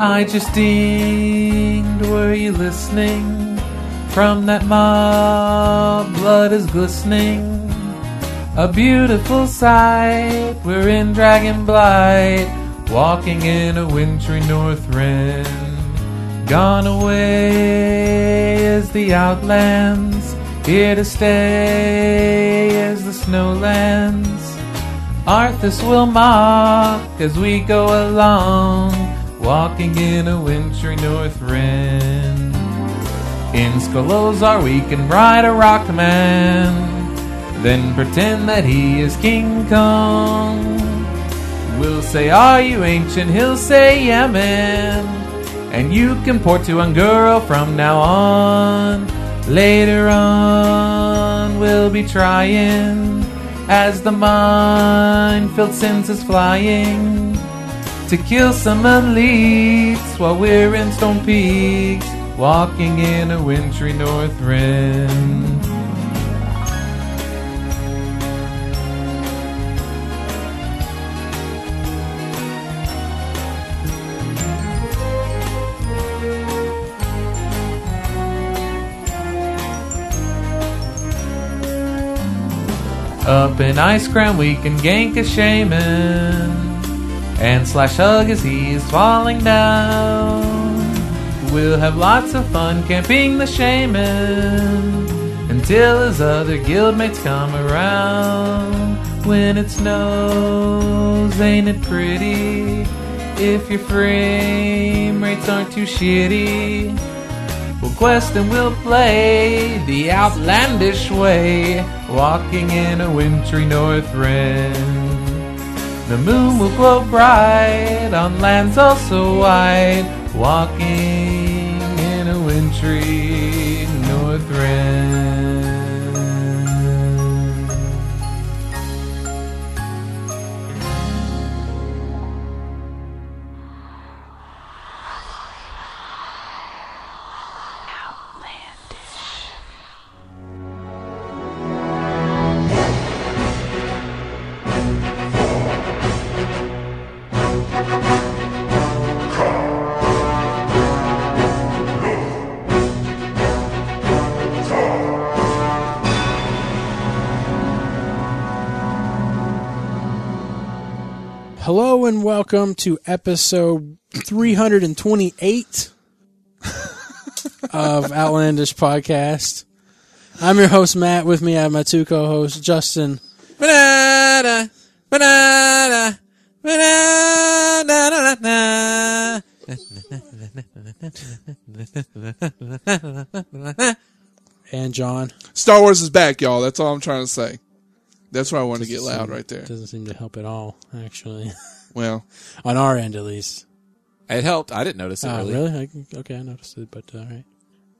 I just dinged. Were you listening? From that mob, blood is glistening. A beautiful sight. We're in Dragon Blight, walking in a wintry northrend. Gone away is the outlands. Here to stay is the snowlands. Arthas will mock as we go along, walking in a wintry north wind. In Skolozar we can ride a rock man, then pretend that he is King Kong. We'll say, are you ancient? He'll say, yeah, man. And you can port to Anguro from now on. Later on, we'll be trying as the mind-filled sense is flying to kill some elites while we're in Stone Peaks, walking in a wintry north wind. Up in Ice Crown, we can gank a shaman and slash hug as he is falling down. We'll have lots of fun camping the shaman until his other guildmates come around. When it snows, ain't it pretty? If your frame rates aren't too shitty, We'll quest and we'll play the outlandish way, walking in a wintry north wind. The moon will glow bright on lands also wide, walking in a wintry north wind. Hello and welcome to episode 328 of Outlandish Podcast. I'm your host, Matt. With me, I have my two co hosts, Justin. Banana, banana, banana, and John. Star Wars is back, y'all. That's all I'm trying to say. That's why I wanted to get loud right there. Doesn't seem to help at all, actually. Well, On our end, at least. It helped. I didn't notice it Ah, Oh, really. really? I, okay, I noticed it, but all right.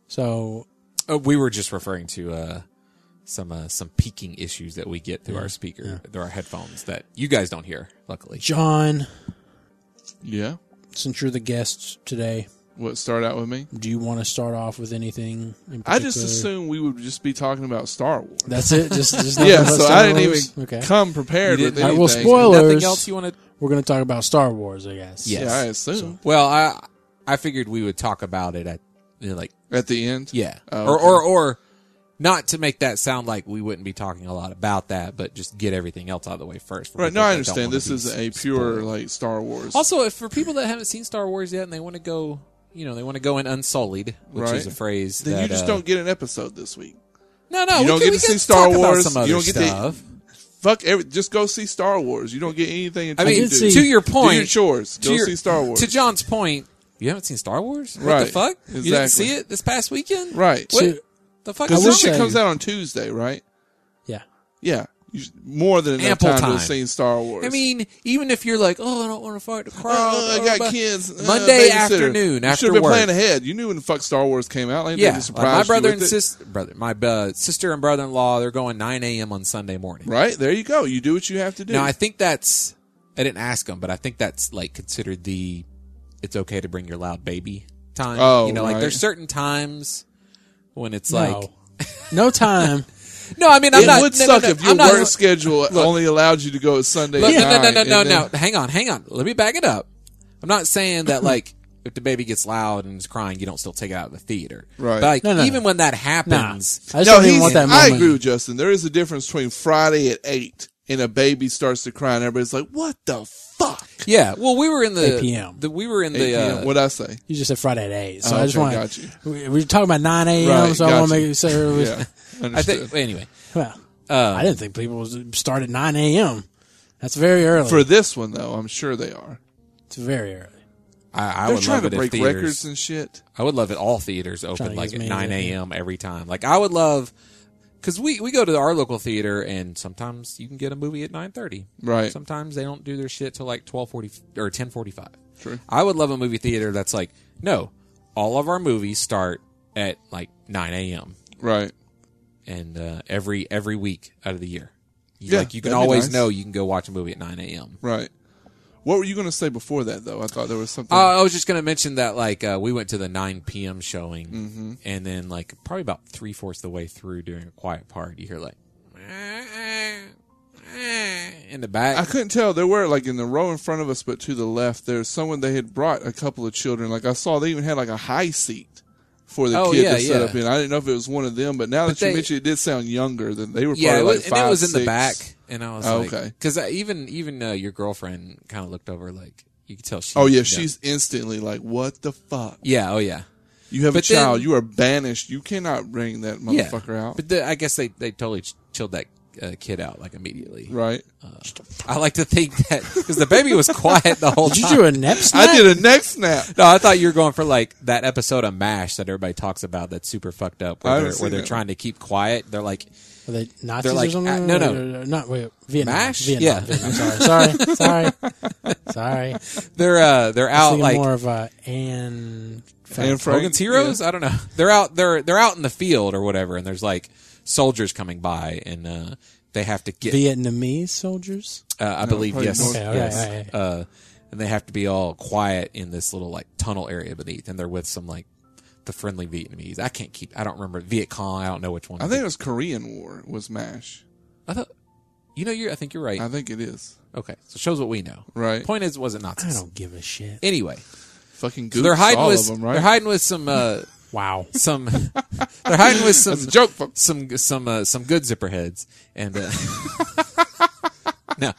So, Oh, we were just referring to uh, some uh, some peaking issues that we get through our speaker, through our headphones that you guys don't hear. Luckily, John, yeah. since you're the guest today, What start out with me? do you want to start off with anything? In I just particular? assumed we would just be talking about Star Wars. that's it. Just, just nothing Yeah, but so Star I didn't even Wars? Okay, come prepared You with didn't- anything. I will spoil- Spoilers. nothing else you want to. we're going to talk about Star Wars, I guess. Yeah. Yeah, I assume Well, I I figured we would talk about it at you know, like at the end. yeah, Oh, or okay. or or not to make that sound like we wouldn't be talking a lot about that, but just get everything else out of the way first. for right. people No, I that don't understand. wanna This be is a s- pure spoiled. like Star Wars. Also, if for people that haven't seen Star Wars yet and they want to go, you know, they want to go in unsullied, which Right. is a phrase then that you just uh, don't get an episode this week. No, no, You we don't can, get we to can see Star talk about Wars. Some other You don't get to- stuff. Fuck every. Just go see Star Wars. You don't get anything. I Until mean, you do. see- to your point, do your chores. to Go your- see Star Wars. To John's point, you haven't seen Star Wars. What the Right. fuck? You didn't Exactly. see it this past weekend, Right. What To- the fuck? I Is Because will this this say- shit comes out on Tuesday, right? yeah. Yeah, you sh- more than enough Ample time, to have time. seen Star Wars. I mean, even if you're like, oh, I don't want to fight the crowd. Oh, I but- got kids. Uh, Monday babysitter. afternoon you after should have been work. playing ahead. You knew when the fuck Star Wars came out. Ain't nobody Yeah, like my surprised you brother with and it. sister, brother, my uh, sister and brother-in-law, they're going 9 a.m. on Sunday morning. Right there, you go. You do what you have to do. Now, I think that's. I didn't ask them, but I think that's like considered the. It's okay to bring your loud baby time. Oh, you know, like right. there's certain times when it's like. No. no time. No, I mean, I'm it not. would no, no, suck no, if your I'm not- work schedule only allowed you to go at Sunday. Look, at no, no, no, nine, no, no, and no. then- Hang on, hang on. Let me back it up. I'm not saying that like if the baby gets loud and is crying, you don't still take it out of the theater. Right. But like, No, no, no. even when that Nah. I happens, just don't even he's- want that I moment. agree with Justin. There is a difference between Friday at eight and a baby starts to cry and everybody's like, "What the fuck?" yeah. Well, we were in the, 8 p.m.. the- we were in 8 the p.m. uh, What'd I say? You just said Friday at eight, so Oh, I just okay, want. got you. We, we were talking about nine a.m., Right, so I want got to you. make it so. it was- Yeah, I understood. think anyway. Well, Um, I didn't think people was start at nine a.m. That's very early. For this one though, I'm sure they are. it's very early. I, I They're would trying love to it if break theaters- records and shit. I would love it. All theaters open to like get at as many as nine they a.m. every time. Like I would love because we we go to our local theater and sometimes you can get a movie at nine thirty. Right. Sometimes they don't do their shit till like twelve forty or ten forty five. True. I would love a movie theater that's like no, all of our movies start at like nine a.m. Right. and uh, every every week out of the year. You, Yeah, like you can that'd be always nice. know you can go watch a movie at nine a.m. Right. What were you going to say before that though? I thought there was something. Uh, I was just gonna mention that like uh, we went to the 9 p.m. showing, Mm-hmm. and then like probably about three fourths of the way through during a quiet part, you hear like "Eh, in I the back. couldn't tell. There were like in the row in front of us, but to the left, there's someone they had brought a couple of children. Like I saw, they even had like a high seat for the Oh, kid yeah, to set yeah. up in. I didn't know if it was one of them, but now that they- you mentioned, it, it did sound younger than they were. Yeah, probably it was, like and five, it was in the six. back, and I was Oh, like, okay. because even even uh, your girlfriend kind of looked over, like you could tell she. Oh yeah, she- she's instantly like, "What the fuck? Yeah, oh yeah, You have But a child. then- you are banished. You cannot bring that yeah. motherfucker out." But the, I guess they they totally ch- chilled that uh, kid out like immediately. right? Uh-huh. I like to think that because the baby was quiet the whole Did you time. do a nap snap? I did a neck snap. No, I thought you were going for like that episode of MASH that everybody talks about that's super fucked up, I where haven't they're, where seen they're that trying to keep quiet. They're like, Were they Nazis like, or something? uh, no, no. Or- or not wait, Vietnam. Mash? Vietnam, Yeah. Vietnam. Sorry, sorry, sorry, sorry. they're uh, they're out Thinking like more of uh, a and And Frank, Hogan's Heroes. I don't know. They're out they're they're out in the field or whatever, and there's like soldiers coming by, and uh, they have to get. Vietnamese soldiers. uh, I believe Oh, probably yes, North- Okay, all yes. right, all right, Uh, and they have to be all quiet in this little like tunnel area beneath, and they're with some like the friendly Vietnamese. I can't keep. I don't remember Viet Cong. I don't know which one. I think it was Korean War was Mash. I thought. You know, you. are I think you're right. I think it is. Okay, so it shows what we know. Right. Point is, it wasn't I Nazis. don't give a shit. Anyway, Fucking so goofs, they're hiding all with of them, right? they're hiding with some uh, Wow. some they're hiding with some That's a joke, folks. some some uh, some good zipper heads and uh, no,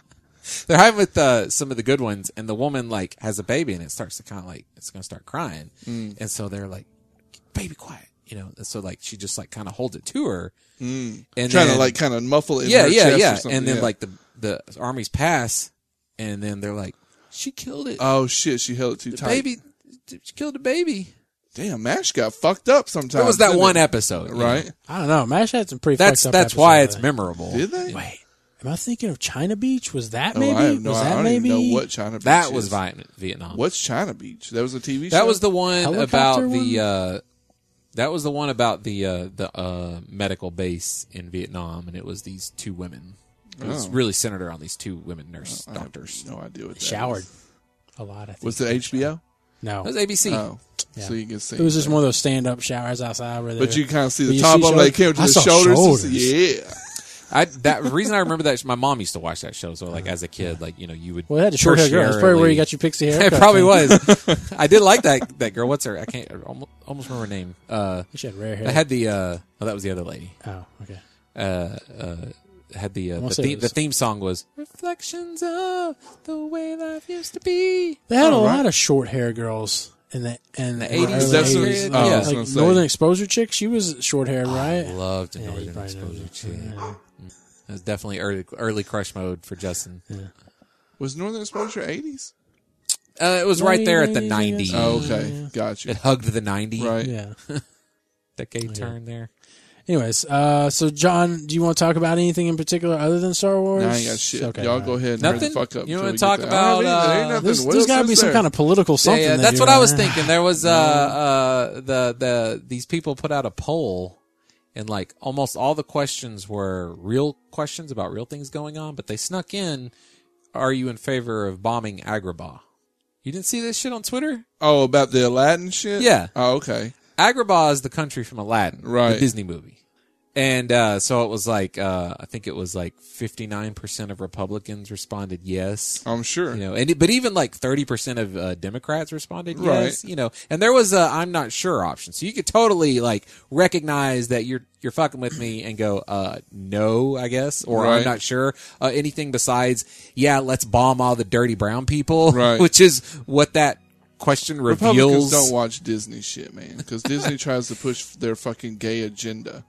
they're hiding with uh, some of the good ones. And the woman like has a baby and it starts to kind of like it's gonna start crying, Mm. and so they're like, "Baby, quiet," you know. And so like she just like kind of holds it to her, and Trying then- to Mm. like kind of muffle it. In yeah, her yeah, chest yeah. Or something. And then yeah. like the the armies pass, and then they're like, "She killed it." oh shit, she held it too tight. baby she killed a baby Damn, Mash got fucked up sometimes. it was that didn't one it? episode you know? right? I don't know. Mash had some pretty. that's fucked up that's why episodes, it's I think. memorable Did they? Wait, am I thinking of China Beach? Was that Oh, maybe? I have no was idea. that I don't maybe? even know what China Beach. that was is. Vi- vietnam What's China Beach? That was a TV show. that was the one Helicopter about one? the uh that was the one about the uh the uh medical base in vietnam and it was these two women it was Oh. really centered around these two women nurse I have doctors No idea what that Showered is. a lot. I think. Was it HBO? No, that was abc Oh, Yeah. so you can see. It was just one of those stand-up showers outside where. but they're- you kind of see But the you top see of it. They shoulders? came up to I the saw shoulders. shoulders. Yeah, I that the reason I remember that my mom used to watch that show. So like as a kid, like you know you would Well, that had a short hair girl. That's probably where tertiarily- you got your pixie hair. It probably was. I did like that that girl. What's her? I can't I almo- almost remember her name. Uh, She had rare hair. I had the. Uh, oh, that was the other lady. oh, okay. Uh, uh, had the uh, the, Almost said it theme, was- the theme song was "Reflections of the way life used to be." They had a Oh, right. lot of short hair girls in the in the 80s. early That's what- 80s. oh, I was like gonna say. Northern Exposure chick. She was short hair, I right? loved Yeah, you Northern probably know Exposure. that. Chick. Yeah. That was definitely early early crush mode for Justin. was Northern Exposure eighties? Uh, it was right there at the Yeah. '90s. Oh, okay, It gotcha. hugged the '90s Right. Yeah. decade turn there. Anyways, uh, so John, do you want to talk about anything in particular other than Star Wars? Nah, I ain't got shit. Okay, Y'all all go right. ahead and Nothing? hurry the fuck up. until You wanna we get talk there. I don't have about, uh, anything. There There's, ain't nothing. What there's else got to is be some there? kind of political something. Yeah, yeah, that that's you're what I was like, "Ah." thinking. There was uh, uh, the the these people put out a poll, and like almost all the questions were real questions about real things going on, but they snuck in. Are you in favor of bombing Agrabah? You didn't see this shit on Twitter? Oh, about the Aladdin shit. Yeah. Oh, okay. Agrabah is the country from Aladdin, the Right. Disney movie. And uh, so it was like uh, I think it was like fifty nine percent of Republicans responded yes. I'm sure. You know, and it- but even like thirty percent of uh, Democrats responded yes. Right. You know, and there was a I'm not sure option, so you could totally like recognize that you're you're fucking with me and go uh no, I guess, or I'm Right. not sure uh, anything besides yeah, let's bomb all the dirty brown people, Right. which is what that question Republicans reveals. don't watch Disney shit, man, because Disney tries to push their fucking gay agenda.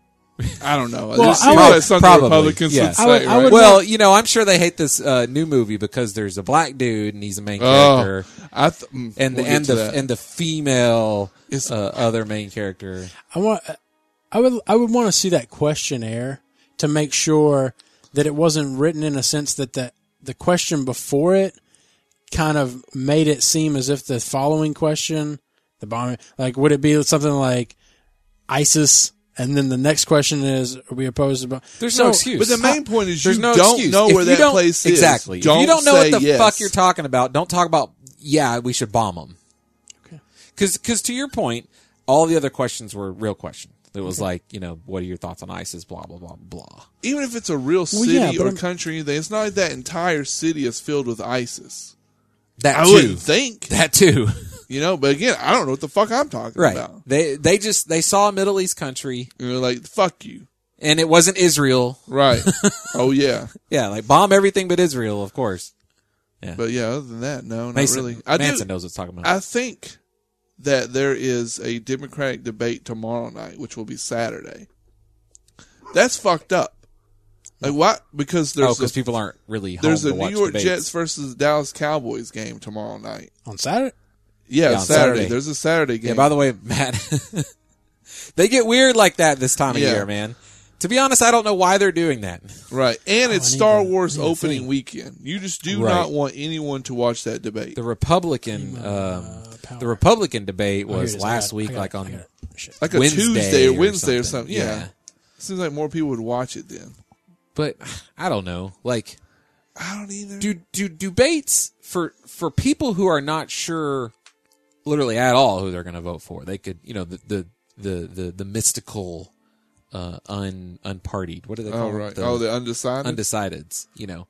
I don't know. this I seems would- like something probably, Republicans yeah. would say, I would- I right? would- well, you know, I'm sure they hate this uh, new movie because there's a black dude and he's a main oh, character, I th- mm, and we'll the get and to the that. and the female It's- uh, other main character. I want. I would. I would want to see that questionnaire to make sure that it wasn't written in a sense that the the question before it kind of made it seem as if the following question, the bomb, like would it be something like ISIS, and then the next question is, are we opposed to? Bomb? There's no excuse. but the main point is There's you no don't excuse. know If where you that don't- place is. exactly. if Don't you don't know what say the yes. fuck you're talking about, don't talk about. Yeah, we should bomb them. Okay. Because to your point, all the other questions were real questions. It was like you know, what are your thoughts on ISIS? Blah blah blah blah. Even if it's a real city yeah, but or I'm- country, or anything, it's not like that entire city is filled with ISIS. That I too. wouldn't think, that too. you know. But again, I don't know what the fuck I'm talking right. about. They they just they saw a Middle East country You know, like fuck you, and it wasn't Israel. right? oh yeah, Yeah, like bomb everything but Israel, of course. but yeah. Other than that, no, not Mason, really. I do. Manson knows what's talking about. I think that there is a Democratic debate tomorrow night, which will be Saturday. That's fucked up. Like what? Because oh, there's because a, people aren't really home there's to a watch New York debates. Jets versus Dallas Cowboys game tomorrow night. On Saturday, Yeah, Yeah, on Saturday. Saturday. There's a Saturday game. Yeah, by the way, Matt, they get weird like that this time of Yeah. year, man. To be honest, I don't know why they're doing that. right, and Oh, I it's need Star to- Wars I need to opening think. weekend. You just do Right. not want anyone to watch that debate. The Republican, um, uh, power. the Republican debate Oh, here it was is. I got last it. week, I got like it. I on got it. Shit. like a Wednesday Tuesday or or Wednesday or something. something. Yeah. Yeah. seems like more people would watch it then. but I don't know. Like, I don't either. do do debates for for people who are not sure, literally at all, who they're going to vote for? They could, you know, the the the the, the mystical, uh, un unpartied. What do they call oh them? right. The oh, the undecided. undecideds? You know,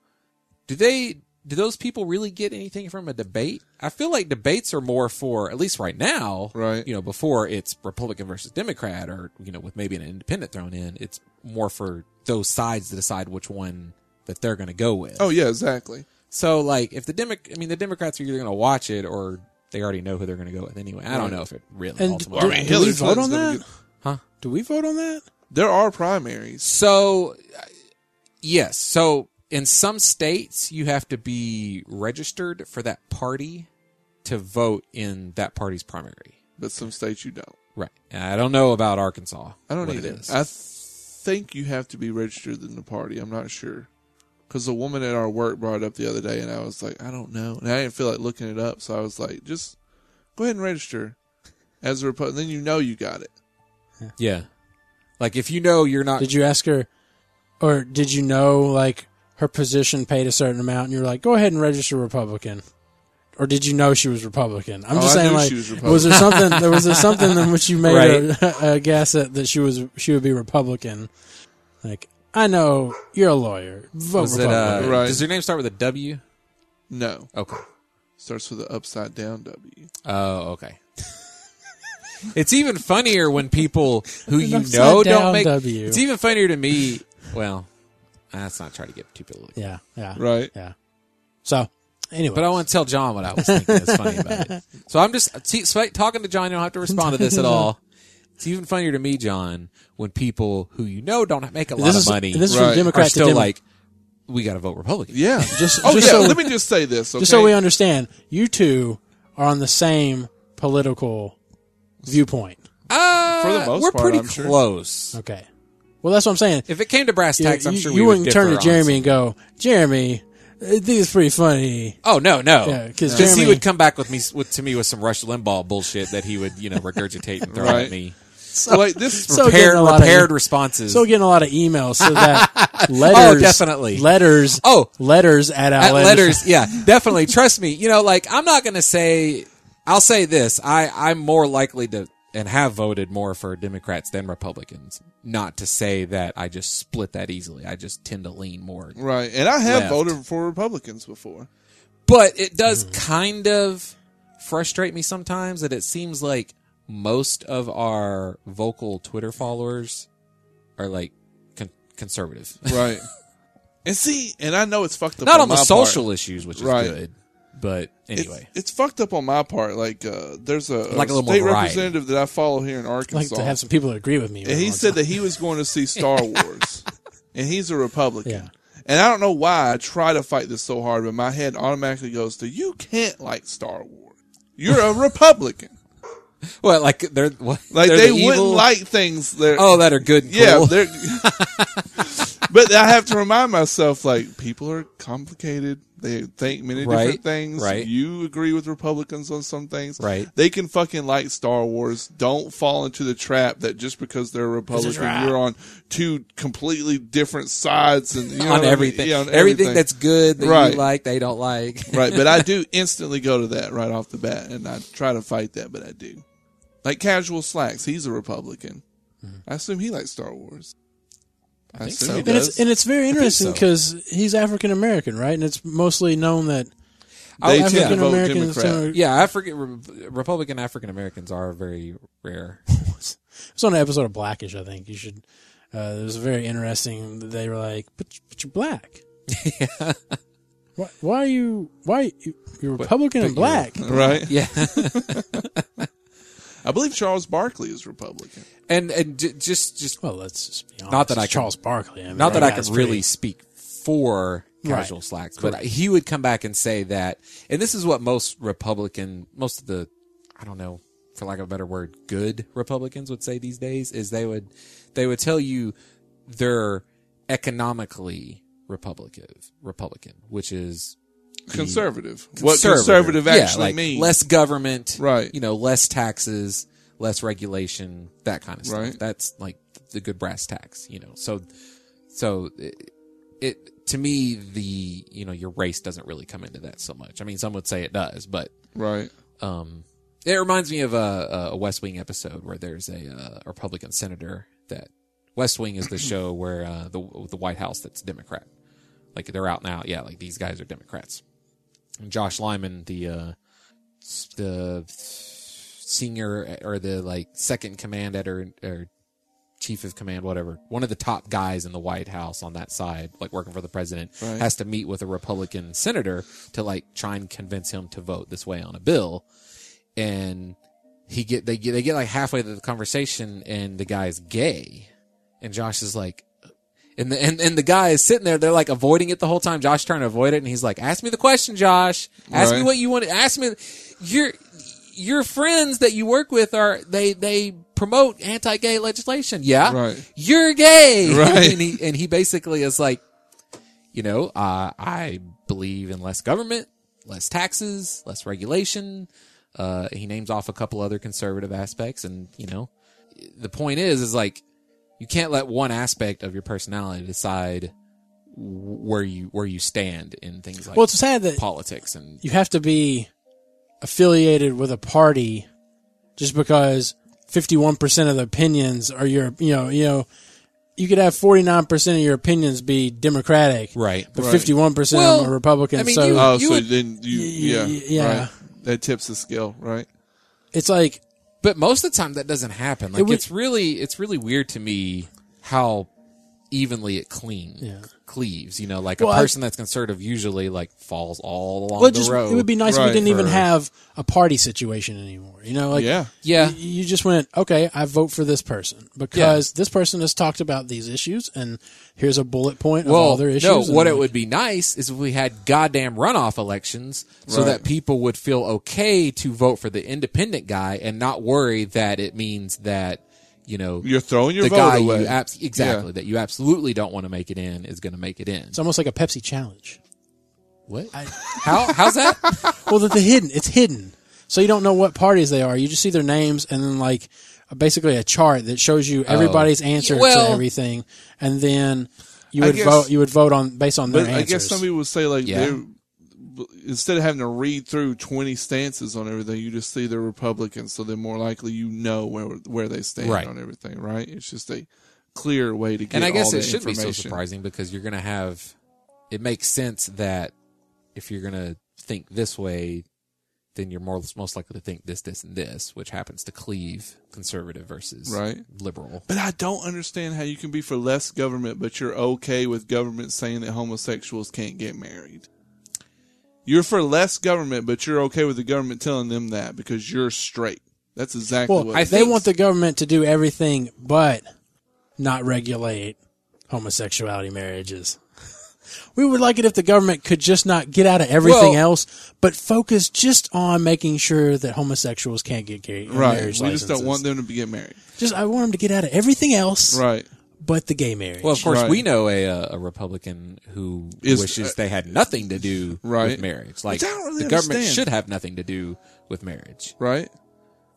do they? Do those people really get anything from a debate? I feel like debates are more for at least right now. Right. You know, before it's Republican versus Democrat, or you know, with maybe an independent thrown in, it's more for those sides to decide which one that they're going to go with. oh yeah, exactly. So like if the Demo- I mean the Democrats are either going to watch it or they already know who they're going to go with anyway. I don't know if it really And ultimately. do, I mean, do Hillary we vote Clinton's on gonna that? get- Huh? Do we vote on that? There are primaries. So uh, yes, so in some states you have to be registered for that party to vote in that party's primary. but some states you don't. Right. And I don't know about Arkansas. I don't what either. It is. I th- think you have to be registered in the party. I'm not sure. Because a woman at our work brought it up the other day, and I was like, I don't know. And I didn't feel like looking it up, so I was like, just go ahead and register as a Republican. Then you know you got it. yeah. Like if you know you're not Did you ask her, or did you know like her position paid a certain amount, and you're like, go ahead and register Republican, or did you know she was Republican? I'm Oh, just I saying, knew like, she was was, there something? There was there something in which you made Right. a, a guess at, that she was she would be Republican? Like, I know you're a lawyer. Vote was it, uh, Republican. Right. does your name start with a W? No. Okay. Starts with the upside down W. Oh, okay. it's even funnier when people who you Upside know don't down make. W. It's even funnier to me. Well, let's not try to get too political. yeah, yeah, Right. yeah. So anyway, But I want to tell John what I was thinking. That's funny about it. So I'm just see, so, talking to John. You don't have to respond to this at all. It's even funnier to me, John, when people who you know don't make a lot this of is money this is Right. from Are are Democrat to still Democrat. like, we got to vote Republican. Yeah. Just- oh, just yeah. so- Let me just say this. Okay? just so we understand, you two are on the same political viewpoint. Uh, For the most we're part, pretty I'm sure. close. Okay Well, that's what I'm saying. If it came to brass tacks, I'm you, sure you we would wouldn't turn differ to on Jeremy and go, Jeremy, I think it's pretty funny. Oh no, no, Yeah, 'cause because he Jeremy- would come back with me with, to me with some Rush Limbaugh bullshit that he would you know regurgitate and throw Right. at me. So, like this. So Prepared, getting a lot of- prepared responses. Still getting a lot of emails, so that letters, Oh, definitely. letters, Oh. letters at at outlet. letters, yeah, definitely. Trust me, you know, like I'm not gonna say. I'll say this: I I'm more likely to and have voted more for Democrats than Republicans. Not to say that I just split that easily. I just tend to lean more Right. And I have Left. voted for Republicans before. but it does Hmm. kind of frustrate me sometimes that it seems like most of our vocal Twitter followers are like con- conservative. Right. and see, and I know it's fucked up. Not on the my part. social issues, which is Right. good, but It's- anyway, It's, fucked up on my part. Like, uh, there's a, a Like a little more state variety. representative that I follow here in Arkansas. like to have some people that agree with me. and he Ronald. said that he was going to see Star Wars, and he's a Republican. Yeah. And I don't know why I try to fight this so hard, but my head automatically goes to you can't like Star Wars. You're a Republican. well, like they're what, Like they're they the wouldn't evil- like things that oh that are good. And yeah, cool. they're But I have to remind myself like people are complicated. They think many Right, different things. right. You agree with Republicans on some things. Right. They can fucking like Star Wars. Don't fall into the trap that just because they're a Republican, you're on two completely different sides and you know what I on mean? everything, Yeah, on everything, that's good that Right. you like, they don't like. right. But I do instantly go to that right off the bat, and I try to fight that, but I do. Like casual slacks, he's a Republican. I assume he likes Star Wars. I, Mm-hmm. think assume so. he and does. it's and it's very interesting so. because he's African American, right? And it's mostly known that They I'll- tend to African vote Americans Democrat. Yeah, I forget. Re- Republican African Americans are very rare. It was on an episode of Blackish, I think. You should. Uh, it was very interesting. that They were like, "But, but you're black. Why, why are you? Why you, you're Republican and but you're- black? Right. Yeah, Uh-huh. I believe Charles Barkley is Republican. and and j- just just Well, let's just be honest. Not that I It's can- Charles Barkley. I mean, Not that that I guy's can really pretty- speak for casual slacks, but he would come back and say that, and this is what most Republican, most of the, I don't know, for lack of a better word, good Republicans would say these days is they would, they would tell you they're economically Republican, Republican, which is Conservative. What conservative Yeah, actually like means. less government, Right. You know, less taxes, less regulation, that kind of stuff. Right. That's like the good brass tax, you know. So, so it, it to me the you know your race doesn't really come into that so much. I mean, some would say it does, but Right. um, it reminds me of a, a West Wing episode where there's a, uh Republican senator that West Wing is the show where uh, the the White House that's Democrat, like they're out and out. Yeah, like these guys are Democrats. And Josh Lyman, the uh, s- the senior or the like second command editor or chief of command, whatever, one of the top guys in the White House on that side, like working for the president, Right. has to meet with a Republican senator to like try and convince him to vote this way on a bill and he get they get they get like halfway to the conversation and the guy's gay and Josh is like and the and, and the guy is sitting there they're like avoiding it the whole time Josh trying to avoid it and he's like ask me the question Josh ask me Right. what you want to ask me your your friends that you work with are they they promote anti-gay legislation yeah Right. you're gay Right. and he and he basically is like you know, uh, I believe in less government, less taxes, less regulation. Uh, he names off a couple other conservative aspects, and you know, the point is, is like you can't let one aspect of your personality decide wh- where you where you stand in things like Well, it's sad that politics and you have to be affiliated with a party just because 51% of the opinions are your, you know, you know, you could have 49% of your opinions be democratic, right. but Right. 51% of Well, them are Republican. I mean, so you- Oh, so would- then you, Y- yeah, y- yeah. right. That tips the scale, right? it's like But most of the time that doesn't happen. Like would- it's really it's really weird to me how evenly it clean Yeah. cleaves. You know, like Well, a I- person that's conservative usually like falls all along well, it the just road. it would be nice if Right, we didn't even for- have a party situation anymore. You know, like yeah, yeah. y- you just went okay. I vote for this person because this person has talked about these issues, and here's a bullet point of Well, all their issues. no. and What it like- would be nice is if we had goddamn runoff elections, so Right. that people would feel okay to vote for the independent guy and not worry that it means that you know you're throwing your the vote guy away. you abs- exactly that you absolutely don't want to make it in is going to make it in. It's almost like a Pepsi challenge. what? How? How's that? Well, that the hidden. It's hidden, so you don't know what parties they are. You just see their names and then like basically a chart that shows you everybody's answer Oh. Well- to everything, and then you I would guess- vote. You would vote on based on their but I answers. guess some people would say like Yeah. they're b- instead of having to read through 20 stances on everything, you just see they're Republicans, so they're more likely you know where where they stand Right. on everything, right? It's just a clear way to get and I guess all it that should be so information. surprising because you're going to have. It makes sense that if you're going to think this way, then you're more most likely to think this, this, and this, which happens to cleave conservative versus Right. liberal. But I don't understand how you can be for less government, but you're okay with government saying that homosexuals can't get married. You're for less government, but you're okay with the government telling them that because you're straight. That's exactly Well, what I it they think- want the government to do everything but not regulate homosexuality marriages. we would like it if the government could just not get out of everything Well- else, but focus just on making sure that homosexuals can't get gay uh, Right. We marriage just don't licenses. want them to be get married. Just I want them to get out of everything else, Right. but the gay marriage. Well, of course, Right. we know a, uh, a Republican who Is- uh, wishes they had nothing to do Right. with marriage. Like Which I don't really the government understand. should have nothing to do with marriage. Right.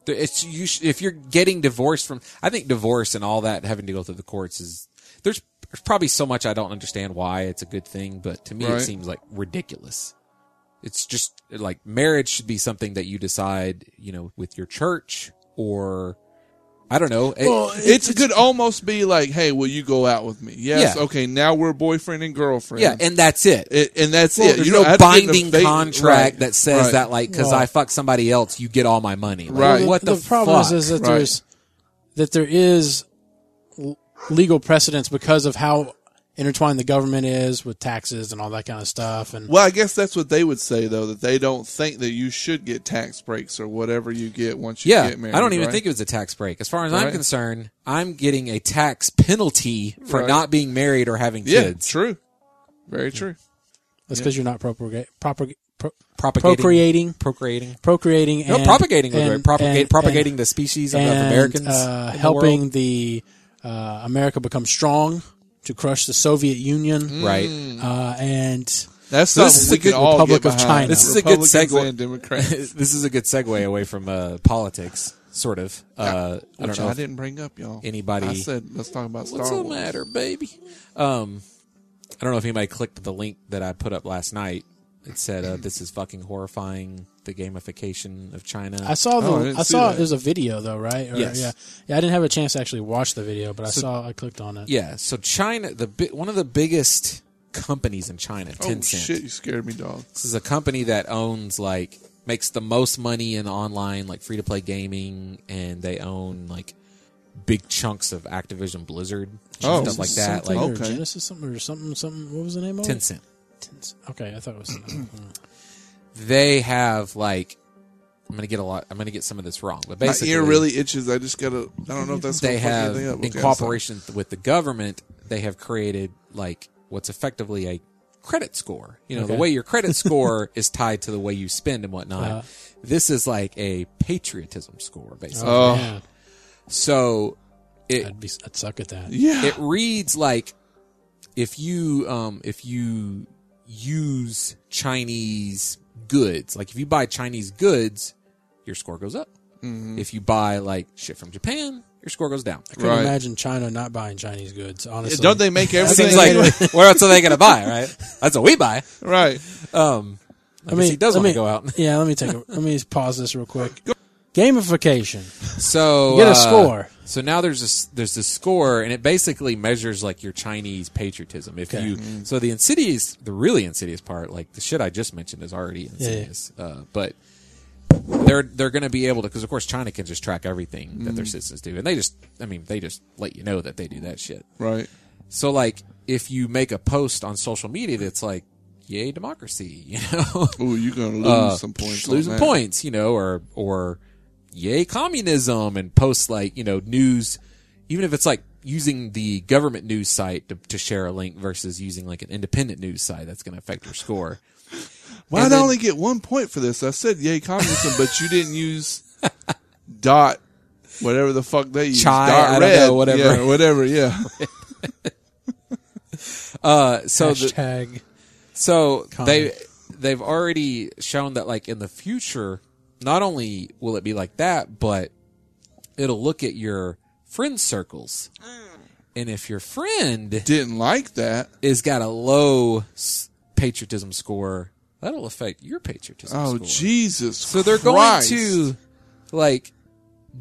There- It's you sh- if you're getting divorced from. I think divorce and all that having to go through the courts is there's there's probably so much I don't understand why it's a good thing, but to me it Right. seems like ridiculous. It's just like marriage should be something that you decide, you know, with your church or I don't know. It- Well, It's, it could almost be like, hey, will you go out with me? Yes. Yeah. Okay. Now we're boyfriend and girlfriend. yeah, and that's it. It- and that's Well, it. There's you don't no have to get in a binding fake- contract right, that says right. that, like, because Well- I fuck somebody else, you get all my money. Like, Right. What the, problem fuck? is, is that Right. there's that there is l- legal precedence because of how intertwined the government is with taxes and all that kind of stuff. And Well, I guess that's what they would say though that they don't think that you should get tax breaks or whatever you get once you yeah, get married. I don't even right? think it was a tax break. As far as I'm Right. concerned, I'm getting a tax penalty for Right. not being married or having Yeah, kids. true. Very true. that's because you're not propagate, propag- pro- Propagating, procreating, procreating. procreating, No, and propagating was and- right. Propagate, and- propagating and- the species of and, Americans, uh, in the helping world. the uh, America become strong to crush the Soviet Union, right? uh, and That's So this something is we a good can all Republic get of behind. China. This is a good Republicans segue. and Democrats, this is a good segue away from uh, politics, sort of. Uh, I which don't I, know. if- didn't bring up, y'all. anybody- I said let's talk about Star What's the Wars. matter, baby? Um, I don't know if anybody clicked the link that I put up last night. It said, uh, "This is fucking horrifying." The gamification of China. I saw the. Oh, I I, didn't see saw that. it was a video though, right? Or- Yes. Yeah. Yeah. I didn't have a chance to actually watch the video, but I saw. I clicked on it. yeah, so China, the bi- one of the biggest companies in China, Oh Tencent. shit, you scared me, dog. This is a company that owns like makes the most money in online like free to play gaming, and they own like big chunks of Activision Blizzard and Oh. stuff like that. Something Like or Okay. Genesis something or something something. What was the name of it? Tencent. Tencent. Okay, I thought it was. they have like I'm gonna get a lot. I'm gonna get some of this wrong, but basically, My ear really itches. I just gotta. I don't know if that's gonna they fuck have anything up. in Okay, I'm cooperation th- with the government, they have created like what's effectively a credit score. You know, the Okay. way your credit score is tied to the way you spend and whatnot. Uh-huh. this is like a patriotism score, basically. Oh. man, so it I'd be. I'd suck at that. sorry. yeah, it reads like if you um if you use Chinese goods, like if you buy Chinese goods, your score goes up. Mm-hmm. If you buy like shit from Japan, your score goes down. Couldn't Right. imagine China not buying Chinese goods. Honestly, don't they make It everything seems like where else are they gonna buy? Right? That's what we buy. right? Um, I, mean, he does let want me- to go out. yeah, let me take. A, let me just pause this real quick. Gamification. So You get a uh, score. so now there's this there's this score, and it basically measures like your Chinese patriotism. If Okay. you so the insidious, the really insidious part, like the shit I just mentioned, is already insidious. Uh, but they're they're going to be able to because of course China can just track everything that Mm. their citizens do, and they just I mean they just let you know that they do that shit. Right. So like if you make a post on social media that's like yay democracy, you know. Ooh, you're gonna lose Uh, some points. on losing that. points, you know, or or yay communism, and post like you know news, even if it's like using the government news site to, to share a link versus using like an independent news site, that's going to affect your score. Why And did I then- only get one point for this? I said yay communism, but you didn't use dot whatever the fuck they use. Chai, dot I don't know, whatever. Yeah, whatever, yeah. Uh, so the, Hashtag. So they Comment. they've already shown that like in the future, not only will it be like that, but it'll look at your friend circles, and if your friend Didn't like that. is got a low s- patriotism score, that'll affect your patriotism. Oh score. Jesus! So they're Christ. going to like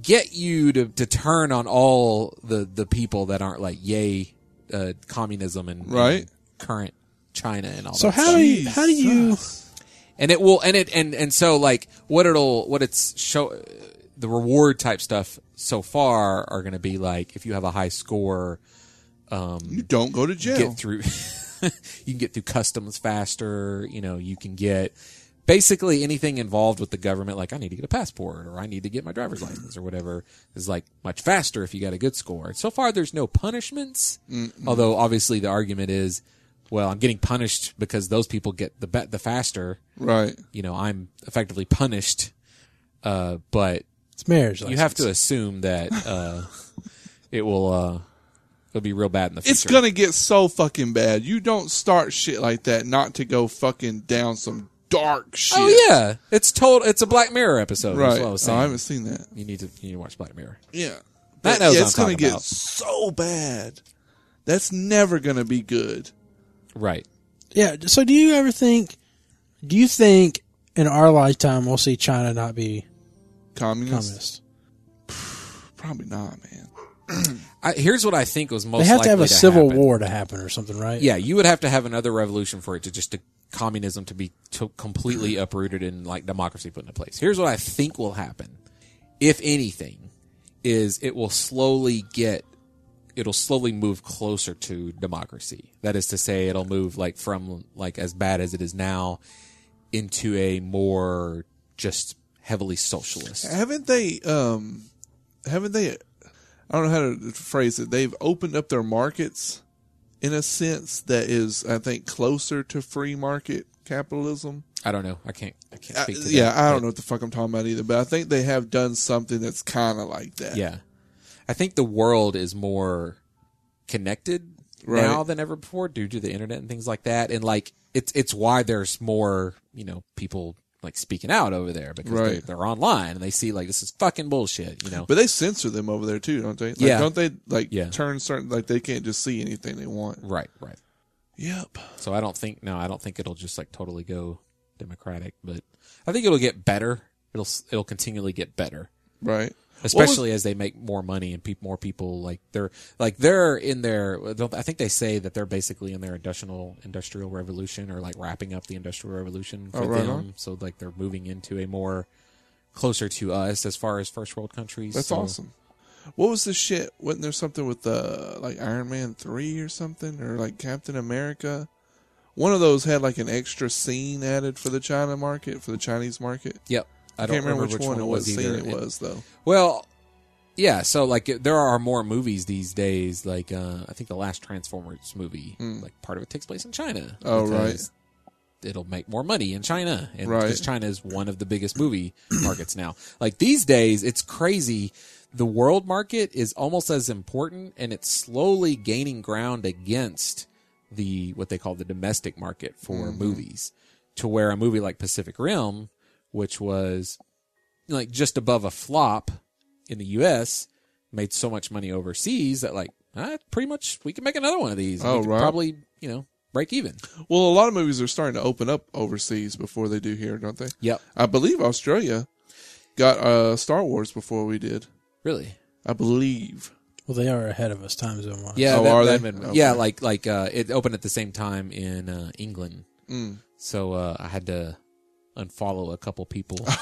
get you to, to turn on all the the people that aren't like yay uh, communism and Right. and current China and all So that. how stuff. do you how do you and it will and it and and so like what it'll what it's show the reward type stuff so far are going to be like if you have a high score You don't go to jail. get through you can get through customs faster you know you can get basically anything involved with the government like i need to get a passport or i need to get my driver's license or whatever is like much faster if you got a good score so far there's no punishments although obviously the argument is well i'm getting punished because those people get the be- the faster right. you know i'm effectively punished uh but it's marriage you have to assume that uh it will uh it'll be real bad in the future It's gonna get so fucking bad. You don't start shit like that not to go fucking down some dark shit. Oh yeah, it's told. It's a Black Mirror episode. Right. Right. That's what I was Oh, saying. I haven't seen that. you need to you need to watch Black Mirror. Yeah. That But, knows yeah, what it's I'm gonna talking get about. so bad. That's never gonna be good. Right. Yeah. So do you ever think? Do you think in our lifetime we'll see China not be Communist? communist? Probably not, man. I, here's what I think was most. They have to have likely a civil happen. war to happen or something, right? Yeah, you would have to have another revolution for it to just to communism to be to completely uprooted and like democracy put into place. Here's what I think will happen, if anything, is it will slowly get. It'll slowly move closer to democracy. That is to say, it'll move like from like as bad as it is now into a more just heavily socialist. Haven't they? Um, haven't they? I don't know how to phrase it. They've opened up their markets in a sense that is, I think, closer to free market capitalism. I don't know. I can't. I can't I- speak to Uh, yeah, that. I don't know what the fuck I'm talking about either, but I think they have done something that's kind of like that. Yeah, I think the world is more connected Right. now than ever before due to the internet and things like that. And like, it's it's why there's more you know people like speaking out over there because Right. they're, they're online and they see like this is fucking bullshit. You know. But they censor them over there too, don't they? Like, Yeah. Don't they like Yeah. turn certain like they can't just see anything they want? right. Right. Yep. So I don't think no, I don't think it'll just like totally go democratic, but I think it'll get better. It'll s- it'll continually get better. Right. especially as they make more money and peop more people like they're like they're in their don't- I think they say that they're basically in their industrial industrial revolution or like wrapping up the industrial revolution for Oh, right them on. so like they're moving into a more closer to us as far as first world countries That's So- awesome. What was the shit? Wasn't there something with uh, like Iron Man three or something, or like Captain America? One of those had like an extra scene added for the China market, for the Chinese market. yep I I, don't can't remember which, one, and it what was scene either. it was though. well yeah so like it- there are more movies these days like uh I think the last Transformers movie like part of it takes place in China Hmm. Oh, right. because it'll make more money in China. And Right. because China is one of the biggest movie markets now. Like these days, it's crazy. The world market is almost as important and it's slowly gaining ground against the what they call the domestic market for Mm-hmm. movies. To where a movie like Pacific Rim, which was like just above a flop in the US, made so much money overseas that like ah, pretty much we can make another one of these. and Oh, we could right. Probably, you know, break even. Well, a lot of movies are starting to open up overseas before they do here, don't they? Yep. I believe Australia got uh, Star Wars before we did. Really? I believe. Well, they are ahead of us time zone wise. Yeah, Oh, that, are that they? been- Okay. yeah, like like uh, it opened at the same time in uh, England, Mm. so uh, I had to unfollow a couple people.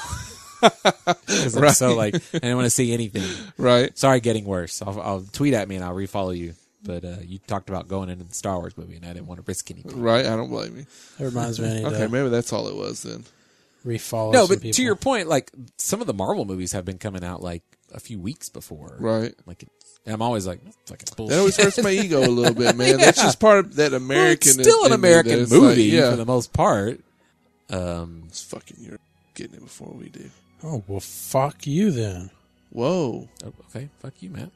'Cause I'm so like I didn't want to see anything. Right. Sorry, getting worse. I'll, I'll tweet at me and I'll refollow you. But uh, you talked about going into the Star Wars movie, and I didn't want to risk anything. Right. I don't blame you. That reminds me. I need Okay, to maybe that's all it was then. refollow. No, some but people. to your point, like some of the Marvel movies have been coming out like a few weeks before, Right. Like, it's- and I'm always like, fucking bullshit. That always hurts my ego a little bit, man. That's just part of that Well, American. it's still in an me that American it's like, movie yeah. for the most part. Um, It's fucking you're getting it before we do. oh well, fuck you then. Whoa! Oh, okay, fuck you, Matt.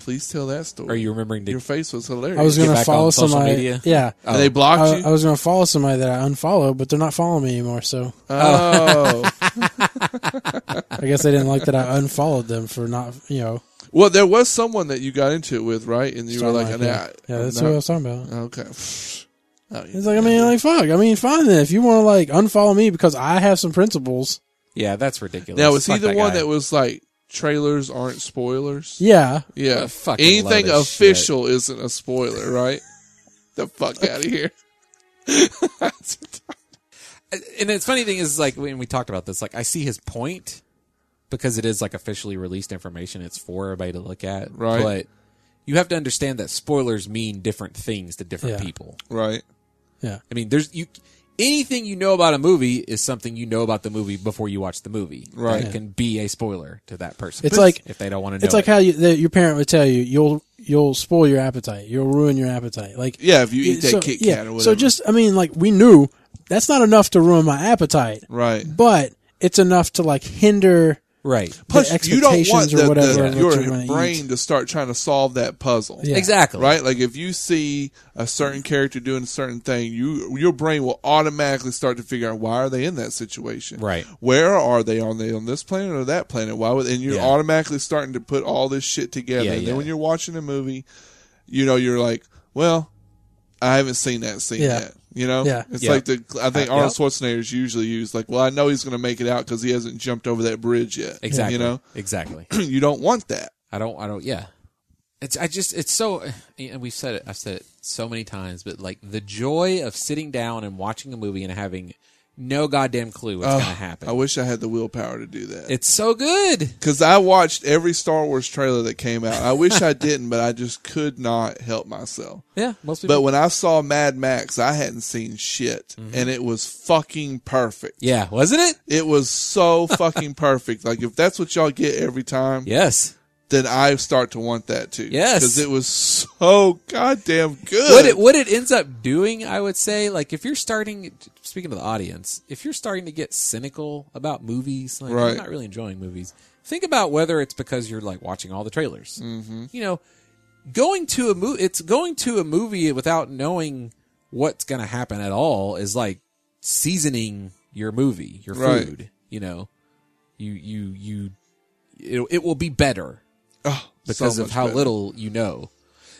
Please tell that Are story. you remembering Your to? face was hilarious. I was Get gonna back follow on social somebody. media? Yeah, And they blocked I, you. I was gonna follow somebody that I unfollowed, but they're not following me anymore. So oh, I guess they didn't like that I unfollowed them for not, you know. well, there was someone that you got into it with, right? And you were starting like, my "Nah, thing. yeah, that's I'm what I not- was talking about. Okay. Oh, yeah. It's like I mean, like fuck. I mean, fine then. If you want to like unfollow me because I have some principles, Yeah, that's ridiculous. now was he Fuck the one guy. that was like trailers aren't spoilers? yeah. Yeah, What a fucking anything load of official isn't a spoiler, right? the fuck out of here. and it's funny thing is like when we talked about this, like I see his point because it is like officially released information. It's for everybody to look at, Right. But you have to understand that spoilers mean different things to different Yeah. people. Right. I mean, there's you anything you know about a movie is something you know about the movie before you watch the movie. Right. That can be a spoiler to that person. It's like- if they don't want to know. It's like it. how you, the, your parent would tell you you'll you'll spoil your appetite, you'll ruin your appetite. Like Yeah, if you eat that so- Kit Kat yeah, or whatever. So just I mean, like we knew that's not enough to ruin my appetite, right. but it's enough to like hinder. right. Plus, you don't want expectations or the, whatever of the, what you're your gonna brain to start trying to solve that puzzle. Yeah. Exactly. Right? Like if you see a certain character doing a certain thing, you your brain will automatically start to figure out why are they in that situation. Right. Where are they? Are they on this planet or that planet? Why would and you're Yeah. automatically starting to put all this shit together. Yeah, and yeah. then when you're watching a movie, you know, you're like, Well, I haven't seen that scene Yeah. yet. You know? Yeah. It's Yeah. like the I think Uh, Arnold yeah. Schwarzenegger's usually used like, Well, I know he's gonna make it out because he hasn't jumped over that bridge yet. Exactly. You know? Exactly. you don't want that. I don't. I don't. Yeah. It's. I just. It's so. And we've said it. I've said it so many times. But like the joy of sitting down and watching a movie and having no goddamn clue what's going to happen. I wish I had the willpower to do that. it's so good. Because I watched every Star Wars trailer that came out. I wish I didn't, but I just could not help myself. Yeah. Most people. But when I saw Mad Max, I hadn't seen shit, Mm-hmm. and it was fucking perfect. yeah. Wasn't it? It was so fucking perfect. Like if that's what y'all get every time, Yes. then I start to want that too. Yes. because it was so goddamn good. What it, what it ends up doing, I would say, like if you're starting, speaking to the audience, if you're starting to get cynical about movies, like Right. I'm not really enjoying movies, think about whether it's because you're like watching all the trailers. Mm-hmm. You know, going to a movie, it's going to a movie without knowing what's going to happen at all is like seasoning your movie, your Right. food. You know, you you you, it, it will be better Oh, because so of much how better. little you know.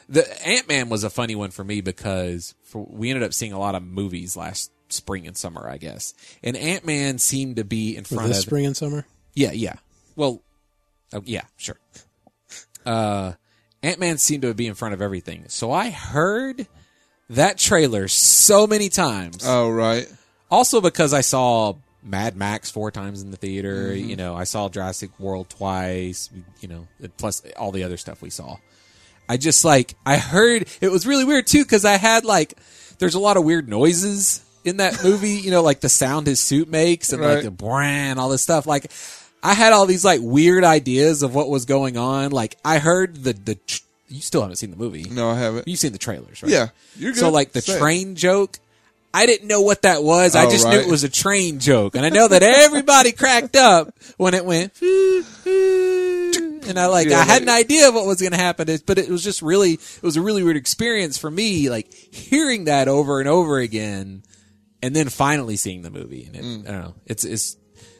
The Ant Man was a funny one for me because for, we ended up seeing a lot of movies last spring and summer, I guess. And Ant Man seemed to be in For front this of spring and summer, yeah, yeah. Well, oh, yeah, sure. Uh, Ant Man seemed to be in front of everything, so I heard that trailer so many times. Oh right, Also because I saw Mad Max four times in the theater. You know, I saw Jurassic World twice. You know, plus all the other stuff we saw. I just like I heard it was really weird too because I had like there's a lot of weird noises in that movie. you know, like the sound his suit makes and Right. like the brand all this stuff. Like I had all these like weird ideas of what was going on. Like I heard the the tr- you still haven't seen the movie. no, I haven't. You've seen the trailers, right? Yeah, you're good. So like the Say it. train joke, I didn't know what that was. I Oh, just knew right. it was a train joke, and I know that everybody cracked up when it went. And I like Yeah, I like- had an idea of what was going to happen, it- but it was just really it was a really weird experience for me, like hearing that over and over again, and then finally seeing the movie. And it, Mm. I don't know, it's it's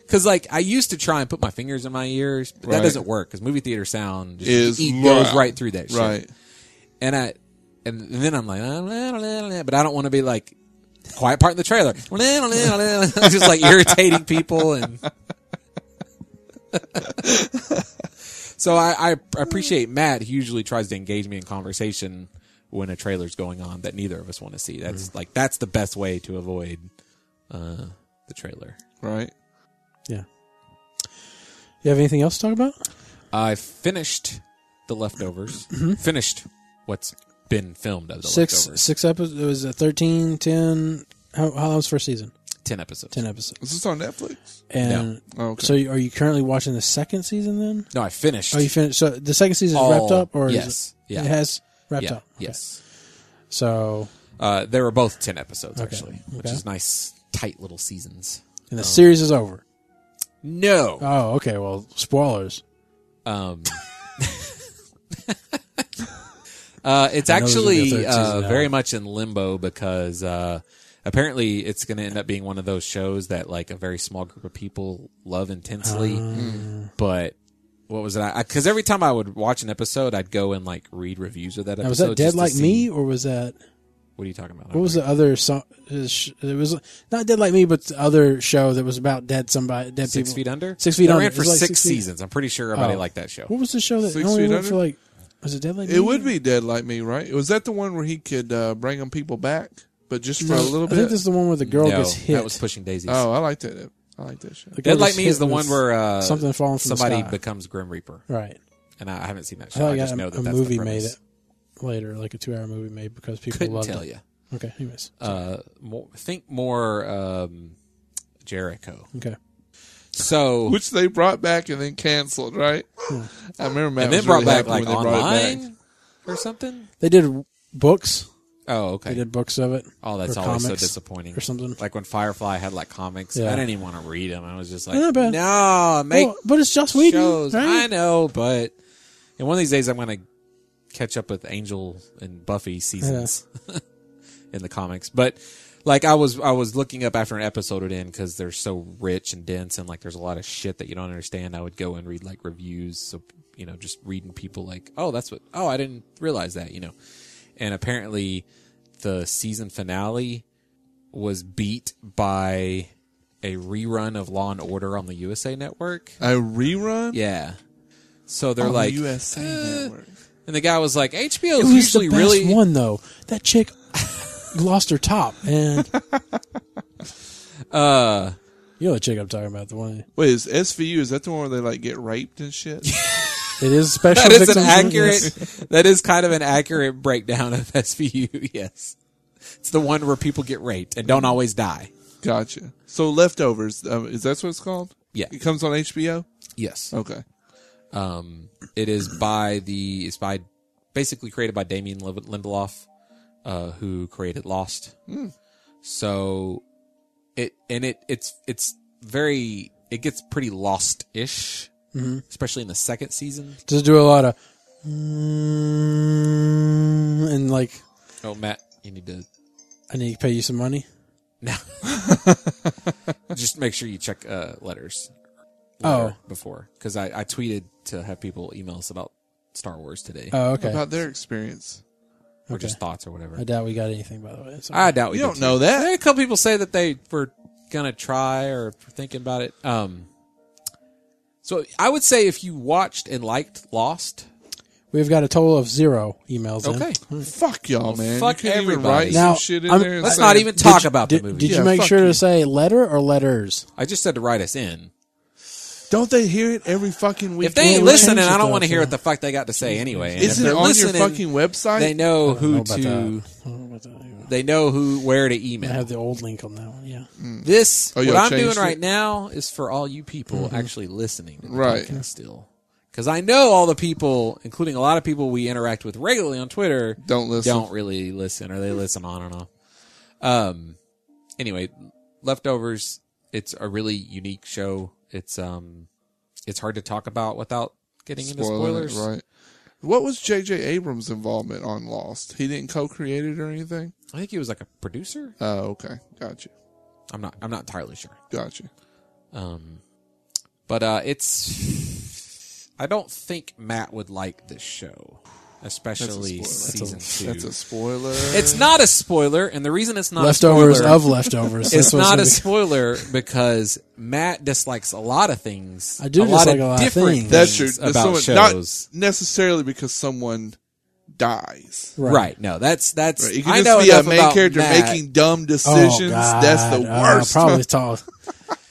because like I used to try and put my fingers in my ears, but that Right. doesn't work because movie theater sound just Is it loud. goes right through that shit Right, and I and then I'm like, "Ah, blah, blah, blah," but I don't want to be like quiet part in the trailer, Blah, blah, blah, blah. just like irritating people and. so I, I appreciate Matt. He usually tries to engage me in conversation when a trailer's going on that neither of us want to see. That's Mm-hmm. like that's the best way to avoid uh, the trailer. right. yeah. You have anything else to talk about? I finished the leftovers. finished what's been filmed of Mm-hmm. the Six leftovers. six episodes. It was a 13, 10. How, how long was the first season? Ten episodes. Ten episodes. Is this on Netflix? And Oh, okay. so, you- are you currently watching the second season then? No, I finished. Are Oh, you finished? So the second season is All- wrapped up, or is yes. it, Yeah. it has wrapped yeah, up. Okay. Yes. So Uh, they were both 10 episodes, actually, which Okay. is nice, tight little seasons. and the series is over. No. Oh, okay. Well, spoilers. Um, uh, it's I know there's gonna be a actually third season uh, now. very much in limbo because uh, apparently it's going to end up being one of those shows that like a very small group of people love intensely. Ah. But what was it? Because every time I would watch an episode, I'd go and like read reviews of that episode. Now, was that Dead just to Like see- Me, or was that What are you talking about? What was the other song? his sh- It was not Dead Like Me, but the other show that was about dead somebody, dead Six people. Feet Under? Six Feet It Under. ran It for was like six, Six Feet- seasons. I'm pretty sure everybody Oh. liked that show. What was the show that Six only Feet went for Under? like? Was it Dead Like Me? It would be Dead Like Me, right? Was that the one where he could uh, bring them people back, but just for a little I bit? think this is the one where the girl no, gets hit. that was Pushing Daisies. oh, I liked that. I like that show. The girl Dead Like gets Me hit is the with one where uh, something falling from the somebody sky. becomes Grim Reaper, right. and I, I haven't seen that I show. thought I I just got know a, that a that's movie the made premise. it later, like a two-hour movie made because people Couldn't loved tell it. you. Okay, anyways, Uh, more, think more um, Jericho. okay. So Which they brought back and then canceled, right? I remember Matt and then was really brought back happy like when they brought it online back. or something. They did books. Oh, They okay. did books of it. Oh, that's or always so comics disappointing. or something. Like when Firefly had like comics, Yeah. I didn't even want to read them. I was just like, Not bad. no, make Well, but it's Joss Whedon, shows. I right? know, but and one of these days I'm gonna catch up with Angel and Buffy seasons in the comics. But like I was, I was looking up after an episode would end because they're so rich and dense and like there's a lot of shit that you don't understand. I would go and read like reviews, so you know, just reading people like, oh, that's what, oh, I didn't realize that, you know. And apparently, the season finale was beat by a rerun of Law and Order on the USA Network. A rerun? Yeah. So they're On the like, USA "Eh." Network. and the guy was like, HBO It is was usually the best really one though. That chick lost her top, and uh, you know the chick I'm talking about. The one Wait, is SVU? Is that the one where they like get raped and shit? it is special. that is an victims accurate. unit. that is kind of an accurate breakdown of SVU. Yes, it's the one where people get raped and don't always die. gotcha. So leftovers. Um, is that what it's called? Yeah. It comes on HBO. Yes, Okay. um, it is by the it's by basically created by Damien Lind- Lindelof, uh, who created Lost. Hmm. So it and it it's it's very it gets pretty lost ish, Mm-hmm. especially in the second season. Just do a lot of mm, and like Oh, Matt, you need to I need to pay you some money. No. Just make sure you check uh, letters. Oh. before because I, I tweeted to have people email us about Star Wars today Oh, okay. About their experience. or just thoughts or whatever. I doubt we got anything by the way. So- I doubt we You did don't too. know that. A couple people say that they were gonna try or were thinking about it. Um, so I would say if you watched and liked Lost, We've got a total of zero emails. in. okay, Fuck y'all, man. fuck you can't even everybody. write Now, some shit in I'm- there. and let's say- not even Did talk you- about did, the movie. Did you Yeah, make fuck sure you. to say letter or letters? I just said to write us in. Don't they hear it every fucking week? If they ain't we listening, changed it I don't though, want to hear so- what the fuck they got to say anyway. And if Isn't it they're on your listening, fucking website? They know know who about to. that. I don't know about that. They know who where to Oh, I email. have the old link on that one. Yeah. Mm. This Oh, what y'all I'm doing changed right it? now is for all you people actually listening to the Right. podcast still. Because I know all the people, including a lot of people we interact with regularly on Twitter, Don't listen. don't really listen, or they listen on and off. Um. Anyway, leftovers. It's a really unique show. It's um, it's hard to talk about without getting Spoiling into it, spoilers. right? What was J.J. Abrams' involvement on Lost? He didn't co-create it or anything. I think he was like a producer. Oh, okay, gotcha, I'm not. I'm not entirely sure. gotcha. Um, but uh, it's. I don't think Matt would like this show, especially season two. That's a spoiler. it's not a spoiler, and the reason it's not leftovers a spoiler, of leftovers. it's That's what not a gonna be- spoiler because Matt dislikes a lot of things. I do a lot dislike of a lot of different things. That's true. There's about someone- not shows. necessarily because someone dies. Right. No, that's that's. Right. It I can know just be a enough main about character Matt. making dumb Oh, decisions. God. That's the Uh, worst. probably tall.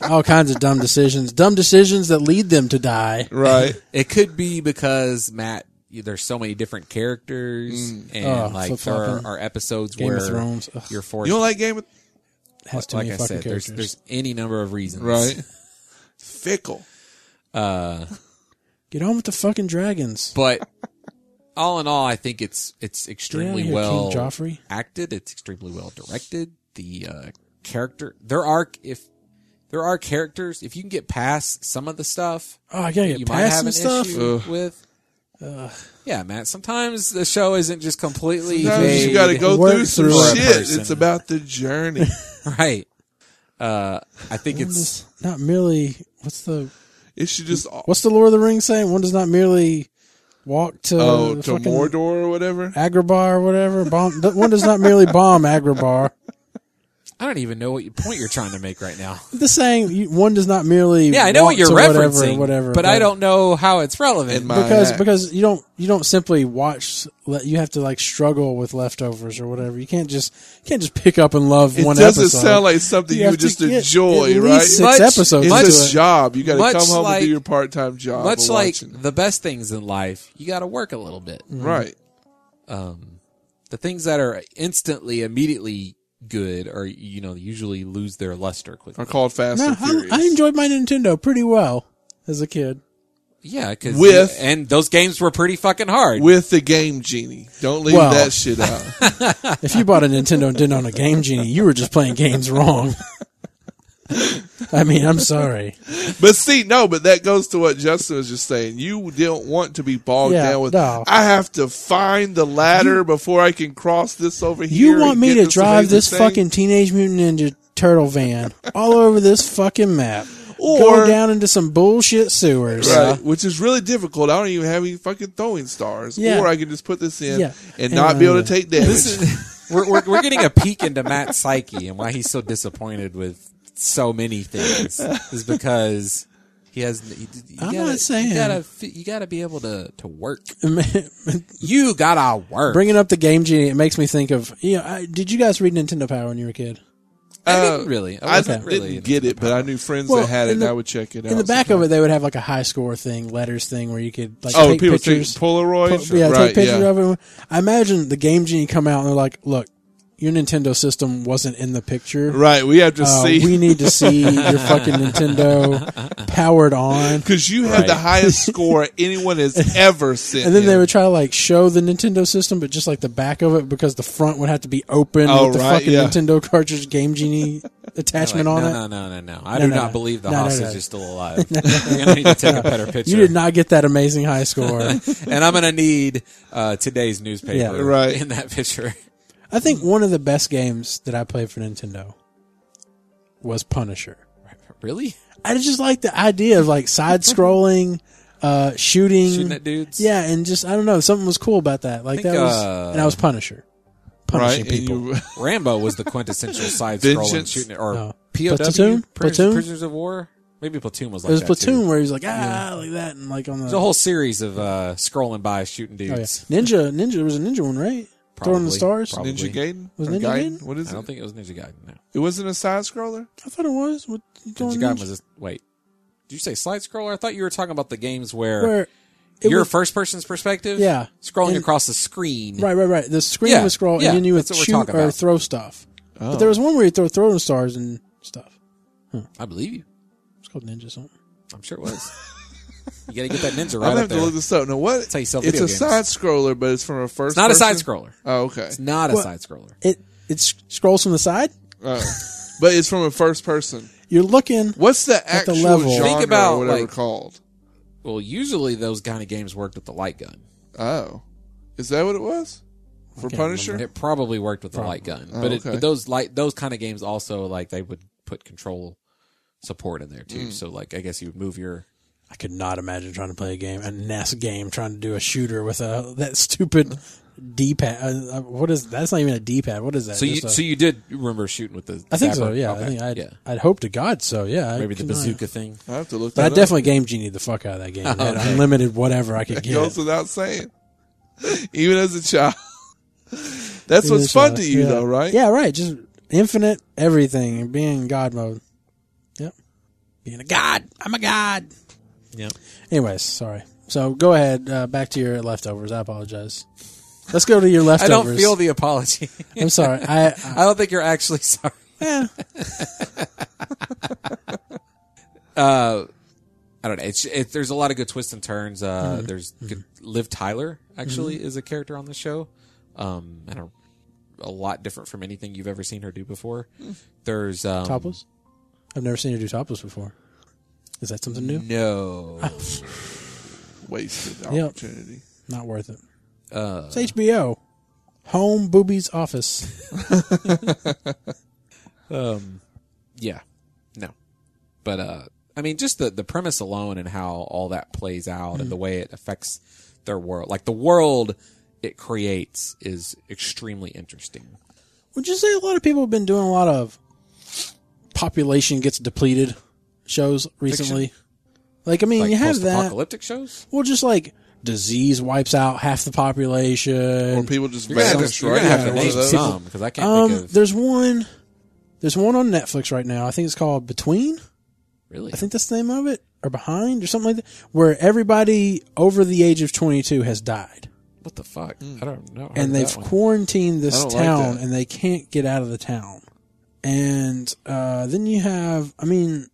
All kinds of dumb decisions. Dumb decisions that lead them to die. right. It could be because Matt. There's so many different characters, Mm. and Oh, like there flip-flopping. are, are episodes Game where of Thrones. Ugh. you're forced. You don't like Game of Has too like many I fucking said, there's characters. there's any number of reasons. right? Fickle. Uh, Get on with the fucking dragons. but all in all, I think it's it's extremely here, well King Joffrey. acted. It's extremely well directed. The uh, character there are if there are characters if you can get past some of the stuff Oh, I gotta get you might past have some an stuff. issue Ugh. with. Yeah, Matt. Sometimes the show isn't just completely. Sometimes you made- got to go Work through some through a shit. person. It's about the journey. right. Uh, I think One it's does not merely what's the It should just all what's the Lord of the Rings saying? One does not merely walk to Oh, the to fucking Mordor or whatever. Agrabah or whatever. Bomb. One does not merely bomb Agrabah. I don't even know what you- point you're trying to make right now. The saying you- one does not merely. Yeah, I know walk what you're to whatever, referencing, whatever. but I don't know how it's relevant. In my because act. because you don't you don't simply watch. le- You have to like struggle with leftovers or whatever. You can't just you can't just pick up and love it one doesn't episode. sound like something You you, have would to just get enjoy, at least right? Six Much- episodes. it's much- into a it. job. You got much to come home and like- do your part time job. Much of like watching it. the best things in life, you got to work a little bit. right. Um, the things that are instantly, immediately good are you know usually lose their luster quickly. Are called Fast No, and I, Furious. I enjoyed my Nintendo pretty well as a kid. Yeah, because With- and those games were pretty fucking hard. with the game genie. Don't leave Well- that shit out. If you bought a Nintendo and didn't own a Game Genie, you were just playing games wrong. I mean, I'm sorry. but see, no, but that goes to what Justin was just saying. You don't want to be bogged Yeah, down with. no. I have to find the ladder before I can cross this over here. You want and me get to this drive amazing this thing? fucking Teenage Mutant Ninja Turtle van all over this fucking map, Or- go down into some bullshit sewers. Right, which is really difficult. I don't even have any fucking throwing stars, Yeah. or I can just put this in Yeah. and And uh, not be able I- to take damage. This is we're, we're we're getting a peek into Matt's psyche and why he's so disappointed with so many things is because he has. You, you I'm gotta, not saying. you gotta fi- you gotta be able to to work. Man, You gotta work. Bringing up the Game Genie, it makes me think of. You know, I, did you guys read Nintendo Power when you were a kid? I Uh, didn't really. I I wasn't didn't really get it, but I knew friends Well, that had it, in the- and I would check it out. In the back of it, they would have like a high score thing, letters thing, where you could like oh, take people pictures. take Polaroids. Put- yeah, right, take pictures yeah. of it. I imagine the Game Genie come out and they're like, "Look, your Nintendo system wasn't in the picture. Right, we have to Uh, we see need to see your fucking Nintendo powered on." because you had the highest score anyone has ever sent. And then they in. would try to like show the Nintendo system, but just like the back of it because the front would have to be open Oh, with the right, fucking yeah. Nintendo cartridge Game Genie Like, attachment on no, it. no, no, no, no. I No, do no, not no. believe the No, no, hostage no. is still alive. You're gonna need to take a better picture. You did not get that amazing high score. and I'm gonna need uh, today's newspaper Yeah. Right. in that picture. I think one of the best games that I played for Nintendo was Punisher. really? I just like the idea of like side scrolling, uh, shooting, Shooting at dudes? Yeah, and just I don't know, something was cool about that. Like think, that was, uh, and I was Punisher, punishing right, people. and you, Rambo was the quintessential side scrolling Vengeance. shooting or No. POW Platoon? Prisoners, Platoon? prisoners of war. Maybe platoon was like it was that Platoon Too. where he's like ah like that and like on the, There's a whole series of uh, scrolling by shooting oh, yeah. dudes. ninja ninja. There was a ninja one right? Throwing the Probably. stars. Probably. Ninja Gaiden? Was Or Ninja Gaiden? What I is don't it? think it was Ninja Gaiden. No, It wasn't a side scroller. I thought it was. What, throwing Ninja Gaiden ninja- was a, wait. Did you say slide scroller? I thought you were talking about the games where, where it you're was- first person's perspective. Yeah. scrolling And- across the screen. Right, right, right. The screen Yeah, would scroll, yeah, and then you would that's what we're shoot talking or about. throw stuff. Oh. But there was one where you throw throwing stars and stuff. I believe you. It's called Ninja something. I'm sure it was. you got to get that ninja I'm right gonna up have there. to look it's this up. Now what? how you sell it's video a games. side scroller, but it's from a first. not a side person? scroller. Oh, okay. It's not a Well- side scroller. It it s- scrolls from the side. Uh, but it's from a first person. You're looking. What's the actual the level. genre Think about, or whatever like- called? Well, usually those kind of games worked with the light gun. Oh, is that what it was for can't Punisher? It probably worked with the light gun, Oh, but, it, okay. but those light those kind of games also like they would put control support in there too. Mm. So like I guess you would move your I could not imagine trying to play a game, a NES game, trying to do a shooter with a that stupid D pad. Uh, uh, what is that's not even a D pad. What is that? so you Just a- so you did remember shooting with the I think so. zapper? Yeah, Okay. I think I'd, yeah I'd hope to God so. Yeah, I maybe the cannot- bazooka thing. I have to look. But that I up. definitely game genie the fuck out of that game. I had okay. unlimited whatever I could It goes get. without saying. Even as a child, that's It what's was, fun uh, to you, yeah. though, right? Yeah, right. Just infinite everything and being in God mode. Yep, being a god. I'm a god. Yeah. Anyways, sorry. So go ahead. Uh, back to your leftovers. I apologize. Let's go to your I leftovers. don't feel the apology. I'm sorry. I, I I don't think you're actually sorry. eh, uh, I don't know. It's it, there's a lot of good twists and turns. Uh, There's good, Liv Tyler actually is a character on the show, um, and a, a lot different from anything you've ever seen her do before. There's um, topless. I've never seen her do topless before. Is that something Mm. new? No, Wasted Yep. opportunity. Not worth it. uh, It's HBO. Home boobies office. um, yeah, no. But uh, I mean, just the the premise alone and how all that plays out and the way it affects their world, like the world it creates, is extremely interesting. Would you say a lot of people have been doing a lot of population gets depleted shows recently? Like, I mean, Like you have post that. apocalyptic shows. Well, just like disease wipes out half the population. Or people just You're gonna have vanish to, you're right gonna have after to one name of those. some because I can't um, think of there's one. There's one on Netflix right now. I think it's called Between. really. I think that's the name of it, or Behind, or something like that, where everybody over the age of 22 has died, what the fuck? I don't know. and they've quarantined I this don't like town, that. and they can't get out of the town. And uh, then you have, I mean,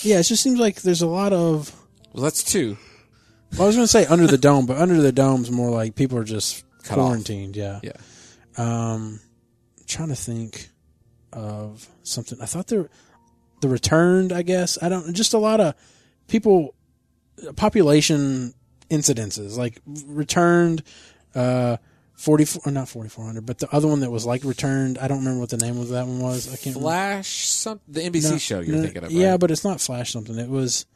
yeah, it just seems like there's a lot of. well, that's two. Well, I was going to say under the dome, but under the dome's more like people are just Cut off. quarantined. Yeah. Yeah. Um, I'm trying to think of something. I thought the the returned. I guess I don't. Just a lot of people, population incidences like returned. Uh, forty four, or not forty four hundred, but the other one that was like returned. I don't remember what the name of that one was. I can't. remember. Flash, some the NBC No, show you're no, thinking of. Yeah, right? but it's not Flash something. It was.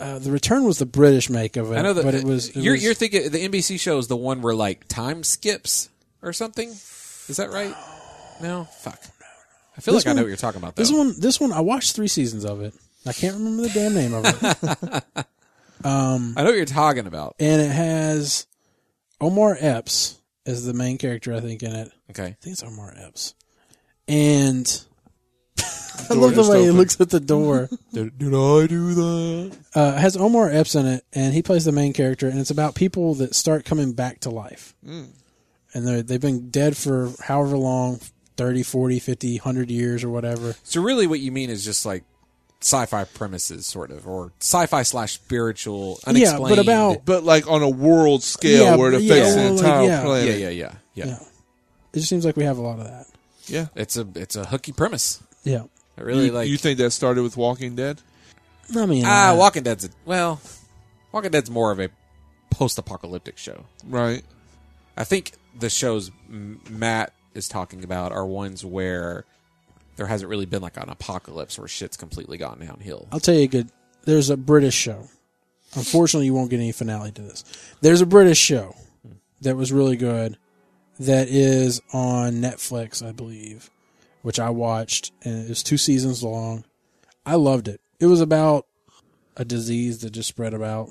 Uh, the return was the British make of it, I know that but it was. it you're, was- you're thinking the NBC show is the one where like time skips or something. Is that right? No, fuck. I feel This like I know one- what you're talking about. Though. This one, this one, I watched three seasons of it. I can't remember the damn name of it, I know what you're talking about. and it has Omar Epps as the main character. I think in it, I Okay, think it's Omar Epps, and I Door love the just way he opened. looks at the door. did, did I do that? uh, it has Omar Epps in it, and he plays the main character, and it's about people that start coming back to life, and they they've been dead for however long. 30, 40, 50, 100 years or whatever. So really, what you mean is just like sci-fi premises, sort of, or sci-fi slash spiritual. Yeah, Unexplained. but about- But like on a world scale Yeah, where it yeah, affects well, the like, entire yeah. yeah, planet. yeah, yeah, yeah, Yeah. It just seems like we have a lot of that. yeah. It's a it's a hooky premise. Yeah. It really you, like you think that started with Walking Dead? I mean, ah, uh, Walking Dead's a, well, Walking Dead's more of a post-apocalyptic show. Right. I think the shows M- Matt is talking about are ones where there hasn't really been like an apocalypse where shit's completely gone downhill. I'll tell you a good. There's a British show. Unfortunately, you won't get any finale to this. There's a British show that was really good that is on Netflix, I believe, which I watched and it was two seasons long. I loved it. It was about a disease that just spread about,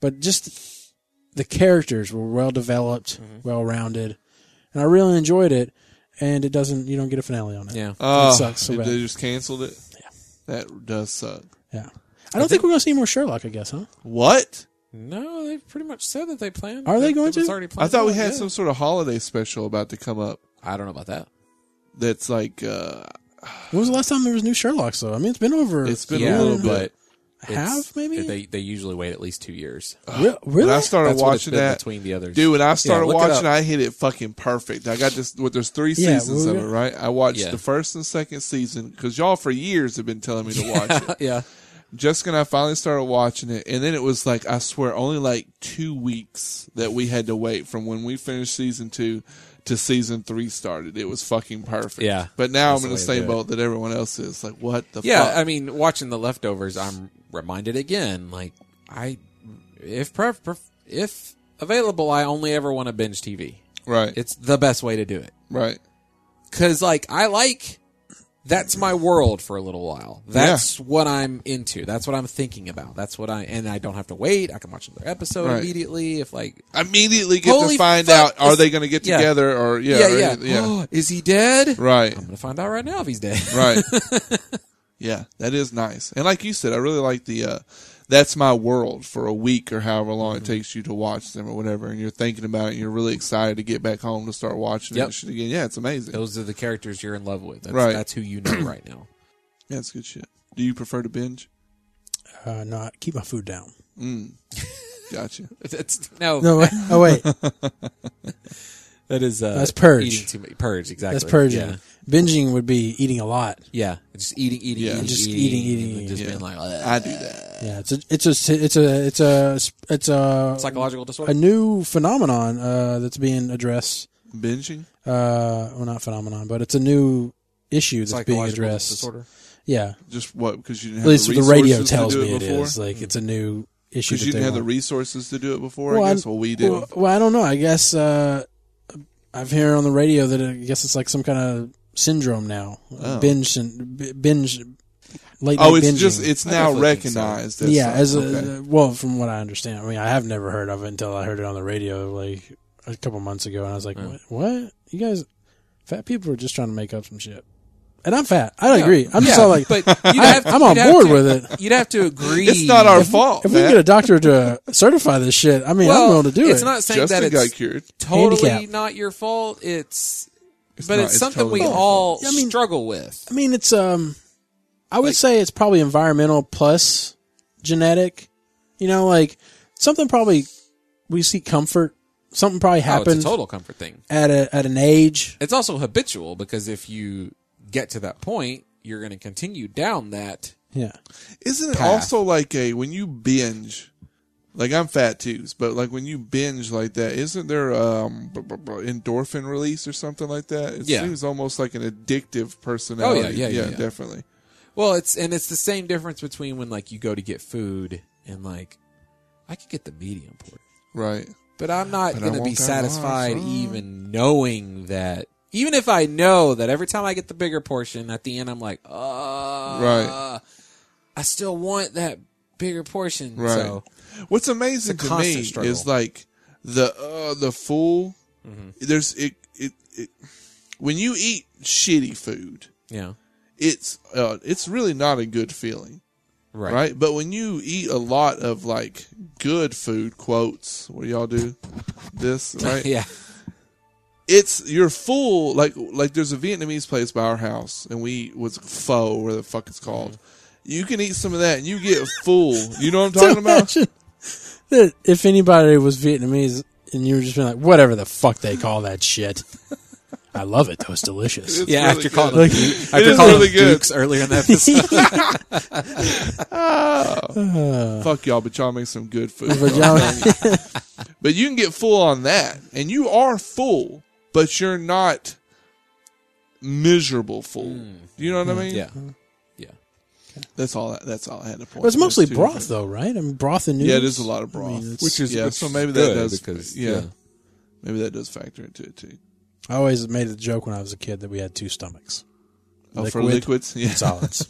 but just the characters were well developed, well rounded, and I really enjoyed it. And it doesn't. You don't get a finale on it. Yeah. Oh, sucks so they- bad. They just canceled it. Yeah. That does suck. Yeah. I don't think, we're gonna see more Sherlock. I guess, huh? What? No, they pretty much said that they planned. Are they that- going that was to? Already I planned thought we Oh, out, had yeah. some sort of holiday special about to come up. I don't know about that. That's like uh When was the last time there was new Sherlock? So I mean, it's been over. It's been yeah, a little but bit. it's- half maybe. They they usually wait at least two years. Re- really? When I started That's what it's watching been that, between the others. dude. When I started look it watching, up. I hit it fucking perfect. I got this. What there's three Yeah, seasons well, of it, right? I watched Yeah. the first and second season because y'all for years have been telling me to watch it. yeah, Jessica and I finally started watching it, and then it was like I swear, only like two weeks that we had to wait from when we finished season two to season three started. It was fucking perfect. Yeah. But now That's I'm in the the way to same do it. boat that everyone else is. Like, what the? yeah. fuck? I mean, watching the leftovers, I'm reminded again. Like I, if pref, pref- if available, I only ever want to binge TV. right, It's the best way to do it. right. Cause like I like that's my world for a little while. That's what I'm into. That's what I'm thinking about. That's what I and I don't have to wait. I can watch another episode Right. immediately if like Immediately get Holy to find fuck, out are it's- they going to get yeah. together or yeah, yeah or yeah Oh, anything- yeah. is he dead? right. I'm gonna find out right now if he's dead. Right. yeah, that is nice. And like you said, I really like the uh that's my world for a week or however long it takes you to watch them or whatever and you're thinking about it and you're really excited to get back home to start watching Yep. that shit again. Yeah, it's amazing. Those are the characters you're in love with. That's, Right. That's who you know right now. Yeah, it's good shit. Do you prefer to binge? Uh, no, I keep my food down. Gotcha. That's no, No, wait. Oh wait, That is uh, That's Purge. Eating too much. Purge exactly. that's purging. Yeah. Binging would be eating a lot. Yeah. Just eating, eating, Yeah. eating, Just eating, eating, and eating, just yeah. being like I do that. Yeah, it's a, it's a, it's a, it's a, it's a, psychological disorder. a new phenomenon uh, that's being addressed. Binging? Uh, well, not phenomenon, but it's a new issue that's being psychological addressed. disorder. Yeah. Just what? Because you didn't At have least the, the radio resources tells to do me it it before. is. Like it's a new issue. Because that you they didn't have the want. resources to do it before. I guess. well, we did. Well, not well, I don't know. I guess uh, I've heard on the radio that I guess it's like some kind of syndrome now. Oh. Binge, and- b- binge, late oh, night it's binging. just it's I now definitely think so. recognized. as yeah, something. as a, Okay. uh, well, from what I understand. I mean, I have never heard of it until I heard it on the radio like a couple months ago, and I was like, Yeah. what? what? You guys, fat people are just trying to make up some shit. And I'm fat. I agree. I'm just all like, but you'd I, have to- I'm on you'd have board to- with it. You'd have to agree. it's not our fault. E. If we man. can get a doctor to certify this shit, I mean, I'm Well, willing to do it's it. not saying Justin that got it's cured. totally Handicap. not your fault. It's, but not- it's it's something totally we not your all fault. I mean- struggle with. I mean, it's um, I would say it's probably environmental plus genetic. You know, like something probably we see comfort. Something probably Oh, it's happened a total comfort thing. at a at an age. It's also habitual because if you get to that point, you're going to continue down that. Yeah, Isn't it path. also like a when you binge? Like I'm fat too, but like when you binge like that, isn't there um b- b- b- endorphin release or something like that? It Yeah. Oh, seems almost like an addictive personality. yeah, yeah, yeah. definitely. Well, it's and it's the same difference between when like you go to get food and like I could get the medium portion. Right. But I'm not But I going to be want that satisfied large, huh? even knowing that. Even if I know that every time I get the bigger portion at the end, I'm like, uh, right. I still want that bigger portion. Right. So What's amazing It's a to me constant struggle. Mm-hmm. is like the uh, the full. There's it, it it when you eat shitty food, yeah, it's uh, it's really not a good feeling. right. right. But when you eat a lot of like good food, quotes, what do y'all do? This, right? Yeah, It's you're full. Like like there's a Vietnamese place by our house, and we eat what's pho, where the fuck it's called. Mm-hmm. You can eat some of that, and you get full. You know what I'm talking about? Imagine that if anybody was Vietnamese and you were just being like, whatever the fuck they call that shit. I love it though; it's delicious. It's yeah. really after calling, good. them, Duke- after is calling really them good. Dukes earlier in the episode, fuck y'all, but y'all make some good food. But y'all- But you can get full on that, and you are full, but you're not miserable full. Mm. Do you know Mm, what I mean? yeah, That's all. I, that's all I had to point. well, it's to. mostly Two broth different- though, right? I mean, broth and noodles. Yeah, it is a lot of broth, it's- which is yeah. which so is maybe good that does because yeah, yeah, Maybe that does factor into it too. I always made the joke when I was a kid that we had two stomachs. Oh, for Liquid. liquids, yeah. solids.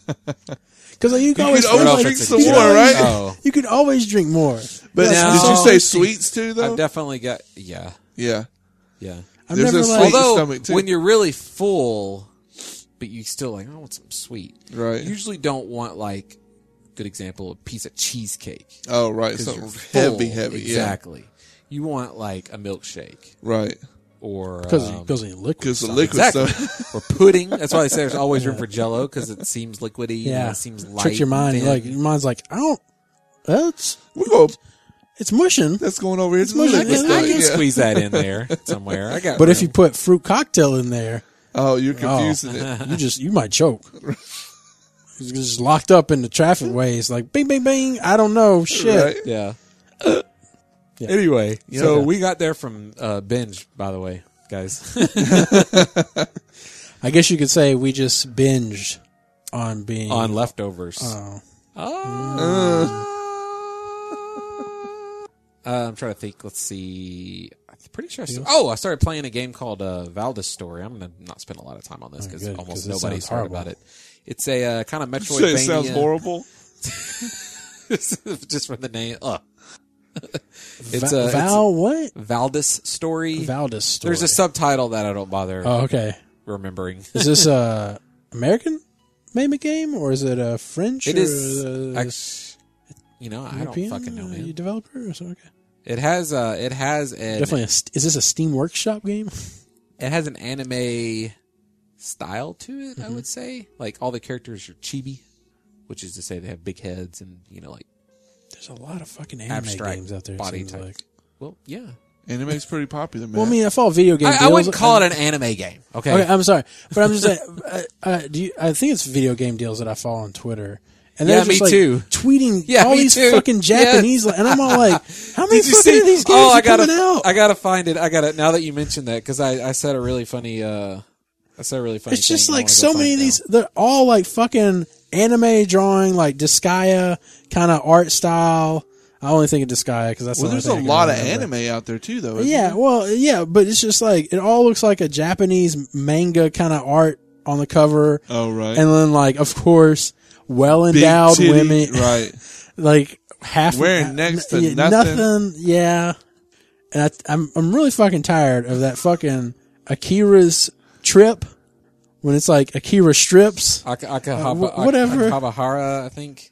Because you could could always, always feel like- drink you some could more, always- right? Oh. You could always drink more. But Now- did you salty. say sweets too though? I've definitely got yeah, yeah. yeah. I've There's never like, a sweet- your Although stomach, too. when you're really full, but you still like I want some sweet. Right. You usually don't want like good example a piece of cheesecake. Oh, right. 'cause Something you're full. heavy, heavy. Exactly. You want like a milkshake Yeah. Right. or because um, because of your liquid. Because the stuff. liquid exactly. stuff. or pudding. That's why they say there's always room for Jello because it seems liquidy. Yeah, yeah, it seems light. Trick your and mind. thin. Like your mind's like, I don't. Well, it's We go. it's mushing. That's going over here. It's mushing. I liquid can, I stuff. can Yeah. squeeze that in there somewhere. I got. But if you room. put fruit cocktail in there, Oh, you're confusing it. you just you might choke. It's just locked up in the traffic ways, like bing, bing, bing. I don't know shit. Right. yeah. Anyway, Yeah. so we got there from uh, binge. By the way, guys. I guess you could say we just binged on Ah. being on leftovers. Oh. Uh, I'm trying to think. Let's see. I'm pretty sure. I saw, oh, I started playing a game called uh, Valda's Story. I'm gonna not spend a lot of time on this because Oh, good, 'cause almost it nobody's sounds heard horrible. about it. It's a uh, kind of You say Metroidvania. it sounds horrible. just from the name. Ugh. it's Va- a Val what? it's Valdas Story. Valdis story. There's a subtitle that I don't bother oh, okay. remembering. Is this a American made game or is it a French? It or is. a act- you know, I don't European, fucking know, uh, man. Developer or something? Okay. It has uh, it has an Definitely. A, st- is this a Steam Workshop game? it has an anime style to it. I would say, like all the characters are chibi, which is to say they have big heads and you know, like There's a lot of fucking anime abstract games out there. it body seems type. like. Well, yeah, Anime's pretty popular, man. Well, I mean, I follow video game. I, I deals. wouldn't call it an anime game. Okay, Okay, I'm sorry, but I'm just saying. uh, uh, do you, I think it's video game deals that I follow on Twitter. And they're Yeah, me just, like, too. Tweeting Yeah, all me these too. fucking Yeah. Japanese, and I'm all like, "How many fucking of these games oh, are I gotta, coming out?" I gotta find it. I gotta now that you mentioned that because I, I said a really funny uh, That's a really funny. It's just thing. I like wanna go so find many of now. these. They're all like fucking anime drawing, like Disgaea kind of art style. I only think of Disgaea because that's Well, the only there's a thing I can lot of remember. anime out there too, though. isn't Yeah, there? well, yeah, but it's just like it all looks like a Japanese manga kind of art on the cover, Oh right. and then like of course, well Big endowed titty, women, Right. like half Wearing next to yeah, nothing. Yeah, and I, I'm I'm really fucking tired of that fucking Akira's trip when it's like Akira strips, Aka, Akahaba, uh, wh- whatever. Akahara, I think.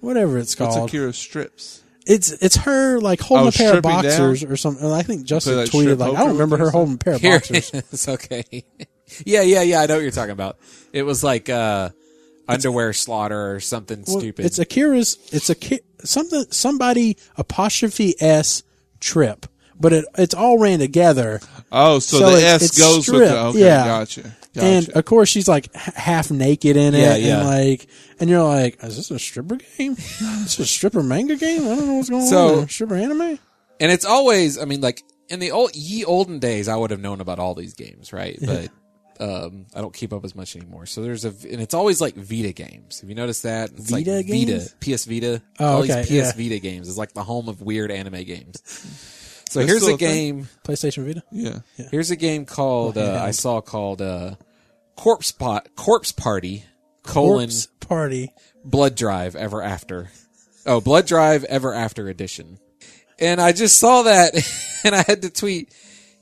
whatever it's What's called. Akira strips? It's it's her like holding Oh, a pair of stripping boxers or something. And I think Justin like, tweeted strip like I poker don't remember with you her or holding a pair of Here boxers. it is. Okay. yeah, yeah, yeah. I know what you're talking about. It was like uh, underwear slaughter or something Well, stupid. It's Akira's. It's a something somebody apostrophe s trip, but it it's all ran together. Oh, so, So the it's- S it's goes with strip, the okay. yeah. Gotcha. Gotcha. And uh, of course, she's like h- half naked in it, Yeah, yeah. and like, and you're like, is this a stripper game? Is this a stripper manga game? I don't know what's going So- on. Here. Stripper anime? and it's always, I mean, like in the old ye olden days, I would have known about all these games, right? But um, I don't keep up as much anymore. So there's a, and it's always like Vita games. Have you noticed that? It's like Vita games? Vita, PS Vita. Oh, all okay, these PS yeah. Vita games is like the home of weird anime games. So That's here's still a a thing? game. PlayStation Vita? yeah. Here's a game called uh, I saw called uh, Corpse Pot Corpse Party colon Corpse Party. Blood Drive Ever After. Oh, Blood Drive Ever After Edition. And I just saw that, and I had to tweet.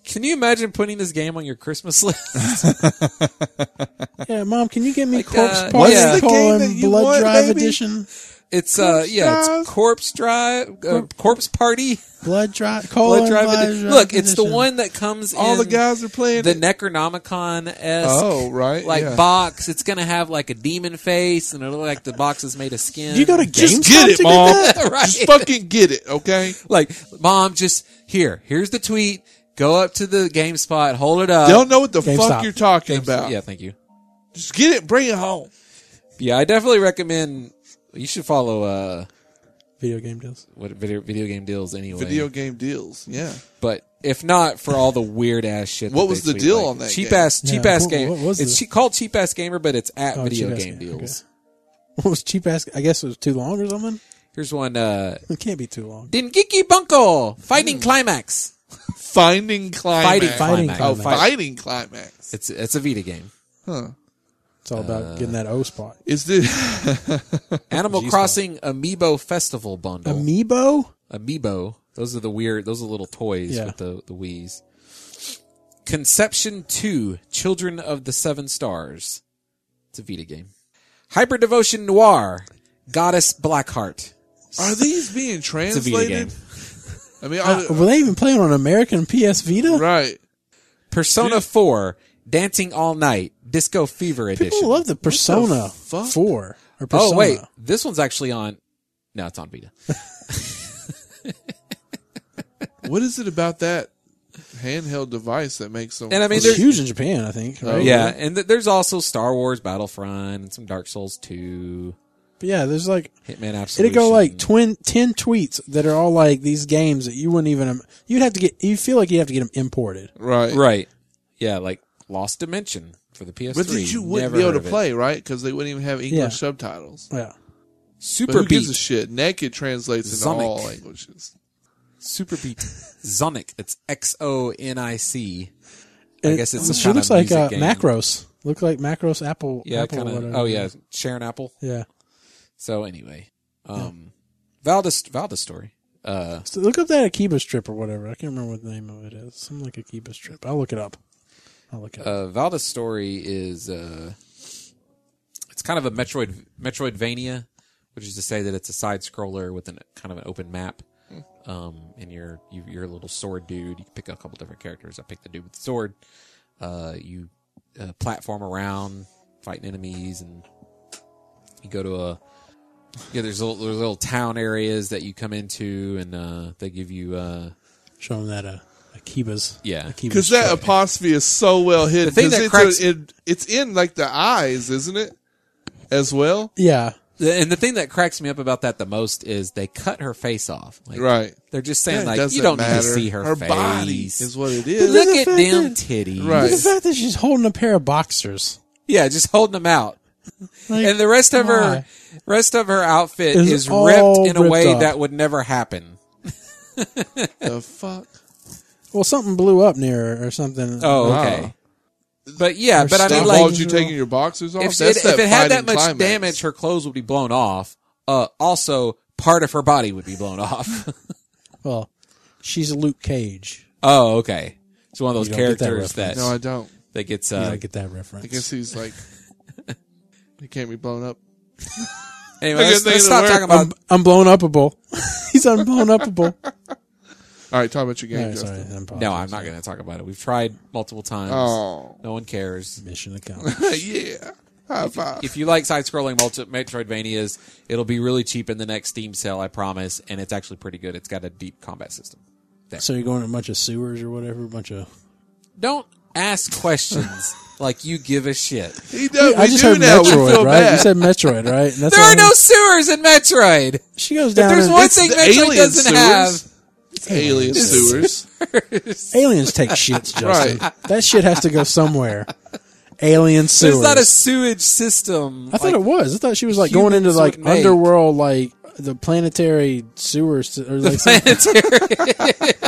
Can you imagine putting this game on your Christmas list? Yeah, mom, can you get me Corpse uh, Party yeah. What's the game colon that you Blood want, Drive baby? Edition? It's uh, yeah, Drive? it's Corpse Drive, uh, Corpse Party, Blood Drive colon Blood Drive. Edi- Look, it's the one that comes. All the in- guys are playing the it. Necronomicon esque. Oh, right, Like yeah. box. It's gonna have like a demon face, and it'll look like the box is made of skin. You go to Just GameStop get to it, mom. that? Right. Just fucking get it, okay? like mom. Just here. Here's the tweet. Go up to the GameSpot. Hold it Uh, up. They'll know what the GameStop. fuck you're talking about. Yeah, thank you. Just get it, bring it home. Yeah, I definitely recommend. You should follow uh Video game deals. what video video game deals anyway. Video game deals. Yeah. but if not for all the weird ass shit. that What they was the tweet, deal like, on that cheap game? ass cheap Yeah, ass what- game? what was it's it? che- called cheap ass gamer, but it's at Oh, video cheap ass game game, okay. deals. What was cheap ass? I guess it was too long or something. Here's one. uh It can't be too long. Dingeki Bunko fighting climax. Finding climax. Hmm. Fighting Fighting climax. Oh, Climax. fighting climax. It's it's a Vita game. Huh. It's all Uh, about getting that O spot. Is this Animal Crossing Amiibo Festival bundle. Amiibo? Amiibo. Those are the weird. Those are little toys Yeah. with the the Wii's. Conception Two: Children of the Seven Stars. It's a Vita game. Hyper Devotion Noir. Goddess Blackheart. are these being It's a translated? Vita game. I mean, Uh, I, were they even playing on American PS Vita? right. Persona Four. Dancing All Night. Disco Fever Edition. People love the Persona fuck? 4. Or Persona. oh wait, this one's actually on. No, it's on Vita. What is it about that handheld device that makes them? And I mean, It's there's huge in Japan, I think. Oh, Right? yeah, and th- there's also Star Wars Battlefront and some Dark Souls Two, But yeah, there's like, Hitman it'd Absolution. go like twin, 10 tweets that are all like these games that you wouldn't even, im- you'd have to get, you feel like you have to get them imported. right. right, yeah, like Lost Dimension for the PS3. But that you wouldn't Never be able to heard of it. play, right? Because they wouldn't even have English Yeah. subtitles. Yeah. But Super who gives a Beat, shit? Naked translates into Zonic. all languages. Super Beat, Zonic. It's X O N I C. I And guess it's it- some she kind looks of like music uh, game. Macros. Look like Macros Apple. Yeah, Apple kind of. whatever. Oh yeah, Sharon Apple. Yeah. So anyway, um, Valdis Valdis story. Uh, So look up that Akiba strip or whatever. I can't remember what the name of it is. Something like Akiba strip. I'll look it up. I'll look it up. uh, Valda's story is uh, it's kind of a Metroid Metroidvania, which is to say that it's a side scroller with an kind of an open map. Um, and you're you, you're a little sword dude. You pick a couple different characters. I picked the dude with the sword. Uh, you uh, platform around, fighting enemies, and you go to a yeah. There's little, there's little town areas that you come into, and uh, they give you uh, Show them that uh, Akiba's. yeah. Akiba Because that strip. apostrophe is so well hidden. The thing 'Cause that it's, cracks- a- it- it's in like the eyes, isn't it? As well. Yeah. And the thing that cracks me up about that the most is they cut her face off. Like, Right. They're just Yeah, saying it like doesn't you don't need matter. to see her, Her face. body is what it is. Look Look at at them that. titties. Right. The fact that she's holding a pair of boxers. Yeah, just holding them out. Like, And the rest of her why? rest of her outfit It's is all ripped in a ripped way up. that would never happen. the fuck? Well, something blew up near her or something. Oh, Wow. okay. But yeah, Her but I mean stomach- Why like would you taking your boxers off? if, it, That's if it had that fighting much climax. damage, her clothes would be blown off. Uh, also, part of her body would be blown off. Well, she's a Luke Cage. oh, okay. It's one of those You don't get that characters that, reference. No, I don't. that gets You uh, don't get that reference. I guess he's like, he can't be blown up. Anyway, I couldn't let's, think let's of the stop word. talking about. I'm, I'm blown upable. he's unblown upable. All right, talk about your game, All right, sorry, Justin. I'm No, I'm not going to talk about it. We've tried multiple times. Oh. No one cares. Mission accomplished. yeah. High five. If you like side-scrolling multi- Metroidvanias, it'll be really cheap in the next Steam sale, I promise. And it's actually pretty good. It's got a deep combat system. so you're going to a bunch of sewers or whatever, a bunch of. Don't ask questions like you give a shit. he does. I we just do heard now. We Metroid, feel right? bad. You said Metroid, right? And that's There all are I no heard. sewers in Metroid. She goes If down. there's and- one thing Metroid alien doesn't sewers. have, Alien sewers. Aliens take shits, Justin. Right. That shit has to go somewhere. Alien sewers. there's not a sewage system. I thought like- it was. I thought she was like going into humans like would make. underworld, like the planetary sewers or like some-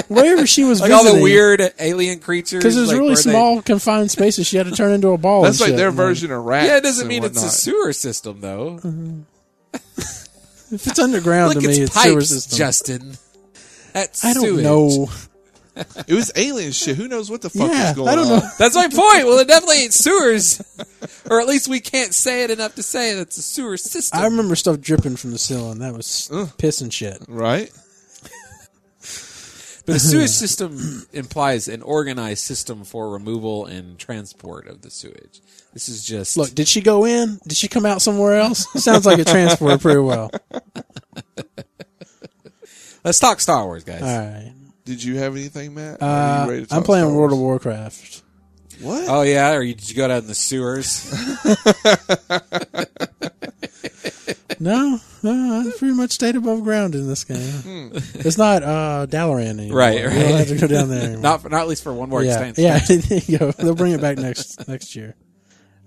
wherever she was like all visiting. the weird alien creatures. because it was like, really where they- small, confined spaces. She had to turn into a ball. and That's like shit. their And, like, version of rats. Yeah, it doesn't and mean it's a whatnot. sewer system though. If it's underground Look, to it's me, it's pipes, sewer system. Justin. That's I don't sewage. know. It was alien shit. Who knows what the fuck Yeah, is going I don't on? know. That's my point. Well, it definitely ain't sewers, or at least we can't say it enough to say that's a sewer system. I remember stuff dripping from the ceiling. That was piss and shit. Right? but a sewage system implies an organized system for removal and transport of the sewage. This is just Look, did she go in? Did she come out somewhere else? Sounds like a transport pretty well. Let's talk Star Wars, guys. All right. Did you have anything, Matt? Or are you Uh, ready to I'm talk playing Star World of Wars? Warcraft. What? Oh yeah, or you, did you go down in the sewers? No, no, I pretty much stayed above ground in this game. it's not uh, Dalaran anymore. Right, You don't have right. to go down there anymore. not for, not at least for one more yeah, expansion. yeah. there you go. They'll bring it back next next year,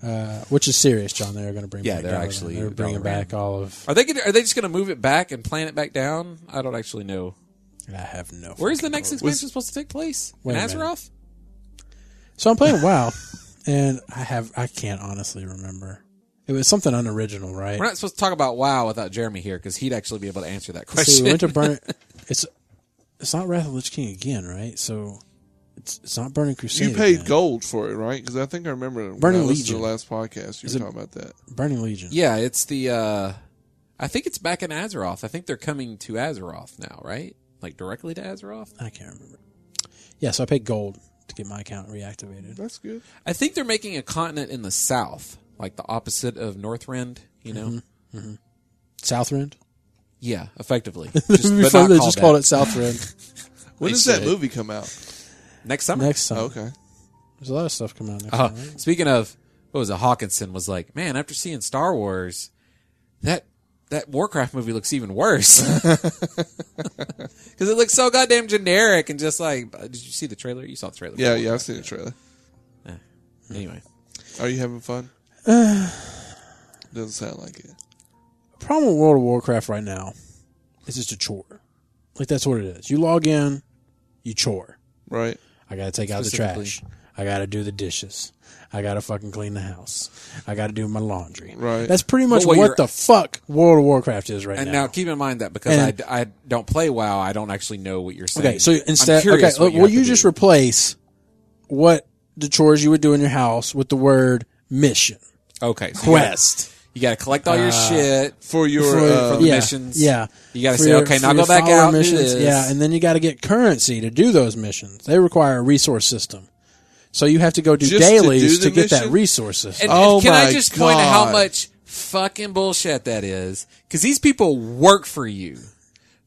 uh, which is serious, John. They're going to bring. Yeah, back they're Dalaran. actually they're bringing Dalaran. back all of. Are they gonna, are they just going to move it back and plan it back down? I don't actually know. I have no. Where's the next expansion supposed to take place? In Wait a minute. Azeroth? So I'm playing WoW, and I have I can't honestly remember. It was something unoriginal, right? We're not supposed to talk about WoW without Jeremy here because he'd actually be able to answer that question. See, we went to burn. It's it's not Wrath of the Lich King again, right? So it's it's not Burning Crusade. you paid again. gold. gold for it, right? Because I think I remember when Burning I listened to the Legion. last podcast. You were talking about that. Burning Legion. yeah, it's the. uh I think it's back in Azeroth. I think they're coming to Azeroth now, right? Like directly to Azeroth. I can't remember. Yeah, so I paid gold to get my account reactivated. That's good. I think they're making a continent in the south, like the opposite of Northrend. You Mm-hmm. know. Southrend. Yeah, effectively. Just, Just, but Before not they just that. called it Southrend. When They does that should. movie come out? next summer. next summer. Oh, okay. There's a lot of stuff coming out next Uh, summer. right? speaking of, what was it? Hawkinson was like, man, after seeing Star Wars, that that Warcraft movie looks even worse because it looks so goddamn generic and just like. uh, Did you see the trailer? You saw the trailer. Yeah, yeah, I've seen the trailer. Anyway, Are you having fun? Doesn't sound like it. The problem with World of Warcraft right now is it's a chore. Like that's what it is. You log in, you chore. Right? I gotta take out the Specifically. trash. I gotta do the dishes. I gotta fucking clean the house. I gotta do my laundry. Right. That's pretty much But what what, you're- the fuck World of Warcraft is right and now. now keep in mind that because And- I, I don't play WoW, I don't actually know what you're saying. okay, so I'm instead, okay, curious look, what will have you to just do. replace what the chores you would do in your house with the word mission okay so you gotta- quest? You got to collect all your Uh, shit. For your For- uh, for the yeah, missions. Yeah, You gotta For say, your- okay, for now your go back follower out and do Missions, this. yeah, and then you got to get currency to do those missions. They require a resource system, so you have to go do Just to do dailies to, the get that mission? resource system. And, Oh and can I my just point out how God. much fucking bullshit that is? Because these people work for you,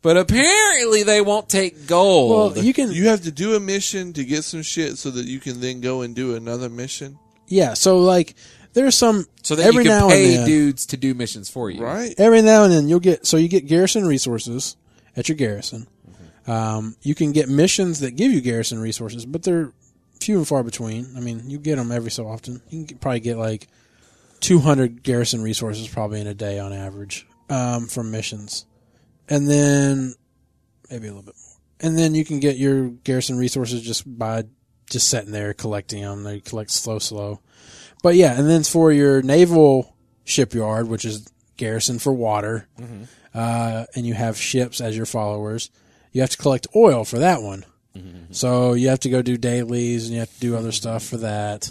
but apparently they won't take gold. well, you can you have to do a mission to get some shit so that you can then go and do another mission. Yeah, so like There's some So that every you now can pay and then, dudes to do missions for you. Right? every now and then you'll get so you get garrison resources at your garrison. Um, you can get missions that give you garrison resources, but they're few and far between. I mean, you get them every so often. You can get- probably get like 200 garrison resources probably in a day on average um, from missions, and then maybe a little bit more. And then you can get your garrison resources just by just sitting there collecting them. They collect slow, slow. But yeah, and then for your naval shipyard, which is garrison for water, Mm-hmm. uh, and you have ships as your followers, you have to collect oil for that one. Mm-hmm. So you have to go do dailies and you have to do other stuff for that.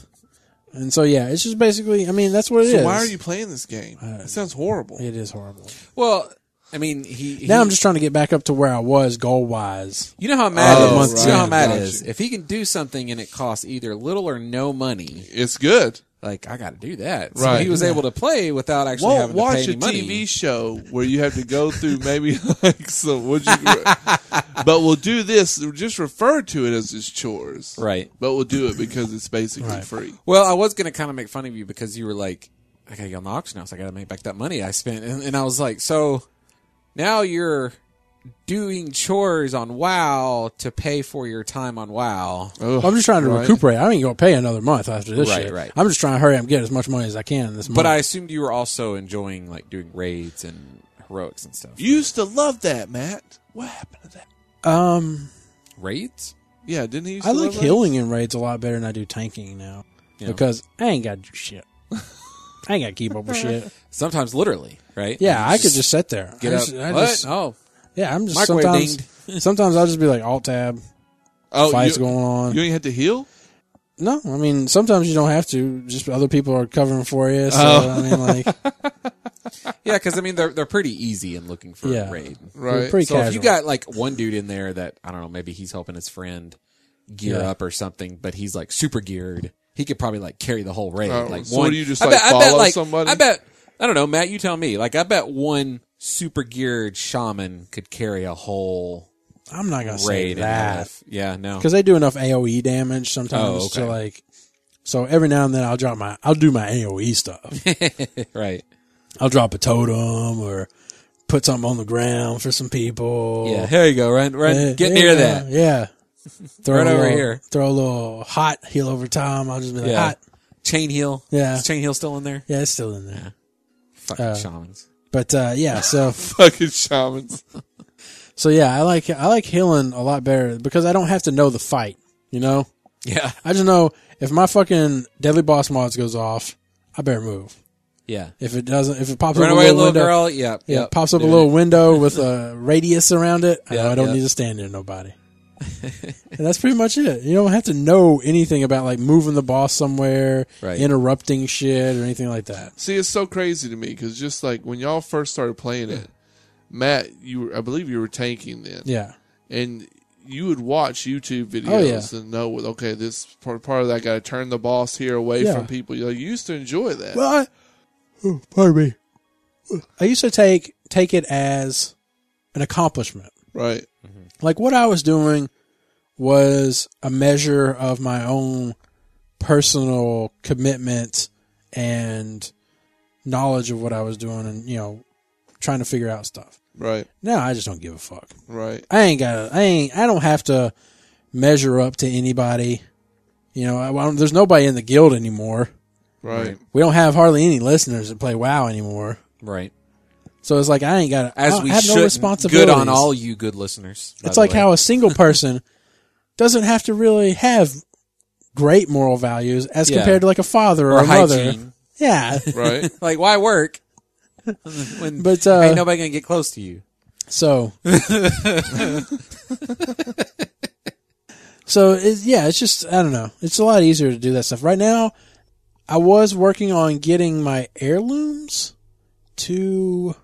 And so yeah, it's just basically. I mean, that's what it is. So why are you playing this game? It sounds horrible. It is horrible. Well, I mean, he, he Now I'm just trying to get back up to where I was goal wise. You know how mad Oh, it is. right. You know how mad Gotcha. it is. If he can do something and it costs either little or no money, It's good. like I got to do that. So Right. he was able to play without actually Won't having to pay watch a any money. TV show where you have to go through maybe like some. Would you? but we'll do this. Just refer to it as his chores, Right. But we'll do it because it's basically free. Well, I was gonna kind of make fun of you because you were like, "I gotta go on the auction house. I gotta make back that money I spent," and, and I was like, "So now you're doing chores on WoW to pay for your time on WoW." Ugh, I'm just trying to right? recuperate. I ain't gonna pay another month after this Right, shit. right. I'm just trying to hurry up and get as much money as I can this month. But I assumed you were also enjoying like doing raids and heroics and stuff. You used to love that, Matt. What happened to that? um Raids? Yeah, didn't he? Used I to like love that? healing in raids a lot better than I do tanking now because I ain't got to do shit. I ain't got to keep up with shit. Sometimes literally, right? Yeah, I Like, could just sit there. get I up. just, I what? just- oh, yeah, I'm just Microwave sometimes. sometimes I'll just be like alt tab. Oh, fights you, going on. You ain't had to heal. No, I mean sometimes you don't have to. Just other people are covering for you. So Oh. I mean, like Yeah, because I mean they're they're pretty easy in looking for Yeah. a raid. we're Right. pretty So casual. if you got like one dude in there that I don't know, maybe he's helping his friend gear Yeah. up or something, but he's like super geared. He could probably like carry the whole raid. Oh, like so one, do you just, I like, bet, I bet, follow like, somebody? I bet I don't know, Matt. You tell me. Like I bet one super geared shaman could carry a whole I'm not gonna say raid. and a that half. Yeah, no. because they do enough AOE damage sometimes Oh, to okay. like. So every now and then I'll drop my I'll do my AOE stuff. right. I'll drop a totem or put something on the ground for some people. Yeah. Here you go. Run, run. Oh. Yeah, get yeah, near that. Yeah. Throw Right a over little- here. Throw a little hot heel over time. I'll just be like, Yeah. hot. Chain heel. Yeah. Uh. Is chain heel still in there? Yeah, it's still in there. Fucking shamans. But uh, yeah, so Fucking shamans. so yeah, I like I like healing a lot better because I don't have to know the fight. You know, Yeah. I just know if my fucking deadly boss mods goes off, I better move. Yeah. If it doesn't, if it pops Run up a away, little, little window, girl. Yeah. yeah, yep. pops up a Doing little window with a radius around it. I, know Yeah, I don't yeah. need to stand near nobody. and that's pretty much it. You don't have to know anything about like moving the boss somewhere, Right. interrupting shit, or anything like that. See, it's so crazy to me because just like when y'all first started playing it, Matt, you were, I believe you were tanking then. Yeah, and you would watch YouTube videos Oh, yeah. and know, okay, this part, part of that got to turn the boss here away Yeah. from people. You, know, you used to enjoy that. Well, I, oh, pardon me. I used to take take it as an accomplishment. right. Like what I was doing was a measure of my own personal commitment and knowledge of what I was doing, and you know, trying to figure out stuff. Right. Now I just don't give a fuck. Right. I ain't got. I ain't. I don't have to measure up to anybody. You know, I, I don't- there's nobody in the guild anymore. Right. We don't have hardly any listeners that play WoW anymore. it. Right. So it's like I ain't got As I we have should. no responsibility. Good on all you good listeners. by It's the like way. how a single person doesn't have to really have great moral values as Yeah. compared to like a father or, or a mother. hygiene. Yeah. Right. Like why work? when But, uh, ain't nobody gonna get close to you. So, so it, yeah, it's just I don't know. It's a lot easier to do that stuff right now. I was working on getting my heirlooms to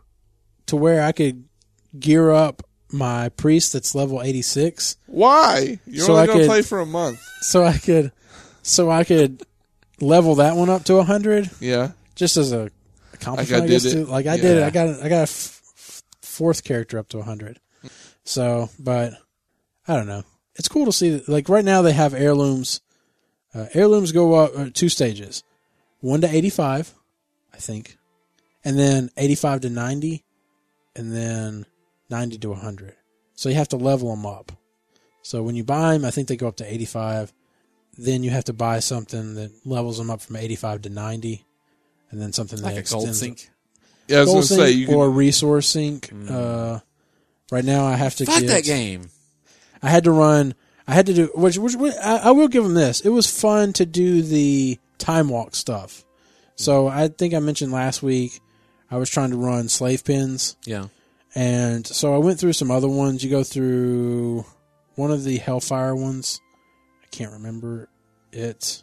to where I could gear up my priest that's level eighty six, Why? You're So I only going could- to play for a month. so I could so I could level that one up to hundred Yeah. just as a accomplishment. I Like I guess, did it. too. Like I did it. Yeah. I got I got a f- f- fourth character up to hundred. So, but I don't know. It's cool to see. That, like right now, they have heirlooms. Uh, heirlooms go up uh, two stages. 1 to 85, I think. And then 85 to 90, and then 90 to 100. So you have to level them up. So when you buy them, I think they go up to 85. Then you have to buy something that levels them up from 85 to 90, and then something Like that a gold extends- sink. Hmm. Yeah, I was Gold gonna say Sync you can, or resource sync. Uh, right now, I have to Fuck get, that game. I had to run. I had to do which. Which which- I, I will give them this. It was fun to do the time walk stuff. So I think I mentioned last week. I was trying to run slave pins. Yeah. And so I went through some other ones. You go through one of the Hellfire ones. I can't remember it.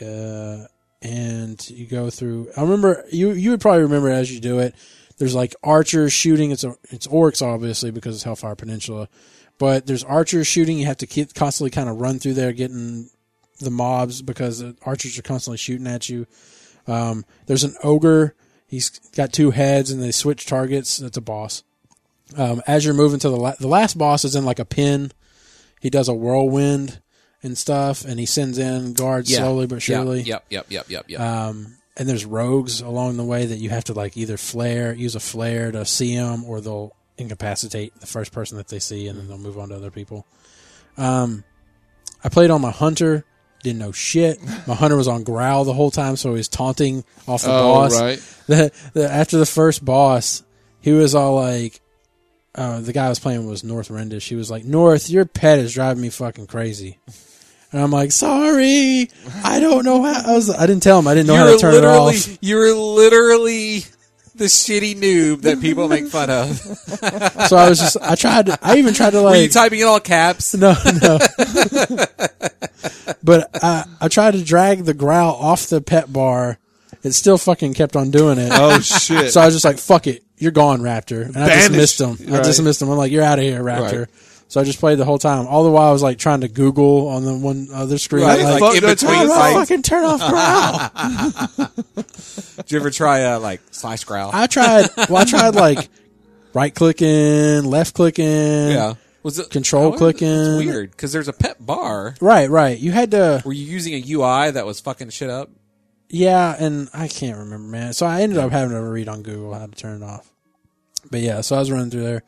Uh, and you go through. I remember you. You would probably remember it as you do it. There's like archers shooting. It's a, it's orcs obviously because it's Hellfire Peninsula, but there's archers shooting. You have to keep constantly kind of run through there getting the mobs because the archers are constantly shooting at you. Um, there's an ogre. He's got two heads, and they switch targets. That's a boss. Um, as you're moving to the la- the last boss is in like a pin. He does a whirlwind and stuff, and he sends in guards Yeah. slowly but surely. Yep. Yep. Yep. Yep. Yep. Um, and there's rogues along the way that you have to like either flare, use a flare to see them, or they'll incapacitate the first person that they see, and then they'll move on to other people. Um, I played on my hunter, didn't know shit. My hunter was on growl the whole time, so he was taunting off the oh boss. right, The, the, after the first boss, he was all like, uh, the guy I was playing was North Rendish. He was like, North, your pet is driving me fucking crazy. And I'm like, sorry, I don't know how. I was, I didn't tell him. I didn't know how to turn it literally, off. you're literally the shitty noob that people make fun of. So I was just, I tried. to- I even tried to Were you like, typing in all caps? no, no. but I, I tried to drag the growl off the pet bar. It still fucking kept on doing it. oh shit. So I was just like, "Fuck it, you're gone, Raptor." And I Banished. dismissed him. I Right. dismissed him. I'm like, "You're out of here, Raptor." Right. So I just played the whole time. All the while, I was like trying to Google on the one other screen. Right, Like, like, fuck in that between how do I fights. fucking turn off growl? Did you ever try uh, like slash growl? I tried. Well, I tried like right clicking, left clicking. yeah. Was it Control I wonder- clicking. It's weird because there's a pet bar. Right, right. You had to. Were you using a UI that was fucking shit up? Yeah, and I can't remember, man. So I ended up having to read on Google how to turn it off. But yeah, so I was running through there.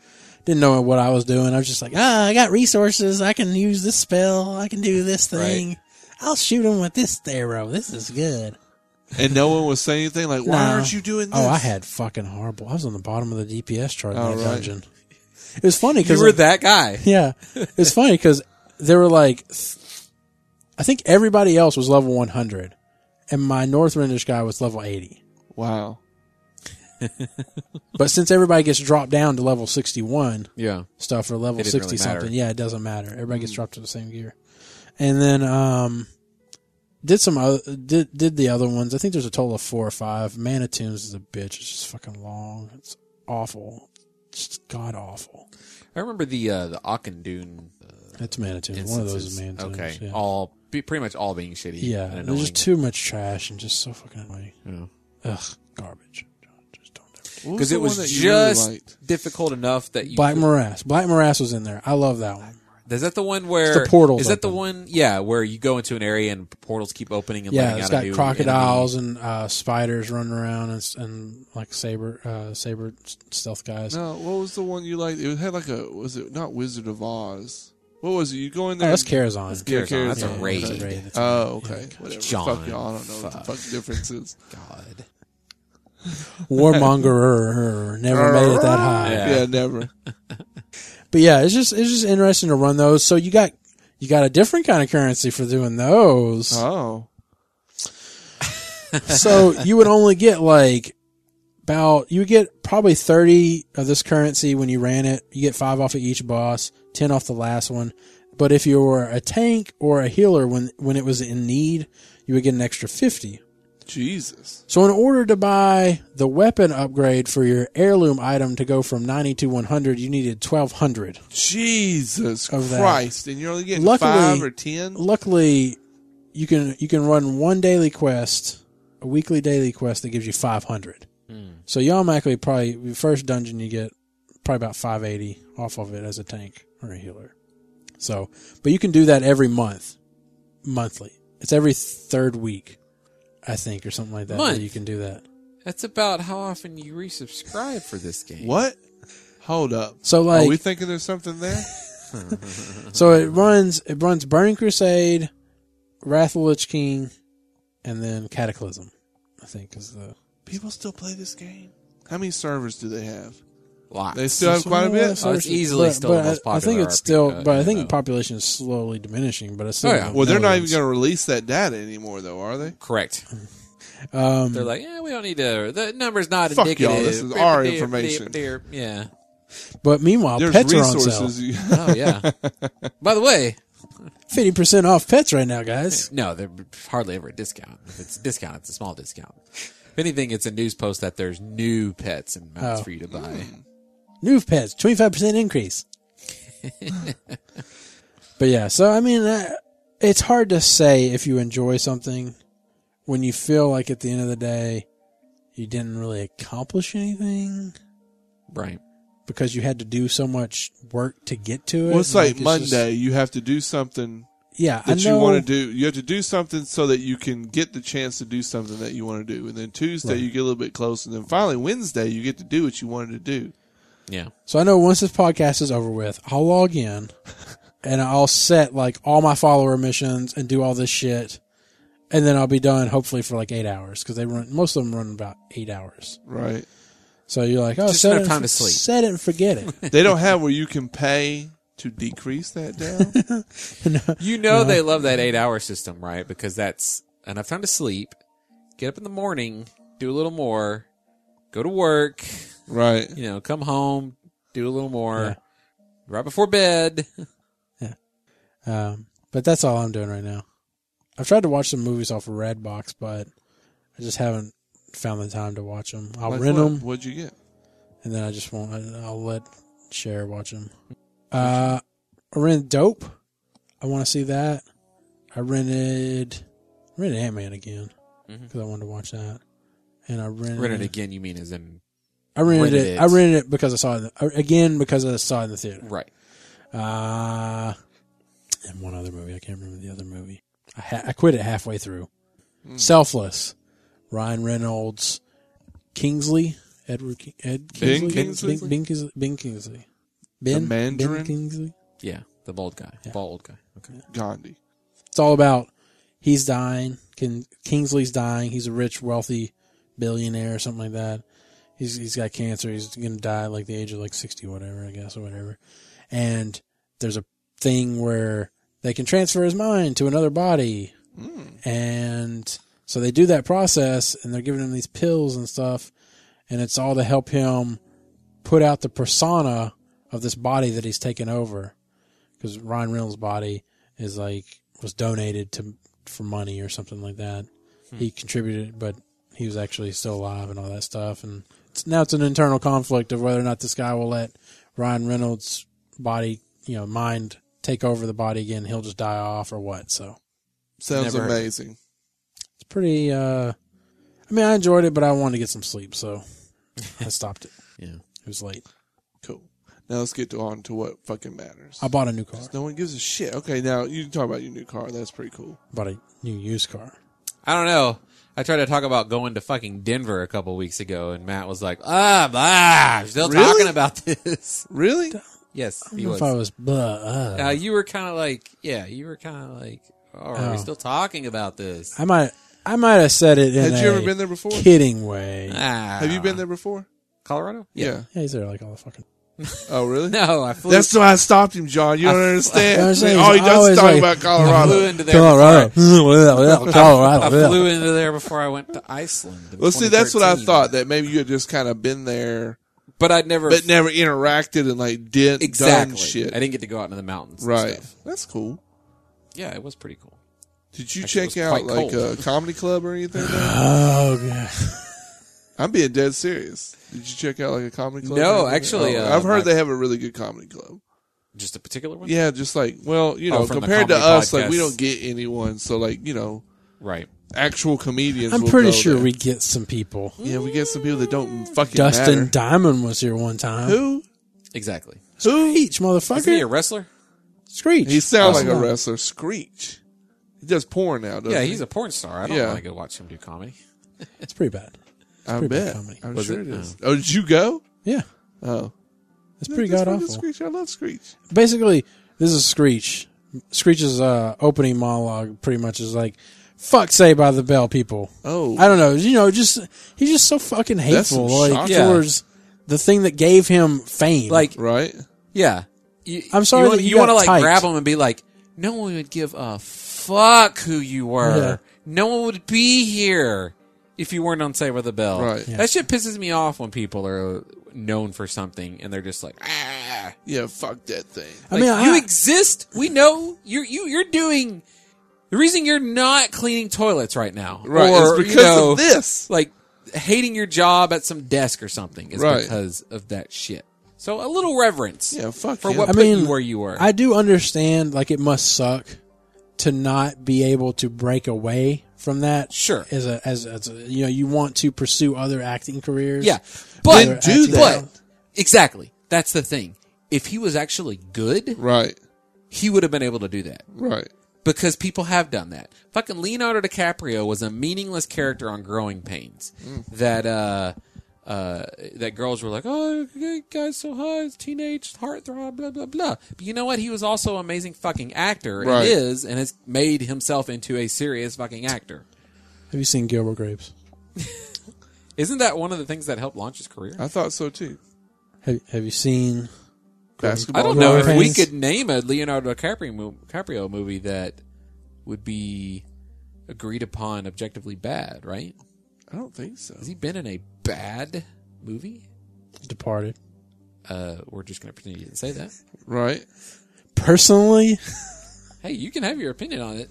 Didn't know what I was doing. I was just like, ah, I got resources. I can use this spell. I can do this thing. I'll shoot him with this arrow. This is good. and no one was saying anything like, "Why Nah. aren't you doing this?" Oh, I had fucking horrible. I was on the bottom of the DPS chart in Oh, that right. dungeon. It was funny You because were that guy. yeah, it's funny because there were like, th- I think everybody else was level 100, and my Northrendish guy was level 80. Wow. But since everybody gets dropped down to level 61 Yeah. stuff or level It didn't 60 really matter. Mm. something, yeah, it doesn't matter. Everybody gets dropped to the same gear. And then um did some other did did the other ones. I think there's a total of 4 or 5. Manitoons is a bitch. It's just fucking long. It's awful. It's god awful. I remember the uh, the Akandun uh, That's Manitoons. instances. One of those is Manitoons. Okay, Yeah. all be, pretty much all being shitty. yeah, and there's annoying. just too much trash and just so fucking annoying. Yeah. Ugh, garbage. Just don't do it. What because the it was one that you really just liked? difficult enough that you. Black could- Morass. Black Morass was in there. I love that one. is that the one where It's the portals Is that the open. one? Yeah, where you go into an area and portals keep opening and Yeah, letting it's out a got new crocodiles and uh, spiders running around and, s- and like saber uh, saber s- stealth guys. No, what was the one you liked? It had like a was it not Wizard of Oz? What was it? You go in Oh, there. that's Karazhan. enemy. Cares on, That's Yeah, a okay. raid. That's a raid. That's a Oh, raid. okay. Whatever. John, Fuck y'all. I don't know what the fuck. fuck difference is. Oh, God, Warmonger er, never made it that high. Yeah. Yeah, never. But yeah, it's just it's just interesting to run those. So you got you got a different kind of currency for doing those. Oh. so you would only get like about you would get probably 30 of this currency when you ran it you get 5 off of each boss 10 off the last one but if you were a tank or a healer when when it was in need you would get an extra 50 Jesus. so in order to buy the weapon upgrade for your heirloom item to go from 90 to 100 you needed 1200 Jesus Of that. Christ. And you're only getting Luckily- five or ten? luckily you can you can run one daily quest a weekly daily quest that gives you 500 so you automatically probably the first dungeon you get probably about 580 off of it as a tank or a healer so but you can do that every month monthly it's every third week I think, or something like that. Month. Where you can do that. That's about how often you resubscribe for this game. What? Hold up. So like, Are we thinking there's something there? so it runs it runs Burning Crusade, Wrath of the Lich King, and then Cataclysm. I think is the People still play this game. How many servers do they have? Lots. They still have quite a bit. Oh, it's easily but, still the but I- most I think popular it's still, RPG, but I think though. the population is slowly diminishing. But I still, Oh, yeah. don't Well, they're know not that even it's- going to release that data anymore, though, are they? Correct. Um, They're like, yeah, we don't need to. The number's not Fuck indicative. y'all, this is our information. Yeah. but meanwhile, There's pets are on sale. resources. You, Oh yeah. By the way, Fifty percent off pets right now, guys. no, they're hardly ever a discount. If it's a discount, it's a small discount. If anything, it's a news post that there's new pets and mounts Oh. for you to buy. New pets, twenty five percent increase. but yeah, so I mean, uh, it's hard to say if you enjoy something when you feel like at the end of the day you didn't really accomplish anything Right. because you had to do so much work to get to it. well, it's like Monday. just- you have to do something yeah, I that you know- want to do. You have to do something so that you can get the chance to do something that you want to do. And then Tuesday, Right. you get a little bit closer. And then finally, Wednesday, you get to do what you wanted to do. Yeah. So I know once this podcast is over with, I'll log in and I'll set like all my follower missions and do all this shit. And then I'll be done hopefully for like eight hours because they run, most of them run about eight hours. Right. So you're like, oh, Just set, enough it and time for- to sleep. set it and forget it. they don't have where you can pay to decrease that down. You know they love that eight hour system, right? Because that's enough time to sleep, get up in the morning, do a little more, go to work, right. you know, come home, do a little more, Yeah. right before bed. um, but that's all I'm doing right now. I've tried to watch some movies off of Redbox, but I just haven't found the time to watch them. I'll Like rent what? them What'd you get? and then I just won't. I- I'll let Cher watch them. Uh, I rented Dope. I want to see that. I rented I rented Ant Man again because Mhm. I wanted to watch that. And I rented, Rented again, you mean as in I rented, rented it, it. I rented it because I saw it in the, uh, again because I saw it in the theater. right. Uh, and one other movie I can't remember the other movie. I ha- I quit it halfway through. Selfless. Ryan Reynolds, Kingsley, Edward Ki- Ed Kingsley, Ben Kingsley? Ben, Ben Kingsley, Ben Kingsley, Ben, Mandarin? Ben Kingsley. Yeah. The bald guy. Bald old guy. Okay. Gandhi. It's all about he's dying. Kin Kingsley's dying. He's a rich, wealthy billionaire or something like that. He's he's got cancer. He's gonna die at like the age of like sixty, whatever I guess, or whatever. And there's a thing where they can transfer his mind to another body, and so they do that process, and they're giving him these pills and stuff, and it's all to help him put out the persona of this body that he's taken over, because Ryan Reynolds' body is like was donated to for money or something like that. He Hmm. contributed, but he was actually still alive and all that stuff. And it's, now it's an internal conflict of whether or not this guy will let Ryan Reynolds' body, you know, mind take over the body again. He'll just die off or what. So Sounds Never heard of it. amazing. it's pretty. uh I mean, I enjoyed it, but I wanted to get some sleep, so I stopped it. Yeah. It was late. Cool. Now let's get to on to what fucking matters. I bought a new car. no one gives a shit. Okay, now you can talk about your new car. That's pretty cool. bought a new used car. I don't know. I tried to talk about going to fucking Denver a couple weeks ago, and Matt was like, "Ah, blah, we're still Really? talking about this." Really? yes, I don't he know was. if I was. Blah, uh, Uh, you were kind of like, yeah, you were kind of like, oh, are we Oh. still talking about this? I might. I might have said it in Had you a ever been there before? kidding way. Ah. Have you been there before? Colorado? Yeah, he's there like all the fucking. Oh, really? No, I flew. That's why I stopped him, John. You don't understand. I was saying, All he he's does is always talk like- about I flew Colorado. into there. Colorado. before- Colorado. I flew Colorado. into there before I went to Iceland. in Well, see, that's what I 2013. thought. That maybe you had just kind of been there, but I'd never but never interacted and like did exactly. done shit. I didn't get to go out into the mountains. and Right. stuff. That's cool. Yeah, it was pretty cool. Did you Actually, check it was out quite like cold. a comedy club or anything? there? Oh, God. I'm being dead serious. Did you check out like a comedy club? No, or anything there? actually, Oh, uh, I've heard my- they have a really good comedy club. Just a particular one. Yeah, just like well, you know, Oh, from the compared to comedy us, like we podcast. don't get anyone. So like you know, Right. actual comedians. I'm will pretty go sure there. we get some people. Yeah, we get some people that don't fucking Dustin matter. Diamond was here one time. Who? Exactly. Screech, Isn't he a motherfucker. wrestler? Screech. He sounds like a Awesome. wrestler. Screech. He does porn now, doesn't Yeah, he? he's a porn star. I don't Yeah. want to go watch him do comedy. It's pretty bad. I pretty bad bet. comedy. I'm Was sure it? it is. Oh, did you go? Yeah, Oh, it's pretty That's god fucking awful. Screech. I love Screech. Basically, this is Screech. Screech's uh, opening monologue pretty much is like, "Fuck say by the bell, people." Oh, I don't know. You know, just he's just so fucking hateful, some like shock. Yeah. towards the thing that gave him fame. Like, right. yeah. You, I'm sorry You, wanna- that you you want to got like tight. grab him and be like, no one would give a fuck who you were. Yeah. No one would be here if you weren't on Save by the Bell. Right. Yeah. That shit pisses me off when people are uh, known for something and they're just like, ah. Yeah, fuck that thing. I mean, Like, I- you exist. We know you're you, you're doing. The reason you're not cleaning toilets right now, Right, Or, it's because you know, of this. like hating your job at some desk or something, is Right. because of that shit. So a little reverence Yeah, fuck for him. what I put mean, you where you were. I do understand, like, it must suck to not be able to break away from that. Sure. As a, as, as a, you know, you want to pursue other acting careers. yeah, Then but do that. But exactly, that's the thing. If he was actually good, Right, he would have been able to do that. right. because people have done that. Fucking Leonardo DiCaprio was a meaningless character on Growing Pains. That uh, uh, that girls were like, "Oh, that guy's so high, he's teenage heartthrob, blah blah blah." But you know what? He was also an amazing fucking actor, and Right. is, and has made himself into a serious fucking actor. Have you seen Gilbert Grapes? Isn't that one of the things that helped launch his career? I thought so too. Have, have you seen? Basketball. I don't know if Growing we Pains. could name a Leonardo DiCaprio, mo- DiCaprio movie that would be agreed upon objectively bad, right? I don't think so. Has he been in a bad movie? Departed. Uh, we're just going to pretend you didn't say that. Right. Personally, Hey, you can have your opinion on it.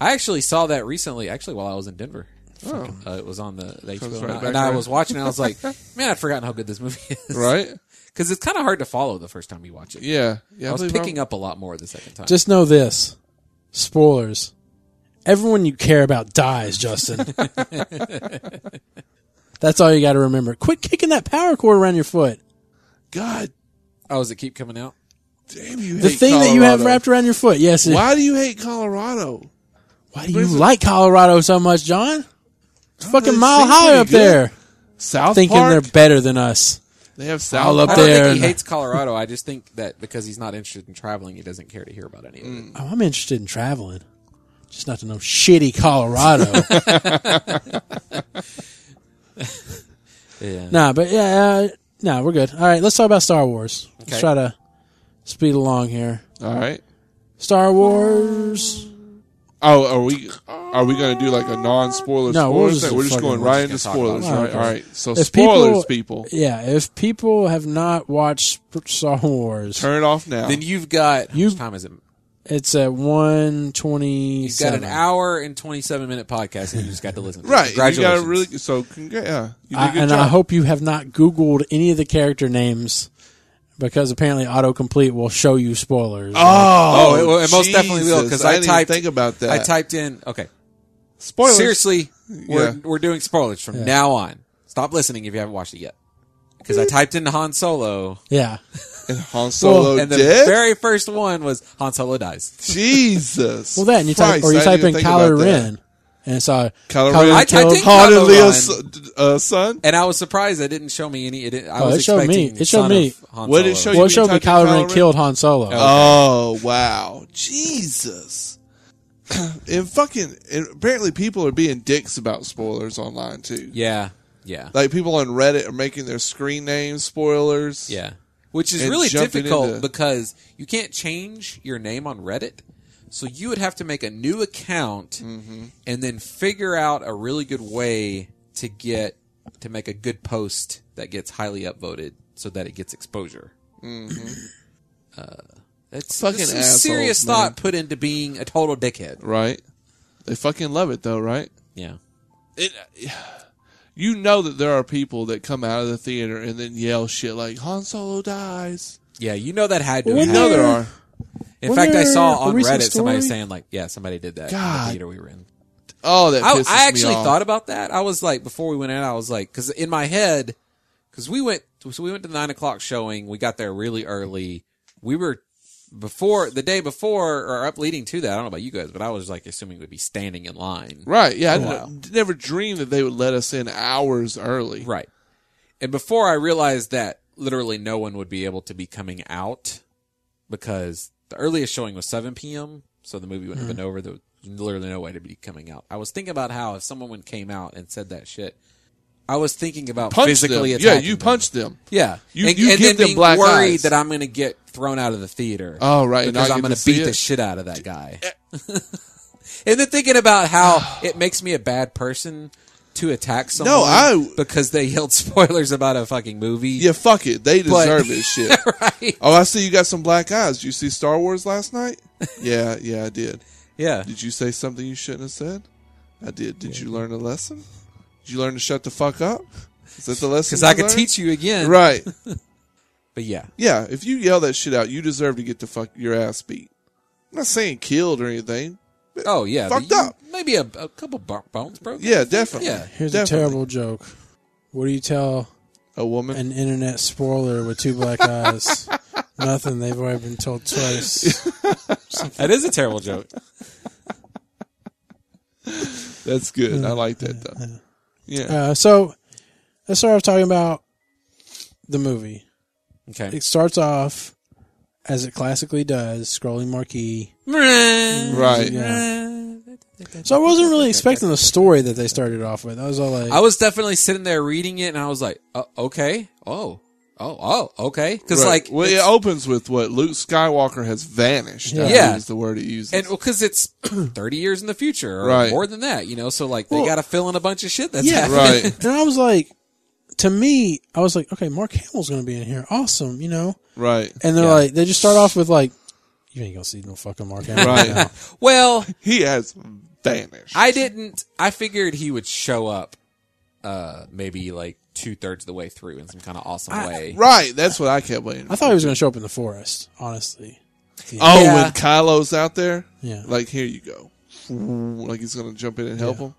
I actually saw that recently, actually, while I was in Denver. Oh, Uh, it was on the, the HBO, right and, I, back and I around. was watching it. I was like, man, I'd forgotten how good this movie is. right. Because it's kind of hard to follow the first time you watch it. Yeah. Yeah. I was believe picking up a lot more the second time. just know this. Spoilers. Everyone you care about dies, Justin. That's all you got to remember. Quit kicking that power cord around your foot. God oh, does it keep coming out? damn you! The hate thing that you have Colorado. wrapped around your foot. Yes. it- Why do you hate Colorado? Why do you like Colorado so much, John? It's fucking they mile seem high pretty up good. there, South thinking Park. they're better than us. They have South all up I Park. don't there think and- he hates Colorado. I just think that because he's not interested in traveling, he doesn't care to hear about any of it. Oh, I'm interested in traveling, just not to know shitty Colorado. Yeah. nah, but yeah, uh, nah, we're good. All right, let's talk about Star Wars. Let's Okay. try to speed along here. All right. Star Wars. Oh, are we are we going to do like a non-spoiler No, we'll spoilers? just thing? We're just fucking- going we're right into just gonna talk spoilers, about right? it. All right. So If spoilers, people, Yeah, if people have not watched Sp- Star Wars, turn it off now. Then you've got. how You- much time is it? it's at one twenty. He's got an hour and 27 minute podcast and you just got to listen. To it. right. You got Congratulations. to really. So congra- yeah, you did a I, good and I job. hope you have not Googled any of the character names because apparently autocomplete will show you spoilers. Oh, it, will- it most definitely will Jesus, because I, didn't even typed. think about that. I typed in. Okay, spoilers. seriously, we're Yeah. we're doing spoilers from now on. Stop listening if you haven't watched it yet, because I typed in Han Solo, yeah. And Han Solo and the dead. very first one was Han Solo dies. Jesus. Well, then you type Christ, or you I type didn't in think about Kylo that. Ren, and it's uh, Kylo Kylo Ren. I typed in Han and Kylo Leo's Ren, son- uh, son. and I was surprised it didn't show me any. It didn't, I Oh, was it showed me. expecting It showed Son me. of Han What did it Solo. show well, you it showed me typed in Kylo Kylo Ren Ren? killed Han Solo. Oh wow, Jesus! and fucking and apparently people are being dicks about spoilers online too. Yeah, yeah, Like people on Reddit are making their screen names spoilers. yeah. Which is And really jumping difficult into- because you can't change your name on Reddit. So you would have to make a new account Mm-hmm. and then figure out a really good way to get to make a good post that gets highly upvoted so that it gets exposure. Mm-hmm. Uh, that's Fucking that's some assholes, serious man. thought put into being a total dickhead. Right? They fucking love it though, right? Yeah. It, you know that there are people that come out of the theater and then yell shit like Han Solo dies. Yeah, you know that had to Well, have we No, happened. there are. In Wasn't fact, I there saw a on recent Reddit somebody story? saying like, "Yeah, somebody did that in God. the theater we were in." Oh, that I, pisses I me actually off. thought about that. I was like, before we went in, I was like, because in my head, because we went, so we went to the nine o'clock showing. We got there really early. We were before the day before or up leading to that, I don't know about you guys, but I was like assuming we'd be standing in line. Right. Yeah. I Oh, didn't- never dreamed that they would let us in hours early. Right. And before I realized that literally no one would be able to be coming out because the earliest showing was 7 p.m. So the movie wouldn't Mm-hmm. have been over. There was literally no way to be coming out. I was thinking about how if someone came out and said that shit, I was thinking about Punch physically them. Yeah, attacking you them. punch them. Yeah. You- and, you and give then them being black worried eyes. that I'm going to get thrown out of the theater. Oh, right, and not Because I'm get going to to see beat the it. shit out of that guy. and then thinking about how it makes me a bad person to attack someone I- because they yelled spoilers about a fucking movie. Yeah. Fuck it. They But- deserve this shit. right. Oh, I see you got some black eyes. Did you see Star Wars last night? Yeah, yeah, I did. Yeah. Did you say something you shouldn't have said? I did. Did you learn a lesson? Did you learn to shut the fuck up? Is that the lesson? Because I you could learned? teach you again. Right. But yeah. Yeah. If you yell that shit out, you deserve to get the fuck your ass beat. I'm not saying killed or anything. Oh, yeah. Fucked But you- up. Maybe a, a couple bo- bones broken. Yeah, definitely. Yeah. Here's definitely. a terrible joke. What do you tell A woman. an internet spoiler with two black eyes? Nothing. They've already been told twice. That is a terrible joke. That's good. I like that though. Yeah. Uh, so let's start off talking about the movie. Okay. It starts off as it classically does, scrolling marquee. Right. Yeah. So I wasn't really expecting the story that they started off with. I was all like, I was definitely sitting there reading it, and I was like, oh, "Okay, oh, oh, oh, okay," because Right. like, well, it it's- opens with what Luke Skywalker has vanished. I Yeah. believe is the word it uses. and because it's thirty years in the future, or Right. more than that, you know. So like, they Well- got to fill in a bunch of shit. That's Yeah. happening. right, and I was like, to me, I was like, okay, Mark Hamill's going to be in here. Awesome, you know? right, And they're Yeah. like, they just start off with like, you ain't going to see no fucking Mark Hamill. right. Well, he has vanished. I didn't. I figured he would show up, uh, maybe like two thirds of the way through in some kind of awesome way. right, that's what I kept waiting. I thought he was going to show up in the forest, honestly. oh, Yeah. when Kylo's out there, Yeah. like here you go, like he's gonna jump in and help him.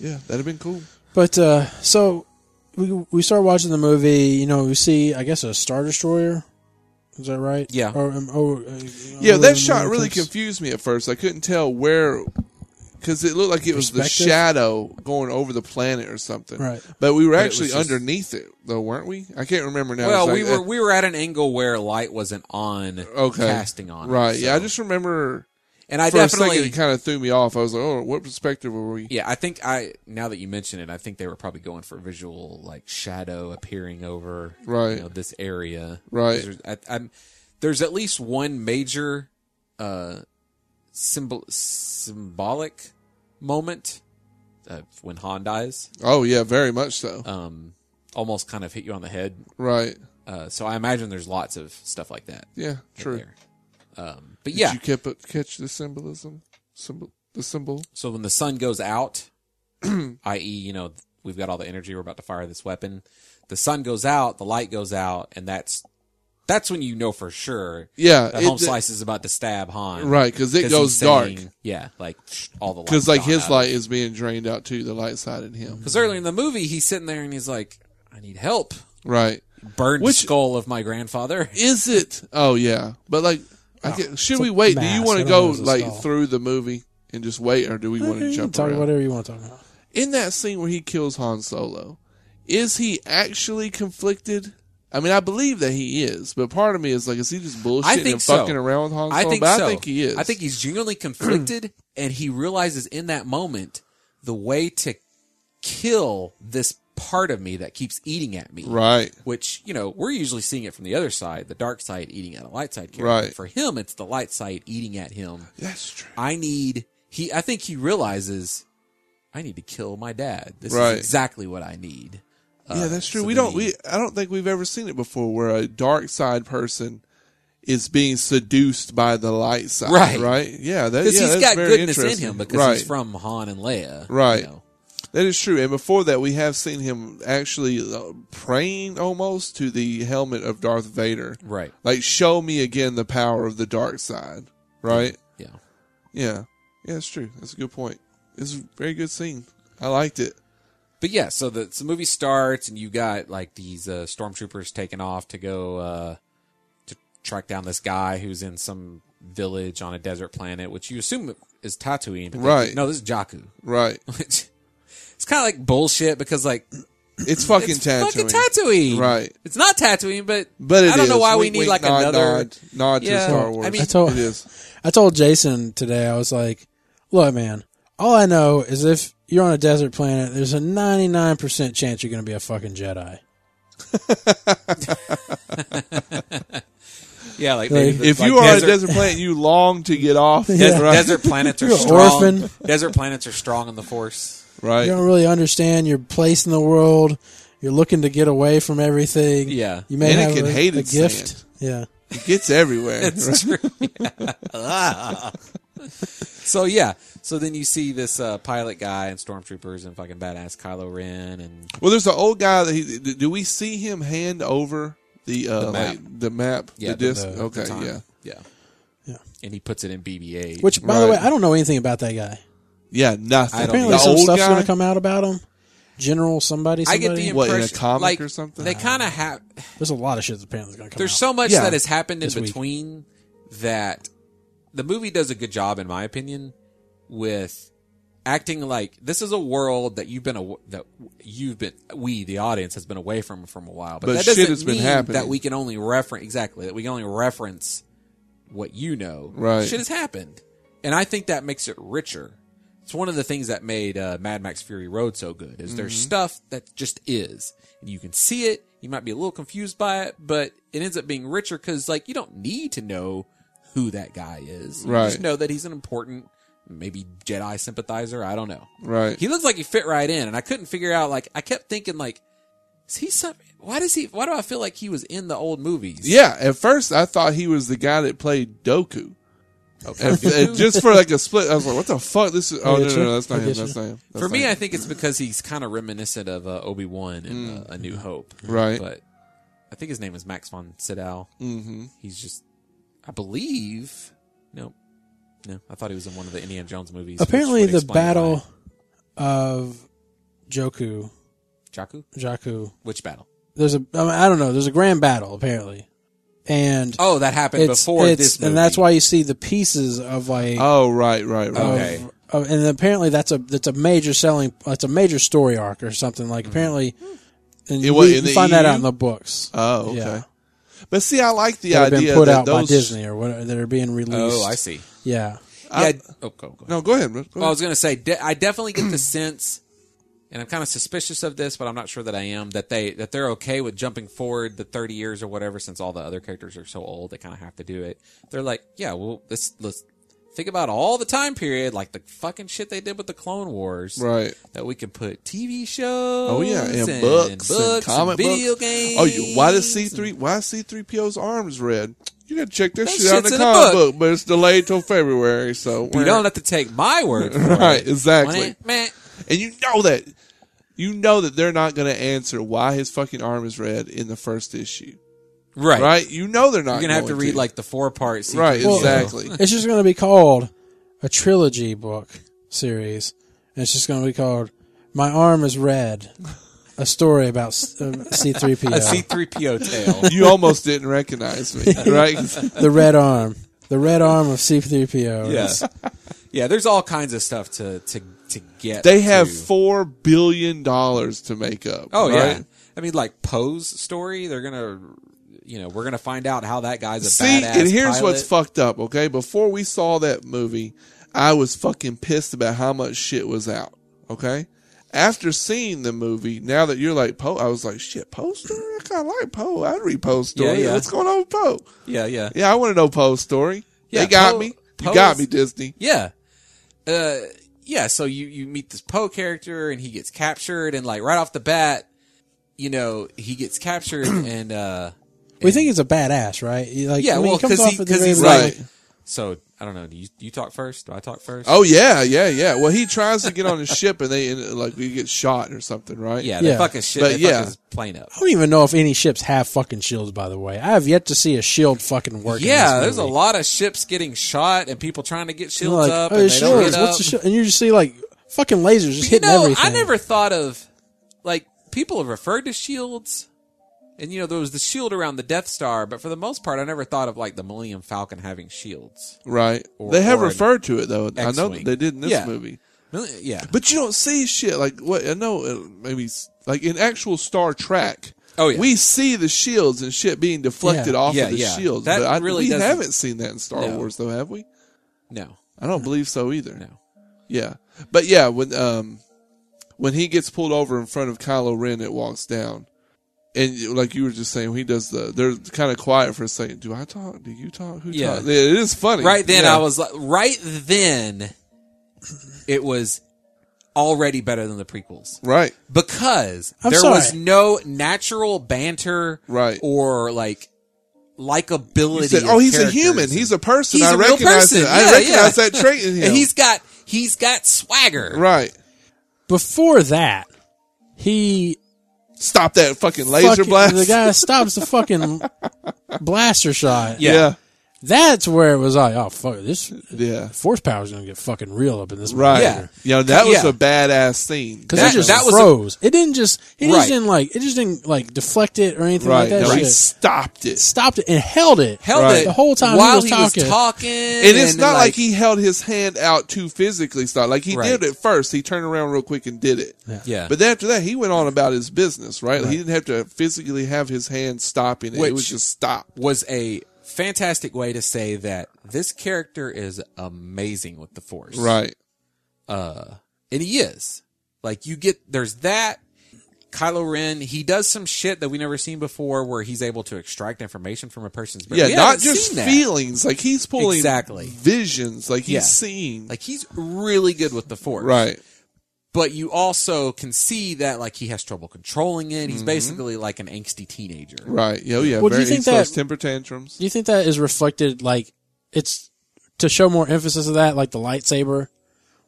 Yeah, that'd have been cool. But uh, so we, we start watching the movie. You know, we see, I guess, a Star Destroyer. Is that right? Yeah. Or, um, oh, uh, Yeah, or that shot really Americans. confused me at first. I couldn't tell where because it looked like it was the Perspective? shadow going over the planet or something. Right. But we were it was actually just- underneath it, though, weren't we? I can't remember now. Well, It's we like, were uh, we were at an angle where light wasn't on, okay casting on, it, Right. Yeah, I so- just remember and I for a definitely second it kind of threw me off. I was like, oh, what perspective were we? Yeah, I think I now that you mention it, I think they were probably going for visual like shadow appearing over Right. you know, this area. Right. There's, I, I'm, there's at least one major uh symbol symbolic moment uh, when Han dies. Oh, yeah, very much so. Um, almost kind of hit you on the head. right. Uh, so I imagine there's lots of stuff like that. Yeah, true. There. Um, but yeah, Did you kept it, catch the symbolism? Symbol, the symbol? So when the sun goes out, i.e., you know, we've got all the energy, we're about to fire this weapon. The sun goes out, the light goes out, and that's that's when you know for sure Yeah. that it- home slice is about to stab Han. Right, because it 'Cause goes he's dark. saying- Yeah, like psh, all the light. Because, like, his light is being drained out, too, the light side in him. Because earlier in the movie, he's sitting there and he's like, "I need help." Right. Burned Which- skull of my grandfather. Is it? Oh, yeah. But, like, I Oh, get, should it's a we wait? Do you mass. want I don't to go, know if it's a like, skull. through the movie and just wait, or do we want You to can jump talk around? whatever you want to talk about. in that scene where he kills Han Solo, is he actually conflicted? I mean, I believe that he is, but part of me is like, is he just bullshitting I think and so. fucking around with Han Solo? I think but so. I think he is. I think he's genuinely conflicted, and he realizes in that moment the way to kill this part of me that keeps eating at me. right, Which you know we're usually seeing it from the other side, the dark side eating at a light side character. Right. For him, it's the light side eating at him. that's true. I need he. I think he realizes I need to kill my dad. This Right. is exactly what I need. yeah, that's true. so we then don't. he- We I don't think we've ever seen it before, where a dark side person is being seduced by the light side. Right. right. Yeah, that, Uh, yeah Because that's he's got very goodness in interesting. him because right. he's from Han and Leia. you Right. know. That is true. And before that, we have seen him actually uh, praying almost to the helmet of Darth Vader. Right. Like, show me again the power of the dark side. Right? Yeah. Yeah. Yeah, it's true. That's a good point. It's a very good scene. I liked it. But yeah, so the, so the movie starts and you got like these uh, stormtroopers taking off to go uh, to track down this guy who's in some village on a desert planet, which you assume is Tatooine. But they- Right. no, this is Jakku. Right. Which it's kind of like bullshit because like It's fucking it's Tatooine. fucking Tatooine. Right. It's not Tatooine, but But it I don't know is. why we Wink, need wink, like nod, another. nod, nod to Yeah. Star Wars. I mean- I told- it is. I told Jason today, I was like, look, man, all I know is if you're on a desert planet, there's a 99% chance you're going to be a fucking Jedi. Yeah, like Like- maybe the- If like you are desert- a desert planet, you long to get off. des- Right. desert planets are You're an strong. orphan. Desert planets are strong in the Force. right. You don't really understand your place in the world. You're looking to get away from everything. Yeah. You may have Anakin a, hated a gift. sand. Yeah. It gets everywhere. It's true. Yeah. so yeah. So then you see this uh, pilot guy and stormtroopers and fucking badass Kylo Ren and Well, there's the old guy that he. d- Do we see him hand over the uh, The map. Like, the map, Yeah, the the- disc? the- the okay, time. yeah, yeah, Yeah. and he puts it in BB-8. Which, by the Right. way, I don't know anything about that guy. yeah, nothing. I don't Apparently, know. the some old stuff's guy, going to come out about him. General somebody. I somebody. get the impression, What, in a comic like, or something? They kind of have. There's a lot of shit that's apparently going to come There's out. so much Yeah. that has happened in This week. between that the movie does a good job, in my opinion, with acting like this is a world that you've been aw- that you've been we the audience has been away from from a while. But, But that shit doesn't has been mean happening. that we can only reference exactly that we can only reference what you know. Right. shit has happened, and I think that makes it richer. It's one of the things that made uh, Mad Max Fury Road so good. Is there's Mm-hmm. stuff that just is, and you can see it. You might be a little confused by it, but it ends up being richer because like you don't need to know who that guy is. You Right. just know that he's an important, maybe Jedi sympathizer. I don't know. right? He looks like he fit right in, and I couldn't figure out. Like I kept thinking, like, is he some? Why does he? Why do I feel like he was in the old movies? yeah, at first I thought he was the guy that played Doku. And- and just for like a split, I was like, "What the fuck? This is oh no, no, getcha. no, that's not I him. getcha. That's not him." That's For not me, him. I think it's because he's kind of reminiscent of uh, Obi Wan in Mm. uh, A New Hope, Right. But I think his name is Max von Sydow. mm-hmm. He's just, I believe, no, no. I thought he was in one of the Indiana Jones movies. which Apparently, would the explain why. battle of Joku, Jakku. Jakku. Which battle? There's a I, mean, I don't know. There's a grand battle apparently, and Oh, that happened it's, before it's- this, movie. and that's why you see the pieces of like. Oh right, right, right. Okay. of- of- and apparently that's a that's a major selling that's a major story arc or something Hmm. like apparently, and It you, wa- you in the find that E EU? out in the books Oh okay. Yeah. But see, I like the that have idea been put that out by those. Disney or what that are being released. Oh, I see. Yeah, I- yeah. Oh, go, go ahead. No, go ahead. Go ahead. Well, I was going to say, de- I definitely get the sense, and I'm kind of suspicious of this, but I'm not sure that I am. That they that they're okay with jumping forward the 30 years or whatever, since all the other characters are so old, they kind of have to do it. They're like, yeah, well, let's let's think about all the time period, like the fucking shit they did with the Clone Wars, Right. That we can put TV shows, Oh yeah, and, books, and comic video books. games. Oh, you, why does C three? Why is C three PO's arms red? You gotta check this That shit out in shit's the in the comic book. book. but it's delayed till February. So You don't have to take my word for right, it. exactly. Meh. And you know that you know that they're not gonna answer why his fucking arm is red in the first issue, Right. right? You know they're not. You're gonna have to going read like the four parts. right, Well, exactly. it's just going to be called a trilogy book series, and it's just going to be called "My Arm Is Red." A story about uh, C three A PO, C3PO tale. you almost didn't recognize me, right? the red arm, the red arm of C three PO. yeah. Yeah, there's all kinds of stuff to to to get. They have to. four billion dollars to make up. Oh yeah. right? I mean like Poe's story, they're going to you know, we're going to find out how that guy's a See, badass and here's pilot. what's fucked up, okay? Before we saw that movie, I was fucking pissed about how much shit was out, okay? After seeing the movie, now that you're like Poe, I was like, shit, Poe's story? I kind of like Poe. I'd read Poe's story. Yeah, yeah. What's going on with Poe? Yeah, yeah. Yeah, I want to know Poe's story. Yeah, they got Poe- me. You Poe's- got me, Disney. Yeah. Uh yeah, so you you meet this Poe character and he gets captured and like right off the bat, you know, he gets captured and uh We think he's a badass, right? He, Like, Yeah, I mean, well, he comes 'cause he- off at 'cause the he's he's Right. like- so I don't know, do you you talk first? Do I talk first? Oh, yeah, yeah, yeah. Well, he tries to get on his ship and they, and, like, we get shot or something, right? yeah, they Yeah. fucking shit. But they yeah. fuck his plane up. I don't even know if any ships have fucking shields. By the way, I have yet to see a shield fucking work. in Yeah, this there's a movie. lot of ships getting shot and people trying to get They're shields like, up. oh, and they don't shields, get what's up. the shield? And you just see like fucking lasers just you hitting know, everything. I never thought of like people have referred to shields And you know there was the shield around the Death Star, but for the most part, I never thought of like the Millennium Falcon having shields. Right. Or- they have or an referred to it though. I know X-wing. that they did in this Yeah. movie. Mil- Yeah. But you don't see shit like what I know. uh, Maybe s- like in actual Star Trek. Oh, yeah. we see the shields and shit being deflected Yeah. off Yeah, of the yeah. shields. That but I, really we doesn't- haven't seen that in Star No. Wars though, have we? No. I don't believe so either. No. Yeah, but yeah, when um when he gets pulled over in front of Kylo Ren, it walks down, and you- like you were just saying, he does the. They're kind of quiet for a second. Do I talk? Do you talk? Who Yeah. talk? Yeah, it is funny. Right then, Yeah. I was like, right then, it was already better than the prequels. right. because I'm there sorry. was no natural banter Right. or like likability. You said, of "Oh, he's a characters." human. He's a person. He's I a real recognize person. it. I Yeah, recognize yeah. that trait in him. and he's got he's got swagger. right. Before that, he Stop that fucking laser fucking- blast. the guy stops the fucking blaster shot. Yeah. yeah, That's where it was like, oh fuck, this yeah, force power's gonna get fucking real up in this right. Yeah. Yeah, that was Yeah. a badass scene. Because That- it just that was a- froze. it didn't just. It Right. just didn't like. It just didn't like deflect it or anything right. like that. No, It he just stopped it. stopped it and held it. Held Right. it The whole time he while was he talking. talking, And it's not like, he held his hand out to physically stop. Like he Right. did it first. He turned around real quick and did it. Yeah. But then after that, he went on about his business. Right. He didn't have to physically have his hand stopping it. Which- it was just stop. was a fantastic way to say that this character is amazing with the force. Right. and he is. Like you get there's that Kylo Ren, he does some shit that we never seen before where he's able to extract information from a person's brain. Yeah, We not haven't just seen that. feelings. Like he's pulling Exactly. visions. Like he's Yeah. seeing. Like he's really good with the force. right. But you also can see that like he has trouble controlling it. He's basically like an angsty teenager. Mm-hmm. Right. Yeah. oh, Yeah. Well, do very, you think he throws that- temper tantrums. Do you think that is reflected? Like it's to show more emphasis of that, like the lightsaber,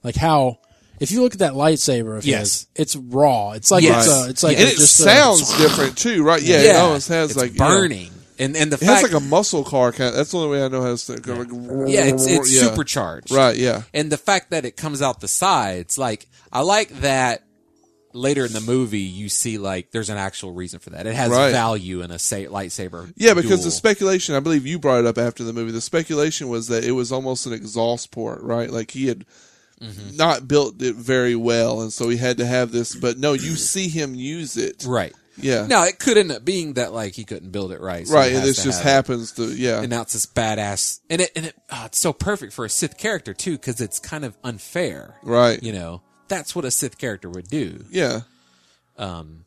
like how. If you look at that lightsaber of Yes. his, it's raw. It's like Yes. it's, a, it's like and a- it just a- sounds different too, right? Yeah, it almost has uh, it's like you know, burning. And and the it has fact like a muscle car kind. that's the only way I know how to. Like, Yeah, it's it's yeah. supercharged. Right. Yeah. and the fact that it comes out the sides like i like that later in the movie you see like there's an actual reason for that it has Right. value in a sa- lightsaber Yeah, because duel. the speculation, I believe you brought it up after the movie. The speculation was that it was almost an exhaust port, right? Like he had Mm-hmm. not built it very well, and so he had to have this. But no, you see him use it, right Yeah, now it could end up being that like he couldn't build it right so right? he And has this to just have it. happens to, yeah, and now it's this badass and it and it oh, it's so perfect for a sith character too because it's kind of unfair right? you know that's what a sith character would do Yeah, Um,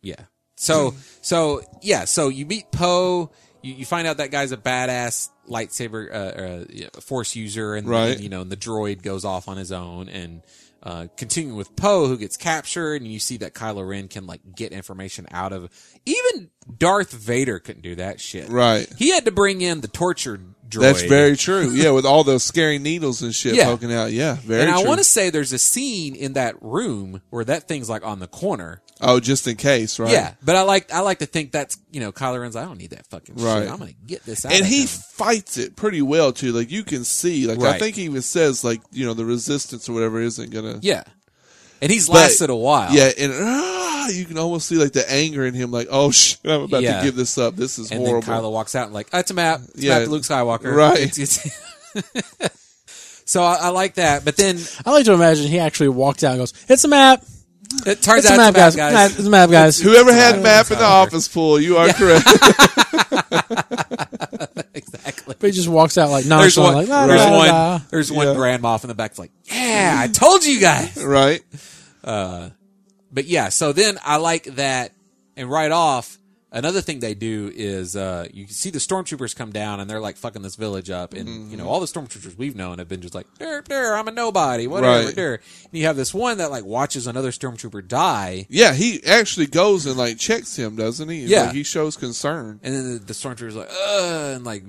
yeah. So, so yeah. So you meet Poe. You, you find out that guy's a badass lightsaber, uh, uh yeah, force user, and, Right. and, you know, and the droid goes off on his own. And uh, continuing with Poe, who gets captured, and you see that Kylo Ren can like get information out of. Even Darth Vader couldn't do that shit. Right. He had to bring in the torture droid. that's very true. yeah, with all those scary needles and shit Yeah. poking out. Yeah, very. And I true. want to say there's a scene in that room where that thing's like on the corner, oh, just in case, right? Yeah, but I like I like to think that's you know Kylo Ren's. I don't need that fucking Right. shit. I'm gonna get this out. and of he him." fights it pretty well too. Like you can see, like I Right. think he even says, like you know, the resistance or whatever isn't gonna. yeah, and he's But- lasted a while. Yeah, and ah, you can almost see like the anger in him, like, oh shit, I'm about Yeah. to give this up. This is and horrible. then Kylo walks out and like that's a map. It's Yeah. a map to Luke Skywalker. Right. It's- it's- so I, I like that, but then I like to imagine he actually walked out and goes, "It's a map. it turns It's a out map, guys. it's a map, Map- guys. It's a map, guys." Whoever had map in the office pool, you are correct. Exactly. But he just walks out like There's nonchalant, one. like "Ah, la, there's la, one. la. There's one Yeah. grandma off in the back. Like, yeah, I told you guys. right? but yeah, so then I like that. And right off, another thing they do is uh, you can see the stormtroopers come down and they're like fucking this village up. And, you Mm-hmm. know, all the stormtroopers we've known have been just like, der, der, I'm a nobody, whatever, Right. der. And you have this one that like watches another stormtrooper die. Yeah, he actually goes and like checks him, doesn't he? Yeah. Like, he shows concern. And then the, the stormtrooper's like, Ugh, and like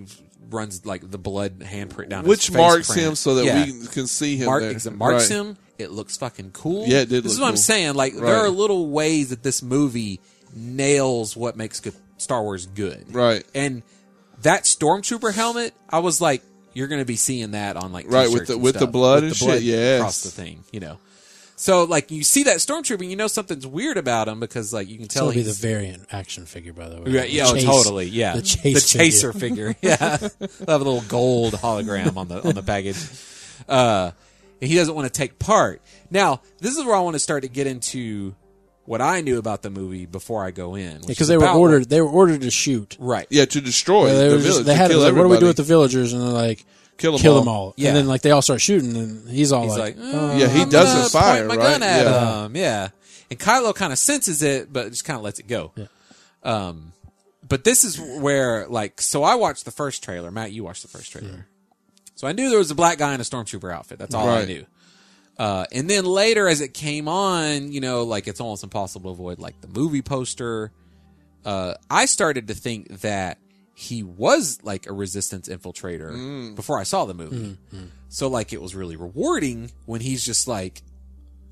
runs like the blood handprint down his Which face marks print. him so that Yeah. we can see him. Mark, there. it marks Right. him. It looks fucking cool. Yeah, it did This is look what I'm cool. saying. Like Right. there are little ways that this movie nails what makes good Star Wars good. Right. And that stormtrooper helmet, I was like, you're going to be seeing that on like Right, with t-shirts the- and with the stuff. blood With and shit, yes. across the thing. You know. So like you see that stormtrooper, and you know something's weird about him because like you can It'll tell be he's the variant action figure, by the way. yeah, The yeah oh, chase- totally yeah The chase. chaser figure. figure, yeah They'll have a little gold hologram on the on the package. Uh, and he doesn't want to take part. Now this is where I want to start to get into what I knew about the movie before I go in which Because is they were about- ordered. They were ordered to shoot. right. Yeah, to destroy they, the were just- village. they to had. it, kill like, what do we do with everybody. the villagers? And they're like, Kill 'em kill all. them all. Yeah. And then like they all start shooting, and he's all He's like, like, "Uh, "Uh, Yeah, he I'm doesn't gonna fire, Point my right? gun at Yeah. him. Yeah, and Kylo kind of senses it, but just kind of lets it go. Um, but this is where like, so I watched the first trailer. Matt, you watched the first trailer. So I knew there was a black guy in a stormtrooper outfit. That's all I Right. knew. Uh, and then later, as it came on, you know, like it's almost impossible to avoid like the movie poster. Uh, I started to think that he was like a resistance infiltrator Mm. before I saw the movie. So like it was really rewarding when he's just like,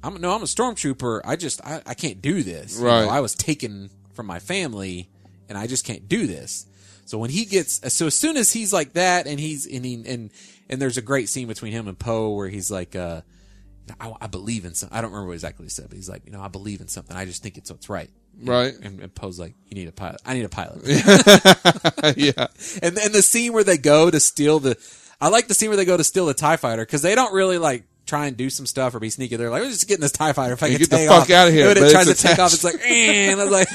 I'm no, I'm a stormtrooper. I just I, I can't do this. You know, Right. I was taken from my family and I just can't do this. So when he gets so as soon as he's like that and he's and he, and and there's a great scene between him and Poe where he's like uh I, I believe in some I don't remember what exactly he said, but he's like, you know, I believe in something. I just think it's what's right. Right. And, and Poe's like, you need a pilot. I need a pilot. yeah. And and the scene where they go to steal the, I like the scene where they go to steal the Tie Fighter because they don't really like try and do some stuff or be sneaky. They're like, we're just getting this Tie Fighter. If I Hey, can get the take fuck off. outta here, And when but it it's tries to take attached. off, it's like, eh, and I was like,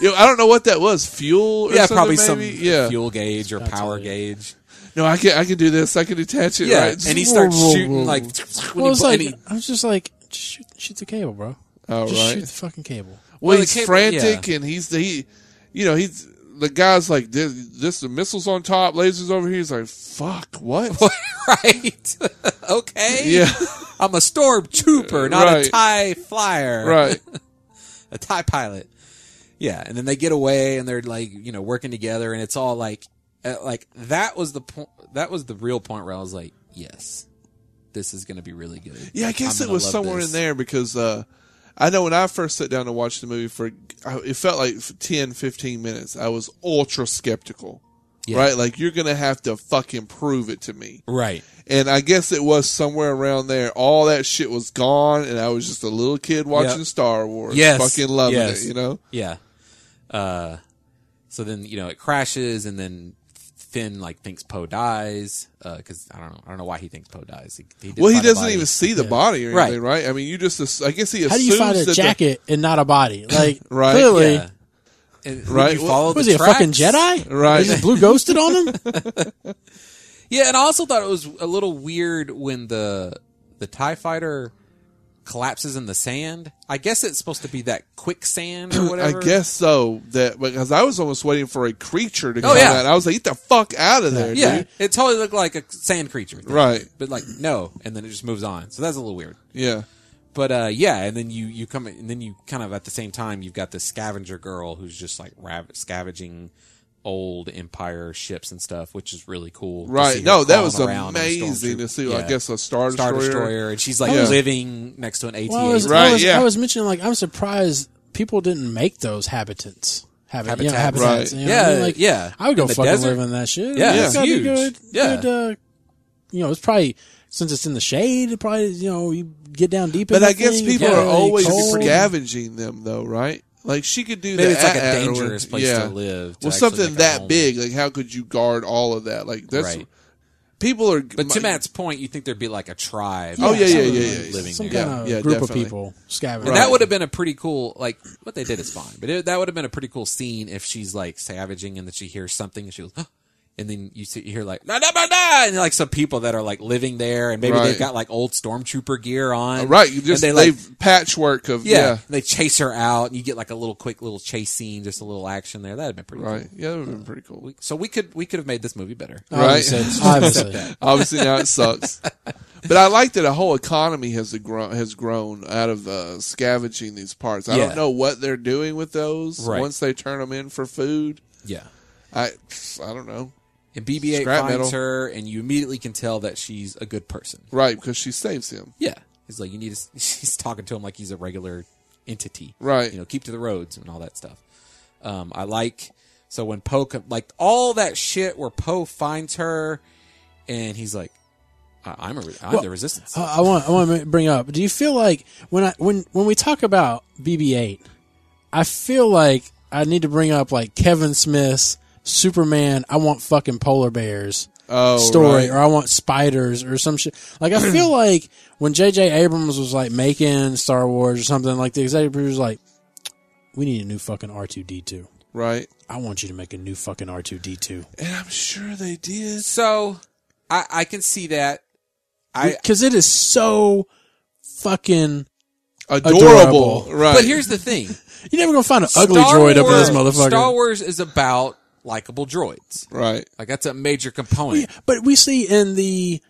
You know, I don't know what that was. Fuel. Or yeah, something, probably some maybe? Yeah. fuel gauge or power gauge. No, I can. I can do this. I can detach it. Yeah, Right. and he starts shooting like when Well, he, it's bu- like and he- I was just like, just shoot, shoot the cable, bro. Oh, just right. shoot the fucking cable. Well, the he's cable- frantic and he's he, you know, he's the guy's like this. This the missiles on top, lasers over here. He's like, fuck, what? right. okay. yeah, I'm a stormtrooper, not a Right. Tie Flyer. right. a tie pilot. Yeah, and then they get away and they're like, you know, working together, and it's all like, uh, like that was the point. That was the real point where I was like, yes, this is going to be really good. Yeah, I guess I'm it gonna was love somewhere this. in there because uh, I know when I first sat down to watch the movie for I- it felt like f- 10, 15 minutes. I was ultra skeptical. Yeah. Right, like you're gonna have to fucking prove it to me, right? and I guess it was somewhere around there. All that shit was gone, and I was just a little kid watching Yep. Star Wars, Yes. fucking loving Yes. it, you know. Yeah. Uh, so then you know it crashes, and then Finn like thinks Poe dies because I don't know, I don't know why he thinks Poe dies. He, he did Well, he find a doesn't body. even see the body or Right. anything, right? I mean, you just, ass- I guess he assumes How do you find that a the- jacket and not a body? Like Right, clearly, Yeah. And when Right. You follow was the he a fucking tracks- Jedi? Right. They just blue ghosted on him. Yeah, and I also thought it was a little weird when the the Tie Fighter collapses in the sand. I guess it's supposed to be that quicksand or whatever. I guess so. That because I was almost waiting for a creature to Oh, come yeah. out. I was like, "Get the fuck out of there, Yeah, dude!" it totally looked like a sand creature, Right? But like no, and then it just moves on. So that's a little weird. Yeah. But uh, yeah, and then you you come and then you kind of at the same time you've got this scavenger girl who's just like rav- scavenging old empire ships and stuff, which is really cool. to see Right. her No, that crawling was around on a amazing to stormtrooper. see. I Yeah. guess a star, Star destroyer. Destroyer, and she's like Yeah. living next to an AT. Well, I was, I Right, was, yeah. I was mentioning like I'm surprised people didn't make those habitants. Habit, you know, habitats. Habitats. Right. You know what I mean? Yeah, like, yeah. I would go In the fucking desert. live in that shit. Yeah, It's it's gotta be huge. Good, Yeah. good, uh, you know, it's probably since it's in the shade. It probably you know you get down deep. But in I that guess thing, it's people yeah, are probably always cold. scavenging them, though, right? Like she could do Maybe that. it's like a at- at- dangerous place yeah. to live. to Well, actually something make a that home. big, like how could you guard all of that? Like that's Right. people are. But to my- Matt's point, you think there'd be like a tribe. Oh, yeah, yeah, something yeah, yeah, yeah. Living Some there. kind Yeah, of yeah, group definitely. of people scavenging. And Right. that would have been a pretty cool, like what they did is fine, but it, that would have been a pretty cool scene if she's like savaging and then she hears something and she goes, "Huh," and then you see you hear like da da da da, and like some people that are like living there and maybe they've Right. Oh, got like old stormtrooper gear on, right. You just and they they like patchwork of yeah, yeah. and they chase her out and you get like a little quick little chase scene, just a little action there. That'd have been pretty Right. Uh, cool. Yeah, that would have been pretty cool. We- So we could we could have made this movie better. Obviously, Right. obviously. Obviously now it sucks. But I like that a whole economy has a grown has grown out of uh, scavenging these parts. I Yeah. don't know what they're doing with those Right. once they turn them in for food. Yeah. I I don't know. And BB-8 Scrap finds metal. her, and you immediately can tell that she's a good person. Right, because she saves him. Yeah, he's like, you need. To, she's talking to him like he's a regular entity, Right. You know, keep to the roads and all that stuff. Um, I like so when Poe com- like all that shit where Poe finds her, and he's like, I, I'm a re- I'm Well, the resistance. Uh, I I want I want to bring up. Do you feel like when I when when we talk about BB-8, I feel like I need to bring up like Kevin Smith's Superman. I want fucking polar bears Oh, story, right. or I want spiders or some shit. Like I feel like when J.J. Abrams was like making Star Wars or something, like the executive producer was like, "We need a new fucking R two D two. right? I want you to make a new fucking R two D two And I'm sure they did. so I, I can see that. I because it is so fucking." Adorable, Adorable. right? but here's the thing: You're never gonna find an ugly Star droid up in this Wars- motherfucker. Star Wars is about likable droids. right. Like that's a major component. But we see in the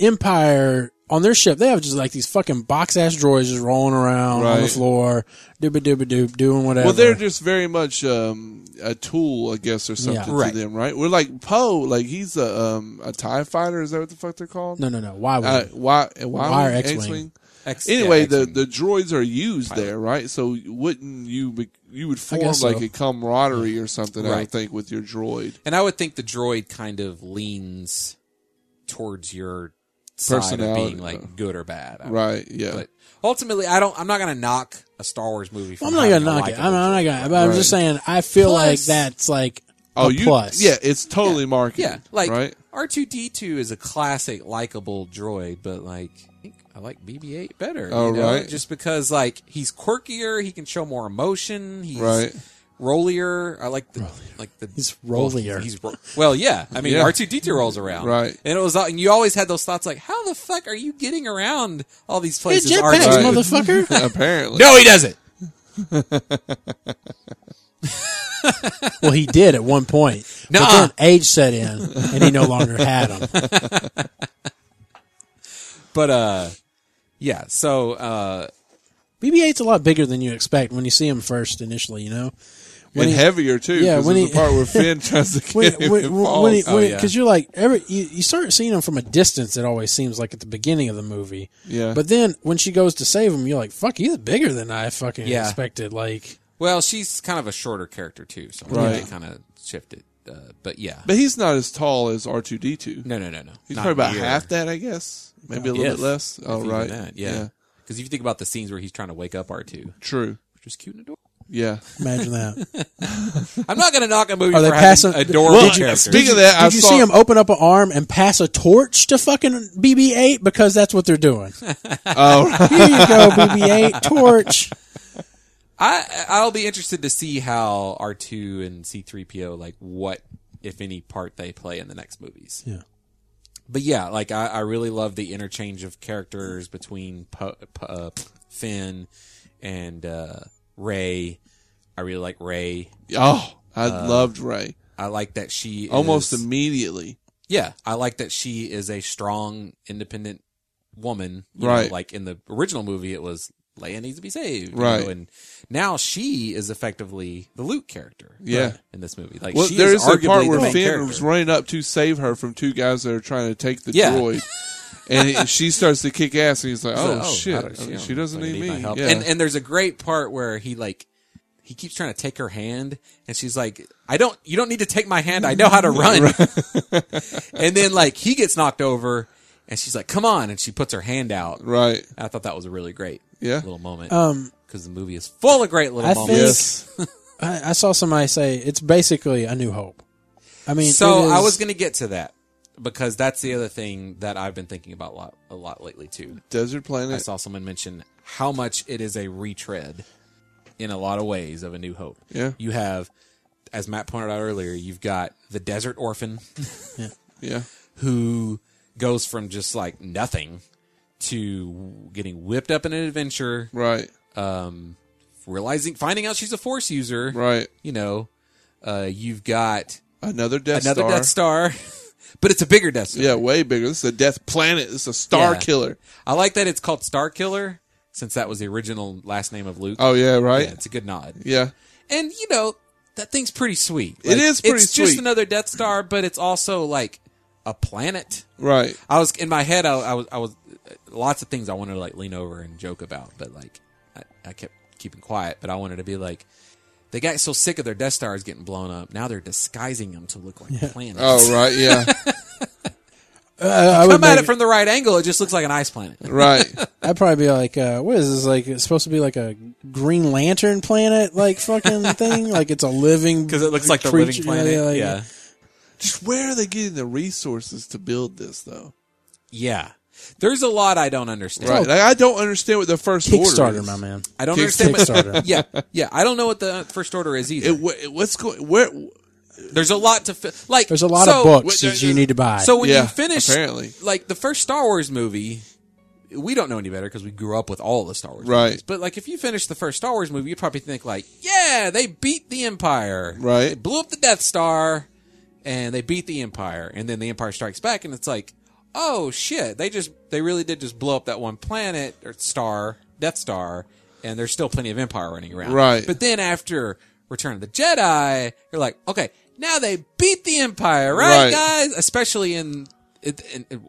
Empire on their ship, they have just like these fucking box ass droids just rolling around on the Right. floor, dooba dooba doop, doing whatever. Well, they're just very much um, a tool, I guess, or something Right. to them, right? We're like Poe, like he's a um, a Tie Fighter. Is that what the fuck they're called? no, no, no. Why would Uh, why? Why? Wire X-wing. Ex- Anyway, yeah, the, X-Men. the droids are used there, right? So wouldn't you be, you would form like guess so. a camaraderie or something? I Right. would think with your droid and I would think the droid kind of leans towards your side of Personality, being though. like good or bad, I Oh. would Right. Yeah. But ultimately, I don't. I'm not gonna knock a Star Wars movie. For I'm not gonna knock it. I'm, I'm not gonna. But I'm just saying, I feel like Plus- that's like oh, a you. plus. Yeah, it's totally marketing. Yeah, like right. R2D2 is a classic likable droid, but like I think I like BB-8 better. Oh, you know? right. Just because like he's quirkier, he can show more emotion. He's Right. rollier. I like the like the He's rollier. Well, he's ro- well, yeah. I mean, Yeah. R2D2 rolls around, Right. And it was uh, and you always had those thoughts like, how the fuck are you getting around all these Hey, places? jetpacks, R2D2? Right. motherfucker. Apparently. No, he doesn't. well, he did at one point. But Nuh-uh. then age set in, and he no longer had them. But uh, yeah. So uh, BB-8's a lot bigger than you expect when you see him first initially. You know, and heavier too. Yeah, Yeah, when there's he- the part where Finn tries to get when, him when, and when, falls. when he, Oh, when, yeah. cause you're like every you, you start seeing him from a distance. It always seems like at the beginning of the movie. Yeah. But then when she goes to save him, you're like, "Fuck, he's bigger than I fucking Yeah. expected." Like, well, she's kind of a shorter character too, so Right. they kind of shifted. Uh, but yeah, but he's not as tall as R two D two. no, no, no, no. He's Not probably about near. half that, I guess. Maybe a little If- bit less. if Oh, even right. that, yeah. Because if you think about the scenes where he's trying to wake up R2, which True. is cute and adorable. Yeah. imagine that. I'm not going to knock a movie Are they for having passing- adorable Well, characters. Speaking of that, I Did you saw, see him open up an arm and pass a torch to fucking BB-8 because that's what they're doing? Oh, right. Here you go, BB-8 torch. I, I'll be interested to see how R2 and C3PO, like what, if any, part they play in the next movies. Yeah. But yeah, like I, I really love the interchange of characters between po- Po- uh, Finn and uh, Ray. I really like Ray. oh, I Uh, loved Ray I like that she almost is- immediately. Yeah, I like that she is a strong, independent woman. you Right. know, like in the original movie, it was Leia needs to be saved. you Right. know, and now she is effectively the Luke character. Yeah. In this movie, like Well, she there is, is a arguably part the where main Finn character. was running up to save her from two guys that are trying to take the Yeah. droid, and he- she starts to kick ass, and he's like, So, "Oh, shit, how does she, know? doesn't Like, need my me." help. Yeah. And and there's a great part where he like he keeps trying to take her hand, and she's like, "I don't. You don't need to take my hand. I know how to run." and then like he gets knocked over, and she's like, "Come on!" And she puts her hand out. right? I thought that was a really great Yeah. little moment. Um, because the movie is full of great little I think moments. Yes. I, I saw somebody say it's basically a New Hope. I mean, So it is- I was going to get to that because that's the other thing that I've been thinking about a lot, a lot lately too. Desert I planet. saw someone mention how much it is a retread in a lot of ways of A New Hope. Yeah. you have, as Matt pointed out earlier, you've got the desert orphan Yeah, who goes from just like nothing to getting whipped up in an adventure, right, um, realizing, finding out she's a Force user. right. You know, uh, you've got Another Death another Star. Death Star, but it's a bigger Death Star. Yeah, way bigger. This is a Death Planet. This is a Star Yeah. Killer. I like that it's called Star Killer since that was the original last name of Luke. Oh yeah, right. yeah, it's a good nod. yeah. And you know that thing's pretty sweet. It is pretty It's just sweet. another Death Star, but it's also like a planet. right. I was in my head. I, I was. I was. Lots of things I wanted to like lean over and joke about, but like I, I kept keeping quiet. But I wanted to be like, they got so sick of their Death Stars getting blown up. Now they're disguising them to look like planets. Oh right, yeah. Uh, I would Come at make- it from the right angle, it just looks like an ice planet. Right. I'd probably be like, uh, what is this? Like, it's supposed to be like a Green Lantern planet, like fucking thing. Like, it's a living Because it looks like the creature- living planet. Yeah, like- yeah. Just where are they getting the resources to build this though? There's a lot I don't understand. Right. Like, I don't understand what the first order Kickstarter, is. my man. I don't understand. Kickstarter. What, yeah, yeah. I don't know what the first order is either. It, wh- it- what's going? Where? There's a lot to fi- like. There's a lot so- uh, of books wait, that there- you need to buy. So when you Yeah, finish, apparently. like the first Star Wars movie, we don't know any better because we grew up with all the Star Wars Right. movies. But like, if you finish the first Star Wars movie, you'd probably think like, "Yeah, they beat the Empire. Right. They blew up the Death Star, and they beat the Empire. And then the Empire Strikes Back, and it's like, oh shit, they just they really did just blow up that one planet or star, Death Star, and there's still plenty of Empire running around. Right. But then after Return of the Jedi, you're like, okay, now they beat the Empire, right, Right. guys? Especially in, it in, in-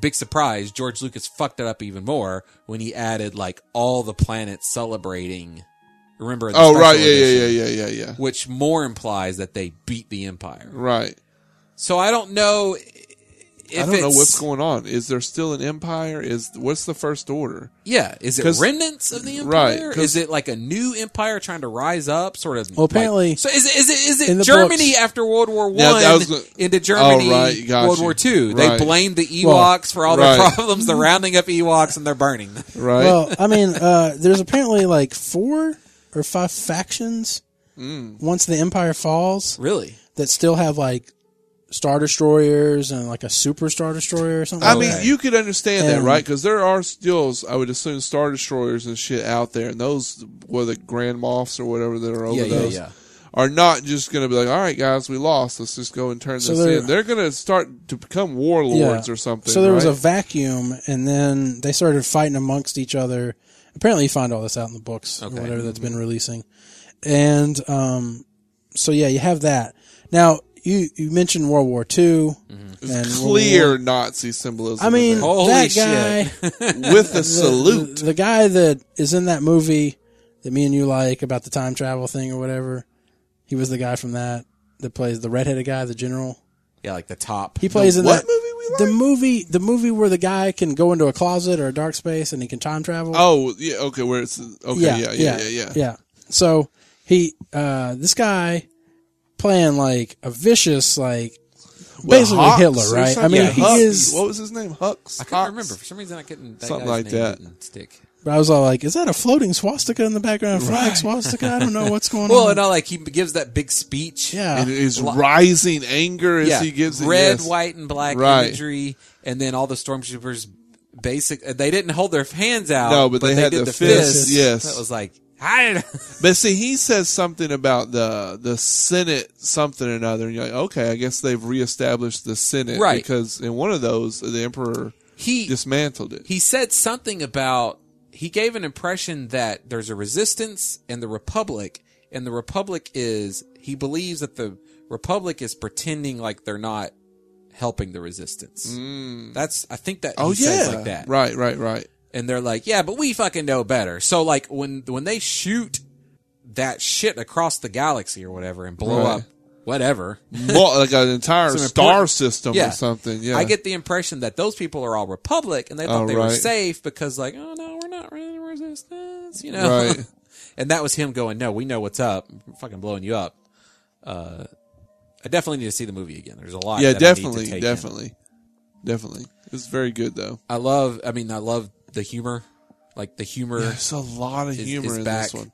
big surprise, George Lucas fucked it up even more when he added like all the planets celebrating. Remember? in The Oh special right. Yeah. edition, Yeah. Yeah. Yeah. Yeah. Yeah. Which more implies that they beat the Empire. Right. So I don't know. If I don't know it's- what's going on. Is there still an empire? Is what's the first order? Yeah, is it 'Cause- remnants of the Right, empire? 'cause- is it like a new empire trying to rise up? Sort of. Well, apparently- like- so is it is it, is in it the Germany books- after World War One Yeah, that was gonna- into Germany Oh, right, got World you. War Two? Right. They blamed the Ewoks Well, for all their right. problems. They're rounding up Ewoks and they're burning. them. Right. well, I mean, uh, there's apparently like four or five factions Mm. once the Empire falls Really? that still have like Star Destroyers and like a Super Star Destroyer or something. I like mean, that. you could understand that, And- right? Because there are still, I would assume, star destroyers and shit out there, and those were the grand moffs or whatever that are over Yeah, yeah, those yeah. are not just going to be like, all right, guys, we lost. Let's just go and turn So this they're- in. They're going to start to become warlords or something. So there was a right? vacuum, and then they started fighting amongst each other. Apparently, you find all this out in the books or whatever that's Mm-hmm. been releasing. And um, so, yeah, you have that. Now, you, you mentioned World War II. And Mm-hmm. clear World War- Nazi symbolism. I in mean, there. Holy that shit. guy, with a the- salute. The, the guy that is in that movie that me and you like about the time travel thing or whatever, he was the guy from that that plays the redheaded guy, the general. Yeah, like the top. He plays in what that movie we like? the movie the movie where the guy can go into a closet or a dark space and he can time travel. Oh yeah, okay. Where it's okay, yeah, yeah, yeah, yeah. So he uh this guy playing like a vicious like With basically Hux Hitler, or right? I something? mean, Yeah, he Hux. is What was his name? Hux. I can't Hux. remember for some reason. I couldn't that Something guy's like name that. didn't stick. but I was all like, is that a floating swastika in the background? Flag swastika? I don't know what's going Well, on. and all like he gives that big speech. yeah. And his rising anger as he gives it, red, yes. white, and black Right. imagery, and then all the stormtroopers basic. uh, They didn't hold their hands out. No, but they had did the fists, yes. that was like I did But see, he says something about the the Senate something or another, and you're like, okay, I guess they've reestablished the Senate, Right. Because in one of those, the Emperor he dismantled it. he said something about he gave an impression that there's a resistance and the republic, and the republic is he believes that the republic is pretending like they're not helping the resistance. That's I think that he Mm. oh yeah, says like that. right, right, right. and they're like, "Yeah, but we fucking know better." So like when when they shoot that shit across the galaxy or whatever and blow Right. up whatever, Mo- like an entire Some star important- system yeah, or something. Yeah, I get the impression that those people are all Republic and they thought Oh, they were right. safe because like, oh no, we're not running resistance, you know. right. and that was him going, "No, we know what's up. I'm fucking blowing you up." Uh, I definitely need to see the movie again. There's a lot. yeah, that I need to definitely, take in. definitely, definitely. It's very good though. I love. I mean, I love the humor, like the humor. There's a lot of is- humor is in back. this one.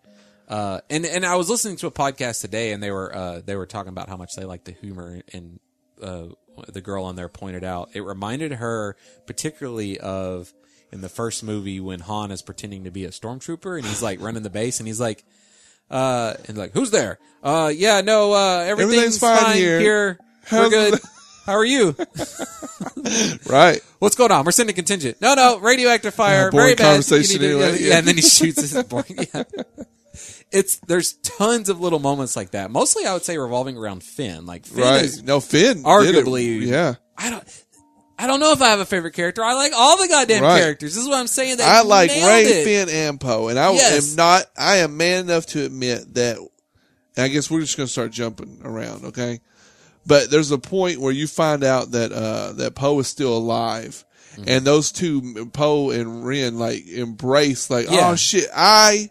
Uh, and and I was listening to a podcast today, and they were uh, they were talking about how much they like the humor, and uh, the girl on there pointed out it reminded her particularly of in the first movie when Han is pretending to be a stormtrooper, and he's like running the base, and he's like, uh, and like who's there? Uh, yeah, no, uh, everything's, Everything's fine fine, here. here. We're How's good. How are you? Right. What's going on? We're sending contingent. No, no, radioactive fire. Ah, boring very bad. conversation You need to- anyway. yeah, and then he shoots his boring. Yeah. It's there's tons of little moments like that. Mostly, I would say revolving around Finn. Like Finn Right. is no, Finn. did it. arguably- Yeah. I don't. I don't know if I have a favorite character. I like all the goddamn Right. characters. This is what I'm saying. They I like nailed Ray, it. Finn, and Poe, and I Yes. am not. I am man enough to admit that. and I guess we're just going to start jumping around, okay? But there's a point where you find out that uh, that Poe is still alive, Mm-hmm. and those two Poe and Ren like embrace like Yeah. oh shit I.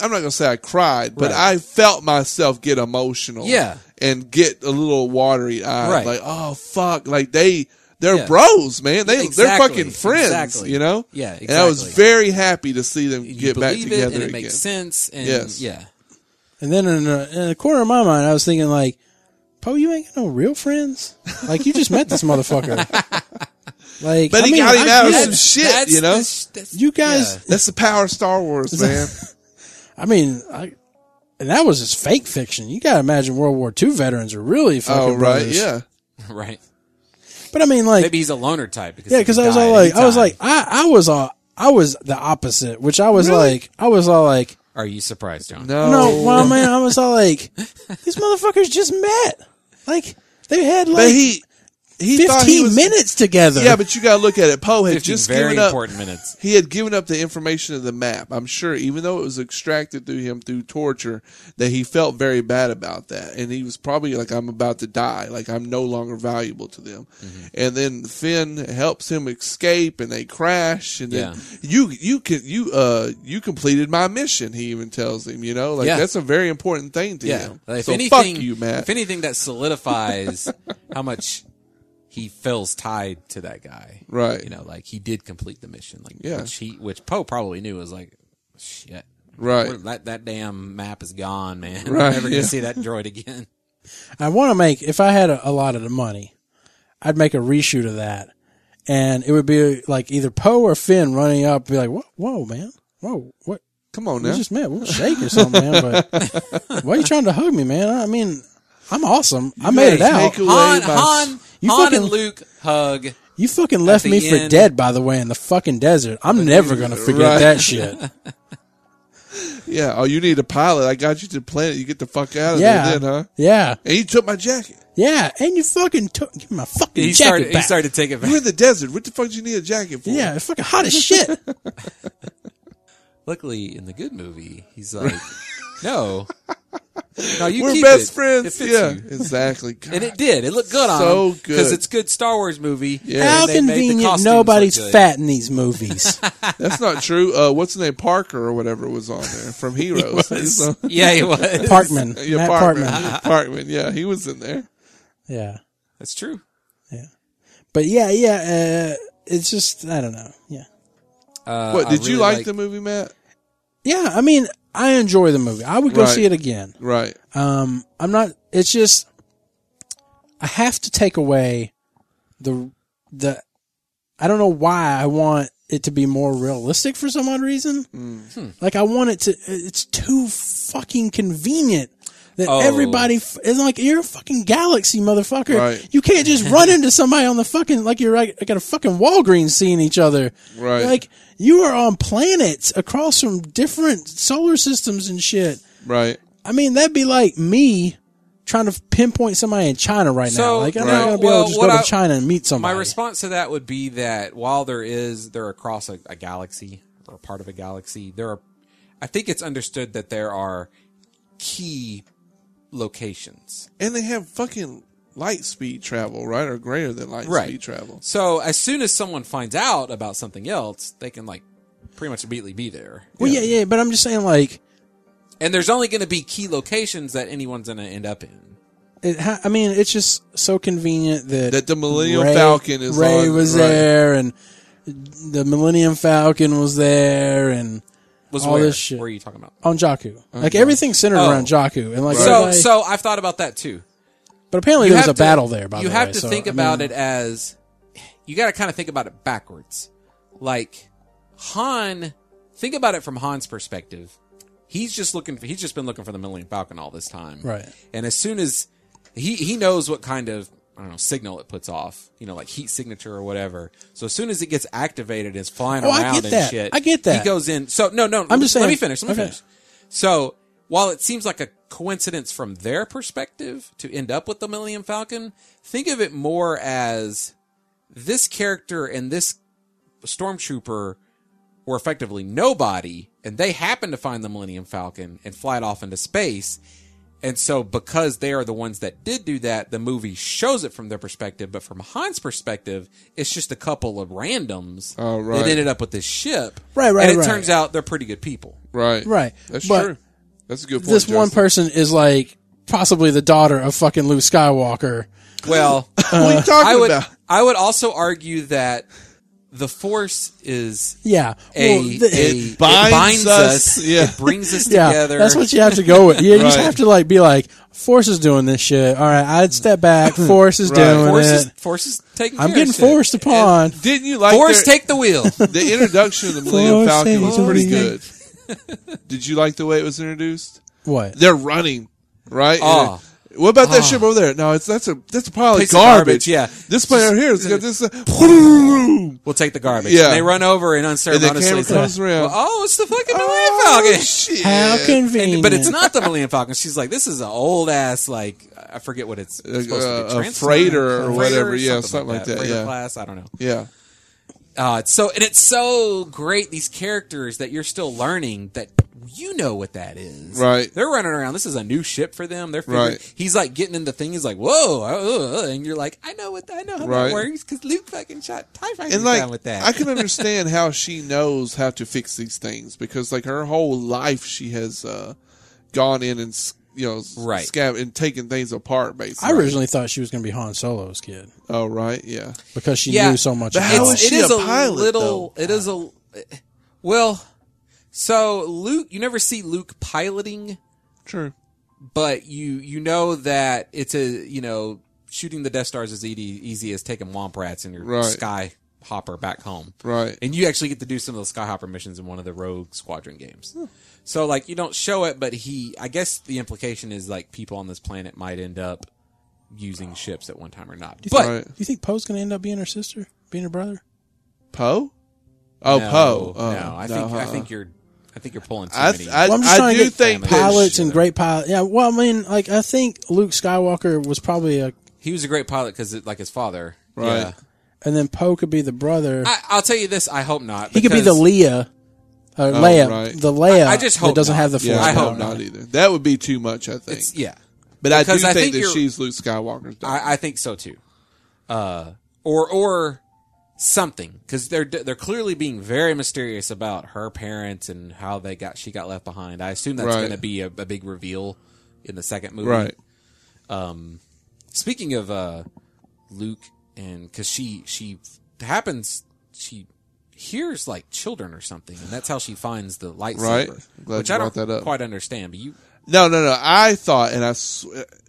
I'm not gonna say I cried, but Right. I felt myself get emotional. Yeah. and get a little watery eyed. Right. Like, oh fuck, like they they're Yeah. bros, man. They they're Exactly. fucking friends. Exactly. You know. Yeah, And I was exactly. very happy to see them You get back believe together it, and it again. makes sense. And Yes. yeah, And then in a, in a corner of my mind, I was thinking like, Poe, you ain't got no real friends. Like you just met this motherfucker. Like, But I he mean, got him I out of get- some shit. You know. the sh- that's- You guys- That's the power of Star Wars, man. I mean, I, and that was just fake fiction. You gotta imagine World War II veterans are really fucking oh right, brothers. yeah. yeah. right. But I mean, like, Maybe he's a loner type. Because yeah, he because can I was die all at like, any I was time. like, I, I was all, I was the opposite, which I was like, I was all like, are you surprised, John? No, no, well, man, I was all like, these motherfuckers just met, like they had like but he he thought he fifteen was, minutes together. Yeah, but you gotta look at it. Poe had 15 just very given up. important minutes. He had given up the information of the map. I'm sure, even though it was extracted through him through torture, that he felt very bad about that, and he was probably like, "I'm about to die. Like I'm no longer valuable to them." Mm-hmm. And then Finn helps him escape, and they crash. And then Yeah. you you can you uh you completed my mission. He even tells him, you know, like Yeah. that's a very important thing to Yeah. him. If so anything, fuck you, Matt. If anything, that solidifies how much he feels tied to that guy. Right. You know, like he did complete the mission. Like Yeah. which he which Poe probably knew was like shit. Right. We're- That that damn map is gone, man. We're Right, never gonna yeah. see that droid again. I want to make if I had a, a lot of the money, I'd make a reshoot of that, and it would be like either Poe or Finn running up, be like, "Whoa, whoa, man, whoa, what? Come on We now. just met. We'll shake or something, man." But why are you trying to hug me, man? I mean, I'm awesome. I made it gotta out. take away Han my- Han, You Han fucking- and Luke hug. You fucking left the me for end- dead, by the way, in the fucking desert. I'm never gonna forget Right. that shit. Yeah. Oh, you need a pilot. I got you to the planet. You get the fuck out of Yeah, there, then, huh? yeah, And he took my jacket. yeah. And you fucking took give me my fucking He jacket started back. he started to take it back. You're in the desert. What the fuck do you need a jacket for? yeah, it's fucking hot as shit. Luckily, in the good movie, he's like, "No, no, you We're keep best it. friends. It fits yeah, you." exactly. God. and it did. It looked good on So him good. it's good Star Wars movie. Yeah. How and they made the convenient! costumes Nobody's look good. fat in these movies. That's not true. Uh, what's the name? Parker or whatever was on there from Heroes. He's on- Yeah, he was. Parkman, yeah, Matt Parkman. Parkman. Parkman. Yeah, he was in there. Yeah, That's true. but yeah, yeah. Uh, it's just I don't know. Yeah, Uh, What I did you really like, liked- the movie, Matt? yeah. I mean, I enjoy the movie. I would go Right. see it again. Right. Um, I'm not. It's just I have to take away the the. I don't know why I want it to be more realistic for some odd reason. Hmm. Like I want it to. It's too fucking convenient. That Oh. everybody f- is like you're a fucking galaxy motherfucker. Right. You can't just run into somebody on the fucking like you're like, like at a fucking Walgreens seeing each other. Right. Like you are on planets across from different solar systems and shit. Right. I mean, that'd be like me trying to pinpoint somebody in China right now. So, Like, I'm Right. not going to be well, able to just what go to I- China and meet My somebody. response to that would be that while there is they're across a, a galaxy or part of a galaxy, there are. I think it's understood that there are key locations. And they have fucking light speed travel, right? Or greater than light Right. speed travel. So as soon as someone finds out about something else, they can like pretty much immediately be there. well, yeah, yeah, but I'm just saying, like, And there's only going to be key locations that anyone's going to end up in. it, ha- I mean, it's just so convenient that That the Millennium Falcon is Ray on- was right. there, and the Millennium Falcon was there, and Was All where? this shit. Where are you talking about? on Jakku. Like everything's centered Uh-huh. Oh. around Jakku, and like So, everybody- so I've thought about that too. but apparently You there was a have to- battle there. By the you way, have to so, think I mean, about it as you got to kind of think about it backwards. Like Han, think about it from Han's perspective. He's just looking for. He's just been looking for the Millennium Falcon all this time, Right. And as soon as he he knows what kind of I don't know signal it puts off, you know, like heat signature or whatever. So as soon as it gets activated, it's flying Oh, I around get and that. shit. I get that. He goes in. So no, no. I'm just Let me saying- finish. Let me okay. finish. So while it seems like a coincidence from their perspective to end up with the Millennium Falcon, think of it more as this character and this stormtrooper were effectively nobody, and they happened to find the Millennium Falcon and fly it off into space. And so, because they are the ones that did do that, the movie shows it from their perspective. But from Han's perspective, it's just a couple of randoms Oh, right. that ended up with this ship. Right, right, And it right. turns out they're pretty good people. Right. Right. That's But true. That's a good point. this one Justin. person is like possibly the daughter of fucking Luke Skywalker. Well, What are you talking uh, I would, about? I would also argue that the Force is Yeah. a, Well, a- the- it binds binds, us. us, Yeah. it brings us yeah, together. that's what you have to go with. You, you just Right. have to like be like, Force is doing this shit. All right, I'd step back. Force is Right. doing Hmm. Force it. is, Force is taking. I'm care of getting shit. forced upon. Didn't you like Force, their- take the wheel. the introduction of the Millennium Falcon was Force pretty is- good. Did you like the way it was introduced? what? They're running, right? Ah. And- what about that ship over there? No, it's that's a that's a pile of Piece garbage. of garbage, yeah. This plane over here is got this. Uh, We'll take the garbage. Yeah. And they run over and unceremoniously. camera it's like, comes around. "Well, oh, it's the fucking Oh, Millennium Falcon. shit. How convenient. And- but it's not the Millennium Falcon. She's like, this is an old ass like I forget what it's A- supposed to a- be. a Transporter? freighter or Freighter? whatever, yeah, something, something like that, Freighter yeah. class, I don't know. Yeah, Uh, it's so and it's so great these characters that you're still learning that you know what that is. Right. They're running around. This is a new ship for them. They're figuring, Right. He's like getting in the thing. He's like, whoa, uh, uh, uh," and you're like, I know what I know how Right. that works because Luke fucking shot Tie Fighters and like down with that. I can understand how she knows how to fix these things because like her whole life she has uh, gone in and s- you know s- Right. scab and taken things apart basically. I originally thought she was going to be Han Solo's kid oh right, yeah. because she Yeah. knew so much. But about how him. is she a pilot, Ah. little. It is a well. So Luke, you never see Luke piloting, True. but you you know that it's a you know shooting the Death Stars is easy, easy as taking womp rats in your Right. sky hopper back home. Right. And you actually get to do some of those Skyhopper missions in one of the Rogue Squadron games. So like you don't show it, but he I guess the implication is like people on this planet might end up using ships at one time or not. But right. Do you think Poe's going to end up being her sister, being her brother? Poe? Oh, no, Poe. Oh, no, I think I huh. think you're I think you're pulling too I, many. th- I, Well, I'm just I trying to do get think that Pilots she- and great pilot. Yeah. Well, I mean, like I think Luke Skywalker was probably a, he was a great pilot because like his father. Right. Yeah. and then Poe could be the brother. I, I'll tell you this. I hope not. he could be the because Leia, uh, Leia, right. the Leia. I- I just hope that doesn't not. have the force. Yeah, I I hope hope not either. That would be too much, I think. It's, yeah. but I do because think, I think that you're- she's Luke Skywalker's daughter. I, I think so too. Uh, or or something because they're they're clearly being very mysterious about her parents and how they got she got left behind. I assume that's Right. going to be a, a big reveal in the second movie. right. Speaking of uh, Luke and because she she happens she hears like children or something and that's how she finds the lightsaber I'm glad which you i don't brought that up. quite understand but you No, no, no. I thought, and I, sw-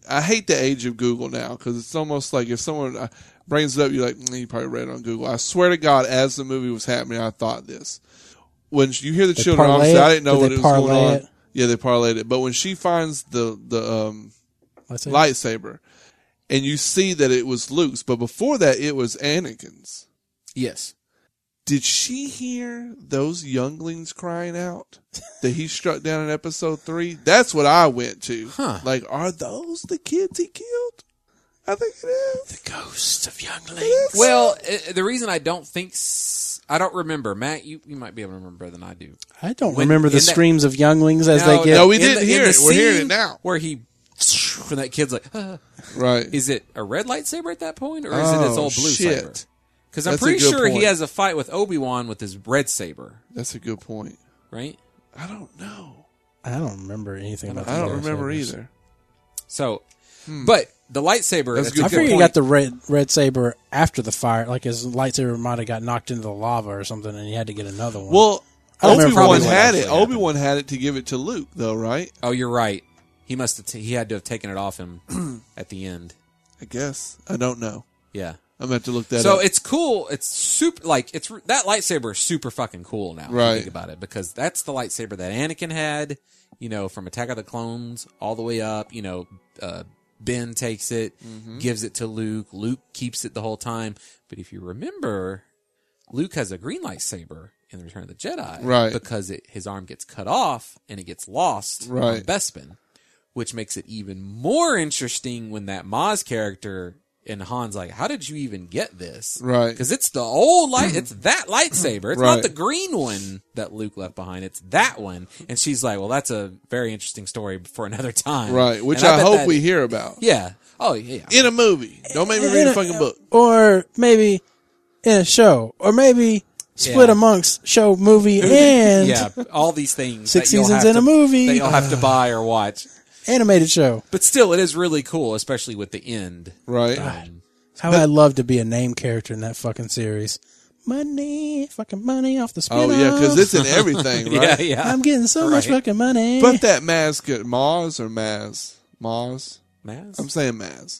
I hate the age of Google now because it's almost like if someone uh, brings it up, you're like, mm, you probably read it on Google. I swear to God, as the movie was happening, I thought this. When sh- you hear the children, parlay obviously, I it? didn't know Did what they it was parlay going on. it? Yeah, they parlayed it. But when she finds the the um, Let's see. lightsaber, and you see that it was Luke's, but before that, it was Anakin's. yes Did she hear those younglings crying out that he struck down in episode three? That's what I went to. Huh. Like, are those the kids he killed? I think it is. Ghosts of younglings. Well, uh, the reason I don't think s- I don't remember Matt, you, you might be able to remember better than I do. I don't When- remember the in that- screams of younglings as they get. no, we in didn't in hear it. We're hearing it scene now. Where he when that kid's like, "Uh," Right. is it a red lightsaber at that point, or is it his Oh, old blue shit. saber? Because I'm That's a pretty good sure point. he has a fight with Obi Wan with his red saber, That's a good point. right? I don't know. I don't remember anything about. I the don't lightsabers. remember either. So, but the lightsaber. Hmm. That's That's a good I a good figure he point. got the red red saber after the fire, like his lightsaber might have got knocked into the lava or something, and he had to get another one. Well, I don't Obi remember Wan probably what had it. actually happened. Obi Wan had it to give it to Luke, though, right? Oh, you're right. He must have. T- he had to have taken it off him at the end. I guess. I don't know. Yeah. I'm going to have to look that So up. it's cool. It's super like it's that lightsaber is super fucking cool now. if you Right. think about it because that's the lightsaber that Anakin had. You know, from Attack of the Clones all the way up. You know, uh, Ben takes it, Mm-hmm. gives it to Luke. Luke keeps it the whole time. But if you remember, Luke has a green lightsaber in the Return of the Jedi, Right. Because it, his arm gets cut off and it gets lost on Right. Bespin, which makes it even more interesting when that Maz character And Han's like, "How did you even get this? Right. Because it's the old light. It's that lightsaber. It's Right. not the green one that Luke left behind. It's that one." And she's like, "Well, that's a very interesting story for another time." Right, which And I, bet hope that- we hear about Yeah. Oh yeah. in a movie. Don't make me read a fucking book. or maybe in a show, or maybe split Yeah. amongst show, movie, and yeah, all these things. Six that you'll seasons in have a to- movie. that you'll have to buy or watch. animated show. But still, it is really cool, especially with the end. Right. Um, How I'd love to be a name character in that fucking series. Money, fucking money off the Oh spin yeah, because it's in everything, Yeah, right? yeah. I'm getting so much Right. fucking money. But that mask at Maz or Maz? Maz? Mass? I'm saying Maz.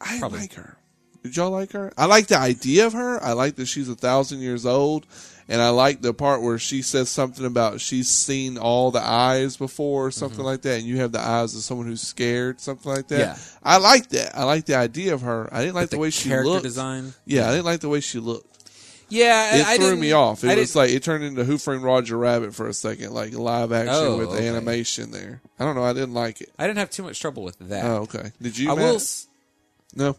I Probably. like her. Did y'all like her? I like the idea of her. I like that she's a thousand years old. And I like the part where she says something about she's seen all the eyes before or something like that. And you have the eyes of someone who's scared, something like that. Mm-hmm. Yeah. I like that. I like the idea of her. I didn't like the, way she character looked. design. Yeah, I didn't like the way she looked. Yeah, It I, I threw didn't- me off. I It was didn't- like it turned into Who Framed Roger Rabbit for a second, like live action Oh, with okay. animation there. I don't know. I didn't like it. I didn't have too much trouble with that. Oh, okay. Did you? I Matt? will. s- No.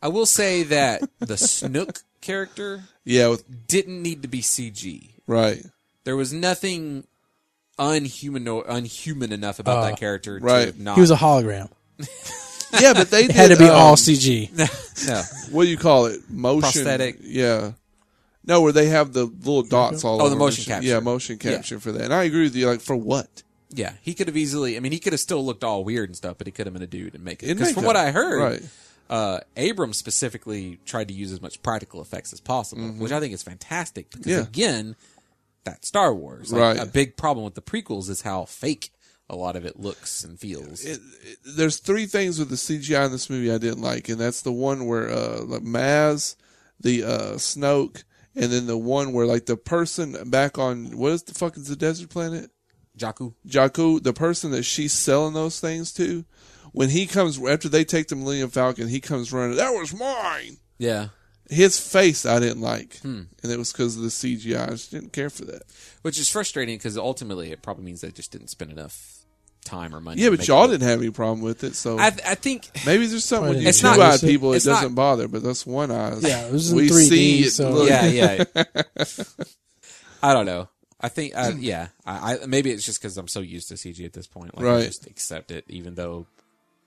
I will say that the Snook character Yeah. With, didn't need to be CG. right. There was nothing unhuman or unhuman enough about that character. right. To not, Uh, he was a hologram. Yeah, but they It had to did, be all um, CG. no. What do you call it? Motion Prosthetic. Yeah. No, where they have the little dots all Oh, over. the motion capture. Yeah, motion Yeah. capture for that. And I agree with you. Like for what? Yeah, he could have easily. I mean, he could have still looked all weird and stuff, but he could have been a dude and make it. It'd Because make from up. what I heard, Right. uh, Abrams specifically tried to use as much practical effects as possible, which I think is fantastic. Because Mm-hmm. Yeah. again, that's Star Wars. Right. A big problem with the prequels is how fake a lot of it looks and feels. It, it, there's three things with the CGI in this movie I didn't like, and that's the one where uh, like Maz, the uh, Snoke, and then the one where like the person back on what is the fuck is the desert planet? Jakku. Jakku, the person that she's selling those things to, when he comes after they take the Millennium Falcon, he comes running. That was mine. Yeah. His face I didn't like, Hmm. and it was because of the CGI. I just didn't care for that. Which is frustrating because ultimately it probably means they just didn't spend enough time or money. Yeah, to but make y'all it look- didn't have any problem with it, so I, th- I think maybe there's something with you It's two not- eyed it's- people it it's not- doesn't bother. But that's one eye. Yeah, it was in we 3D, see it. so- look. yeah, yeah. I don't know. I think, uh, yeah. I, I maybe it's just because I'm so used to CG at this point. Like, I Right. just accept it, even though,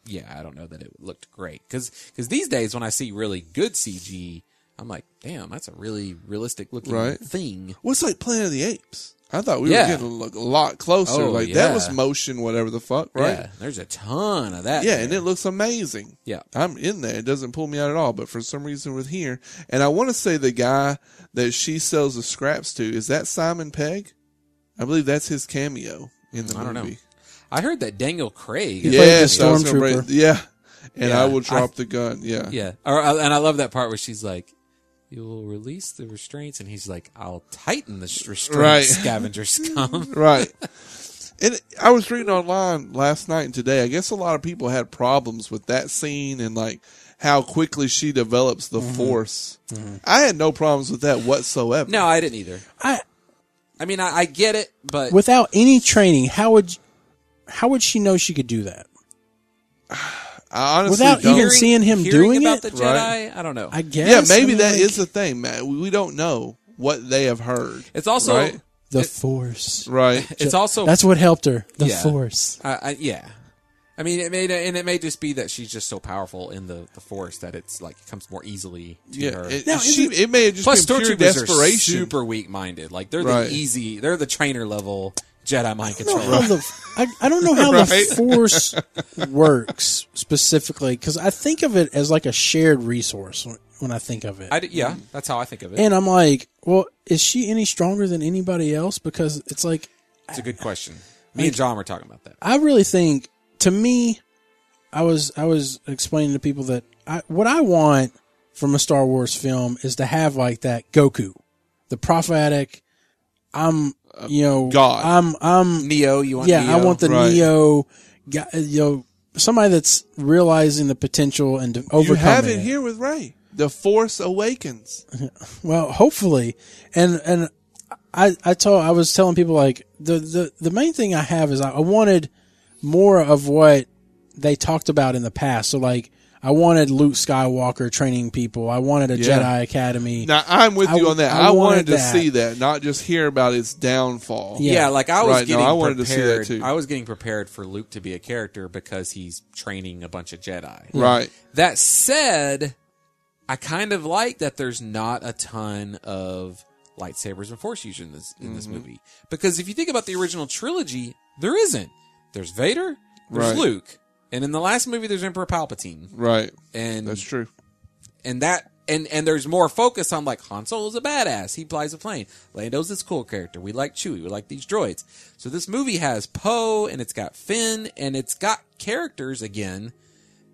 yeah, I don't know that it looked great. Because these days, when I see really good CG, I'm like, damn, that's a really realistic looking Right. thing. What's like Planet of the Apes? I thought we Yeah. were getting a, look, a lot closer. Oh, like yeah. that was motion, whatever the fuck, right? Yeah, there's a ton of that. Yeah, there. and it looks amazing. Yeah. I'm in there. It doesn't pull me out at all. But for some reason, with here, and I want to say the guy that she sells the scraps to is that Simon Pegg. I believe that's his cameo in the I don't know. movie. I heard that Daniel Craig. played the Yes, I was gonna stormtrooper. bring- Yeah, and Yeah, I will I- drop the gun. Yeah, Yeah. Or, uh, and I love that part where she's like, you will release the restraints. And he's like, I'll tighten the s- restraints, Right. scavenger scum. right. And I was reading online last night and today. I guess a lot of people had problems with that scene and like how quickly she develops the Mm-hmm. force. I had no problems with that whatsoever. no, I didn't either. I, I mean, I, I get it, but without any training, how would how would she know she could do that? I honestly Without don't. even seeing him hearing doing about it? the Jedi, Right. I don't know. I guess. yeah, maybe I mean, that like, is the thing, Matt. We we don't know what they have heard. it's also, right. the force. Right. it's also, That's what helped her. The Yeah. force. I, I, yeah. I mean, it may and it may just be that she's just so powerful in the, the Force that it's like it comes more easily to yeah. her. It, Now, she, is it, may have just Plus, been pure stormtroopers are desperation. super weak minded. Like they're Right. the easy, they're the trainer level Jedi mind I control. don't know how the- I, I don't know how Right. the force works specifically because I think of it as like a shared resource when, when I think of it. I d- yeah, that's how I think of it. and I'm like, well, is she any stronger than anybody else? Because it's like It's a good question. Me and John were talking about that. I really think to me, I was I was explaining to people that I, what I want from a Star Wars film is to have like that Goku, the prophetic. I'm you know Uh, God. I'm I'm Neo, you want? yeah. I Neo? want the Right. Neo guy. You know somebody that's realizing the potential and You overcoming have it. it here with Ray. The Force Awakens. Well, hopefully, and and I I told I was telling people like the the the main thing I have is I, I wanted more of what they talked about in the past. So like I wanted Luke Skywalker training people. I wanted a Yeah. Jedi Academy. Now I'm with I you w- on that. I I, wanted wanted to that. see that, not just hear about its downfall. Yeah. Yeah, like I was Right, no, getting I wanted to see that prepared. too. I was getting prepared for Luke to be a character because he's training a bunch of Jedi. Right. That said, I kind of like that there's not a ton of lightsabers and force usage in this in Mm-hmm. this movie. Because if you think about the original trilogy, there isn't. There's Vader, there's Right. Luke, and in the last movie there's Emperor Palpatine. Right. And That's true. and that and and there's more focus on like Han Solo's a badass. He flies a plane. Lando's this cool character. We like Chewie. We like these droids. So this movie has Poe and it's got Finn and it's got characters again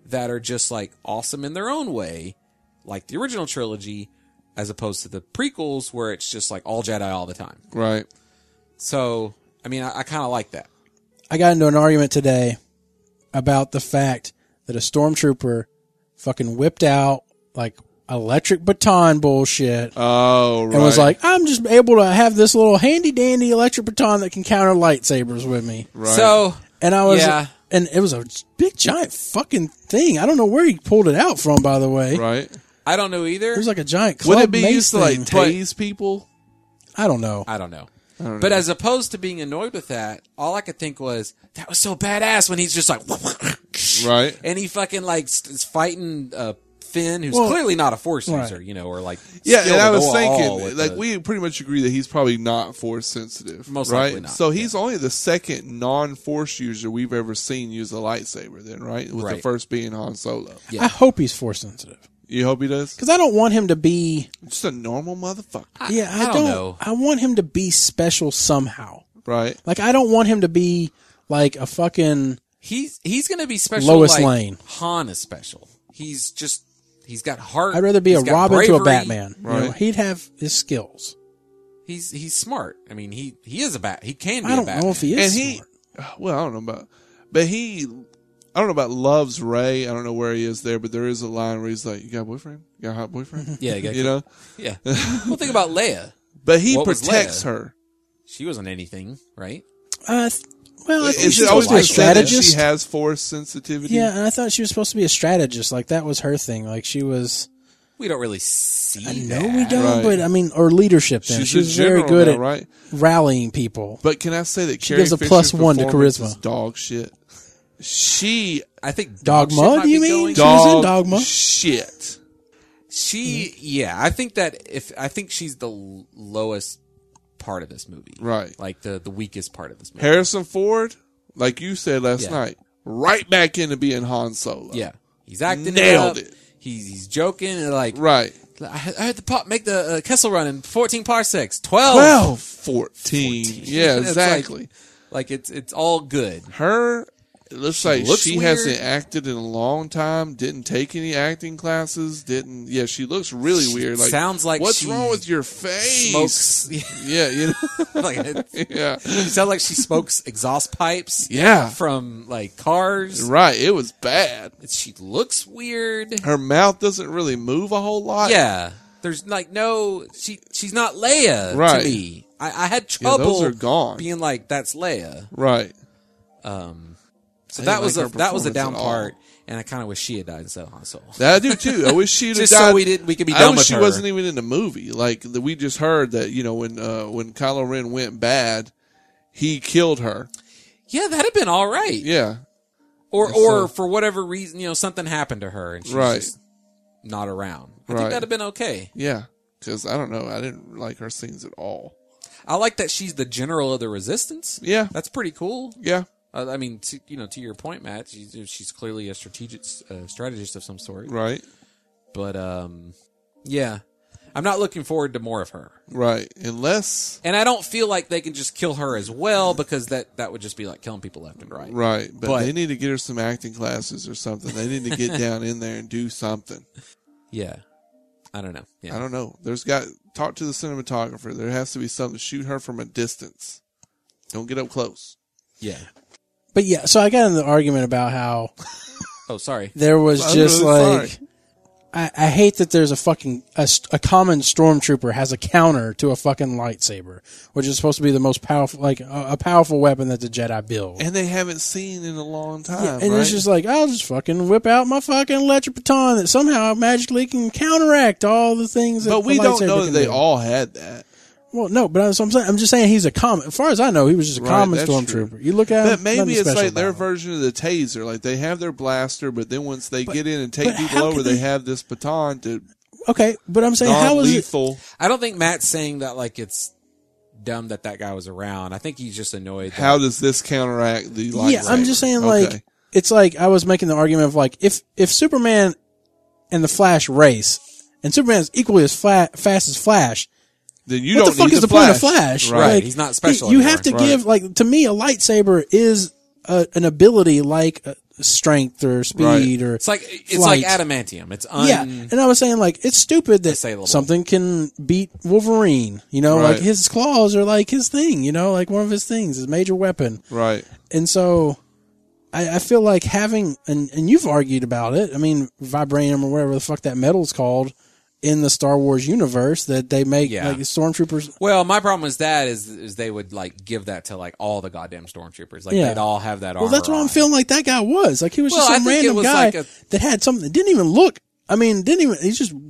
that are just like awesome in their own way, like the original trilogy, as opposed to the prequels where it's just like all Jedi all the time. Right. So I mean, I, I kind of like that. I got into an argument today about the fact that a stormtrooper fucking whipped out like electric baton bullshit Oh, right. and was like, I'm just able to have this little handy dandy electric baton that can counter lightsabers with me. right. So And I was, Yeah. and it was a big giant fucking thing. I don't know where he pulled it out from, by the way. right. I don't know either. It was like a giant club Would it be mace used to like thing. tase people? I don't know. I don't know. don't But know. as opposed to being annoyed with that, all I could think was that was so badass when he's just like, Right. and he fucking like st- is fighting uh, Finn, who's Well, clearly not a force right. user, you know, or like Yeah, skilled and I at was all thinking, with like, the- we pretty much agree that he's probably not force sensitive, Most right? likely not, So he's only the second non-force user we've ever seen use a lightsaber. Then, right? With the Right. first being Han Solo. Yeah. I hope he's force sensitive You hope he does. because I don't want him to be. Just a normal motherfucker, Yeah, I, I don't don't. know. I want him to be special somehow. right? Like I don't want him to be like a fucking he's he's gonna be special. Lois like Lane. Han is special. He's just he's got heart. I'd rather be he's a got Robin to a bravery. Batman. You know, Right. he'd have his skills. He's he's smart. I mean, he he is a bat. He can be I a don't Batman. know if he is. and he, smart. well, I don't know about, but he, I don't know about loves Ray. I don't know where he is there, but there is a line where he's like, "You got a boyfriend? You got a hot boyfriend?" Yeah, you know. yeah. well, think about Leia. But he What was protects Leia? her. She wasn't anything, right? Uh, th- well, I think It's she's always supposed to be been a said that she strategist. has force sensitivity. Yeah, and I thought she was supposed to be a strategist. Like that was her thing. Like she was. We don't really see. I know that. we don't, Right. but I mean, or leadership. Then She's she was a very general good now, at right? rallying people. But can I say that she gives a plus one to charisma. Dog shit. She I think Dogma, shit might do you be mean? going- Dog- was in dog Dogma. shit. She, yeah, I think that if I think she's the l- lowest part of this movie, Right. Like the the weakest part of this movie. Harrison Ford, like you said last Yeah. night, right back into being Han Solo. yeah, he's acting Nailed it. up. it. He's he's joking and like Right. I, I heard the pop make the uh, Kessel run in fourteen parsecs, twelve. 12, 14. Yeah, It's exactly. Oh, Like it's it's all good. Her, it looks like looks she weird. hasn't acted in a long time, didn't take any acting classes, didn't. Yeah, she looks really weird. Like, sounds like What's she wrong with your face? Smokes. Yeah, you know. like it, yeah. it sounds like she smokes exhaust pipes. Yeah. From like cars. Right. It was bad. She looks weird. her mouth doesn't really move a whole lot. Yeah. Uh, There's like no she she's not Leia Right. to me. I, I had Yeah, trouble those are gone. being like that's Leia. Right. Um so I that didn't was like a her that was a down performance at all. part and I kinda wish she had died instead of Han Solo. That I do too. I wish she'd have Just so died. we didn't- we could be I done wish with she her. wasn't even in the movie. Like the, we just heard that you know when uh, when Kylo Ren went bad, he killed her. Yeah, that'd have been all right. Yeah. Or And or so- for whatever reason, you know, something happened to her and she's Right. just not around. I Right. think that'd have been okay. Yeah. Because I don't know. I didn't like her scenes at all. I like that she's the general of the resistance. Yeah. That's pretty cool. Yeah. Uh, I mean, to, you know, to your point, Matt, she's, she's clearly a strategic uh, strategist of some sort. Right. But um, yeah, I'm not looking forward to more of her, Right. Unless. and I don't feel like they can just kill her as well because that that would just be like killing people left and right. Right, but, But- they need to get her some acting classes or something. They need to get down in there and do something. Yeah, I don't know. Yeah, I don't know. There's got talk to the cinematographer. There has to be something. Shoot her from a distance. Don't get up close. yeah. But yeah, so I got in the argument about how Oh, sorry. there was I'm just really like sorry. I, I hate that there's a fucking a, st- a common stormtrooper has a counter to a fucking lightsaber, which is supposed to be the most powerful, like a, a powerful weapon that the Jedi build. and they haven't seen in a long time. Yeah, and right? it's just like I'll just fucking whip out my fucking electric baton that somehow magically can counteract all the things. That but we the don't lightsaber know that can they do. all had that. Well, no, but that's what I'm saying. I'm just saying he's a common. As far as I know, he was just a Right, common that's stormtrooper. true. You look at But him, maybe nothing it's special like their about him. version of the taser. Like they have their blaster, but then once they get in and take but people how over, could they, they- have this baton to Okay, but I'm saying how is it? non-lethal. I don't think Matt's saying that like it's dumb that that guy was around. I think he's just annoyed. that- How does this counteract the lightsaber? Yeah, I'm just saying Okay. like it's like I was making the argument of like if if Superman and the Flash race and Superman's equally as fa- fast as Flash. then you what don't the fuck need is the point of Flash? Right, Like, he's not special You anymore. have to Right. give like to me a lightsaber is a, an ability like uh, strength or speed or It's like it's flight. like adamantium. It's un. yeah, and I was saying like it's stupid that Assailable. something can beat Wolverine. You know, like Right. his claws are like his thing. You know, like one of his things, his major weapon. Right. And so, I, I feel like having and and you've argued about it. I mean, vibranium or whatever the fuck that metal's called in the Star Wars universe that they make Yeah. like stormtroopers. Well, my problem with that is is they would like give that to like all the goddamn stormtroopers. Like Yeah. they'd all have that. Well, that's what I'm feeling like that guy was. Like he was Well, I just some think it random was guy like a- that had something that didn't even look. I mean, didn't even. He just.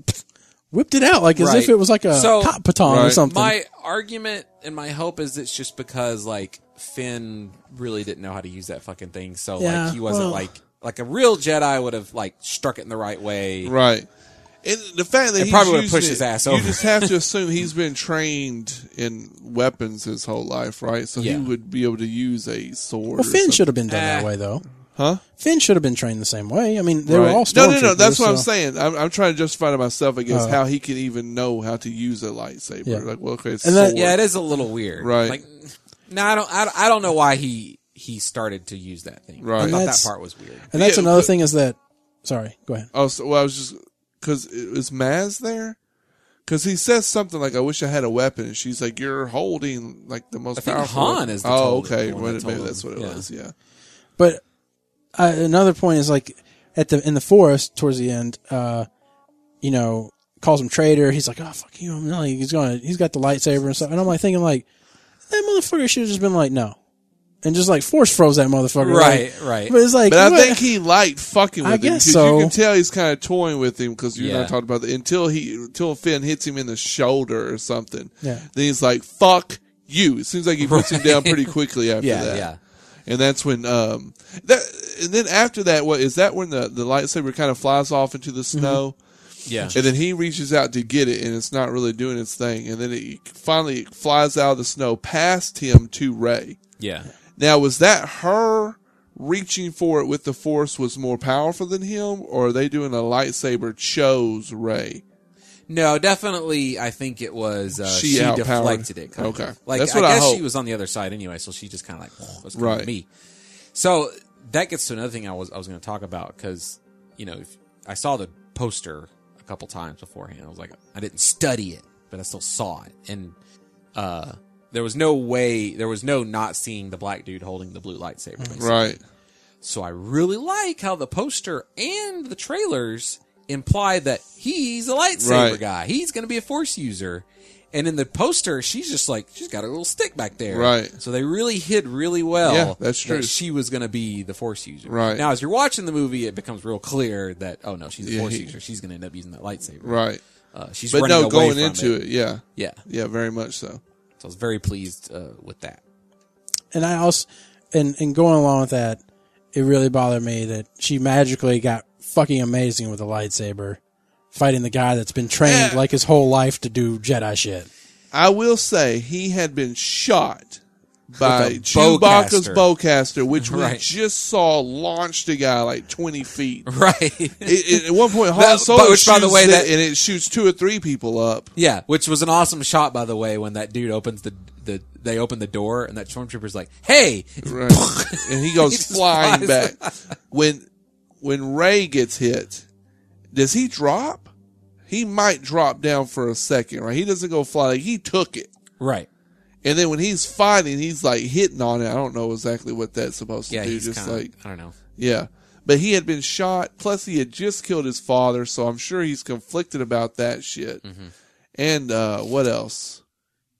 Whipped it out like as if Right. it was like a So- cop baton or Right. something. My argument and my hope is it's just because like Finn really didn't know how to use that fucking thing, so Yeah, like he wasn't well- like like a real Jedi would have like struck it in the right way. Right. And the fact that It he probably would've pushed his ass You over. just have to assume he's been trained in weapons his whole life, right? So Yeah. he would be able to use a sword. Well, Finn should have been done Eh. that way, though. Huh? Finn should have been trained the same way. I mean, they were all no, no, no. stormtroopers, That's what I'm so- saying. I'm, I'm trying to justify to myself against Oh. how he can even know how to use a lightsaber. Yeah. Like, well, okay, it's And that- sword. Yeah, it is a little weird. Right. Like, no, I don't. I, don't- I don't know why he he started to use that thing. Right. I And thought that that's- part was weird. And that's Yeah, another but- thing is that. Sorry, go ahead. Oh, so, well, I was just because is Maz there? Because he says something like, "I wish I had a weapon," and she's like, "You're holding like the most I think powerful." Han weapon." is the oh, told- okay. the one Well, that maybe told that's him. what it Yeah. was. Yeah. But uh, another point is like at the in the forest towards the end. Uh, you know, calls him traitor. He's like, "Oh fuck you!" I'm like, he's going. He's got the lightsaber and stuff. And I'm like thinking like that motherfucker should have just been like no, and just like force froze that motherfucker. Right, Like, right. But it's like, But I what- think he liked fucking with I him guess 'cause so. you can tell he's kind of toying with him because you're Yeah. not talking about the until he until Finn hits him in the shoulder or something. Yeah. Then he's like, "Fuck you." It seems like he puts him down pretty quickly after Yeah, that. yeah. And that's when um that and then after that, what is that when the the lightsaber kind of flies off into the Mm-hmm. snow? Yeah. And then he reaches out to get it, and it's not really doing its thing. And then it finally flies out of the snow past him to Ray. Yeah. Now, was that her reaching for it with the force was more powerful than him, or are they doing a lightsaber chose Ray? No, definitely. I think it was uh, She she, outpowered. deflected it. kind of. Okay. like That's I what I guess hope. she was on the other side anyway, so she just kind of like was Right. right. me. So that gets to another thing I was I was going to talk about because you know if, I saw the poster a couple times beforehand. I was like, I didn't study it, but I still saw it, and uh, there was no way, there was no not seeing the black dude holding the blue lightsaber. basically. Right. So I really like how the poster and the trailers imply that he's a lightsaber Right. guy. He's going to be a force user. And in the poster, she's just like she's got a little stick back there. Right. So they really hid really well. Yeah, that's true. That she was going to be the force user. Right. Now, as you're watching the movie, it becomes real clear that oh no, she's a Yeah, force he- user. She's going to end up using that lightsaber. Right. Uh, she's But running no, away going from into it. it. yeah. Yeah. Yeah, very much so. So I was very pleased uh, with that. and I also and and going along with that, it really bothered me that she magically got fucking amazing with a lightsaber, fighting the guy that's been trained Yeah. like his whole life to do Jedi shit. I will say he had been shot by With a Chewbacca's bowcaster. bowcaster, which we Right. just saw launched a guy like 20 feet. Right. It, it- at one point, Han That- Solo but which, shoots by the way, that- and it shoots two or three people up. Yeah, which was an awesome shot, by the way, when that dude opens the the they open the door and that stormtrooper's like, "Hey!" Right. and he goes He just flying flies. back. when when Ray gets hit, does he drop? He might drop down for a second, right? He doesn't go fly. Like, he took it. Right. And then when he's fighting, he's like hitting on it. I don't know exactly what that's supposed to Yeah, do. he's Just kind of like I don't know. yeah. But he had been shot, plus he had just killed his father, so I'm sure he's conflicted about that shit. And uh, what else?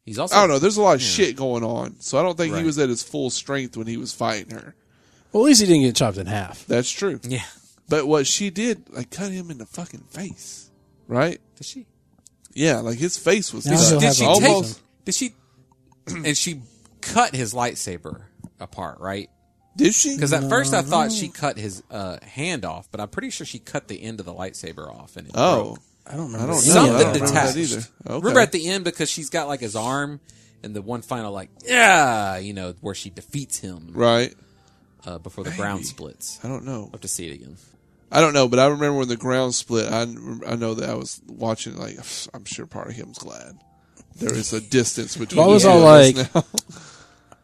He's also I don't know. There's a lot of shit going on, so I don't think he Right. was at his full strength when he was fighting her. Well, at least he didn't get chopped in half. That's true. Yeah. But what she did, like, cut him in the fucking face, right? Did she? Yeah, like his face was Now cut. he'll Did have she a take? reason. Did she? And she cut his lightsaber apart, right? Did she? Because at first I thought she cut his uh, hand off, but I'm pretty sure she cut the end of the lightsaber off. And it Oh, broke. I don't remember. I don't any know. of Something I don't remember detached. that either. Okay. remember at the end because she's got like his arm and the one final like yeah, you know, where she defeats him right? uh, before the ground splits. I don't know. I'll have to see it again. I don't know, but I remember when the ground split. I I know that I was watching. Like I'm sure part of him's glad there is a distance between. Well, I was the two all of like- us now.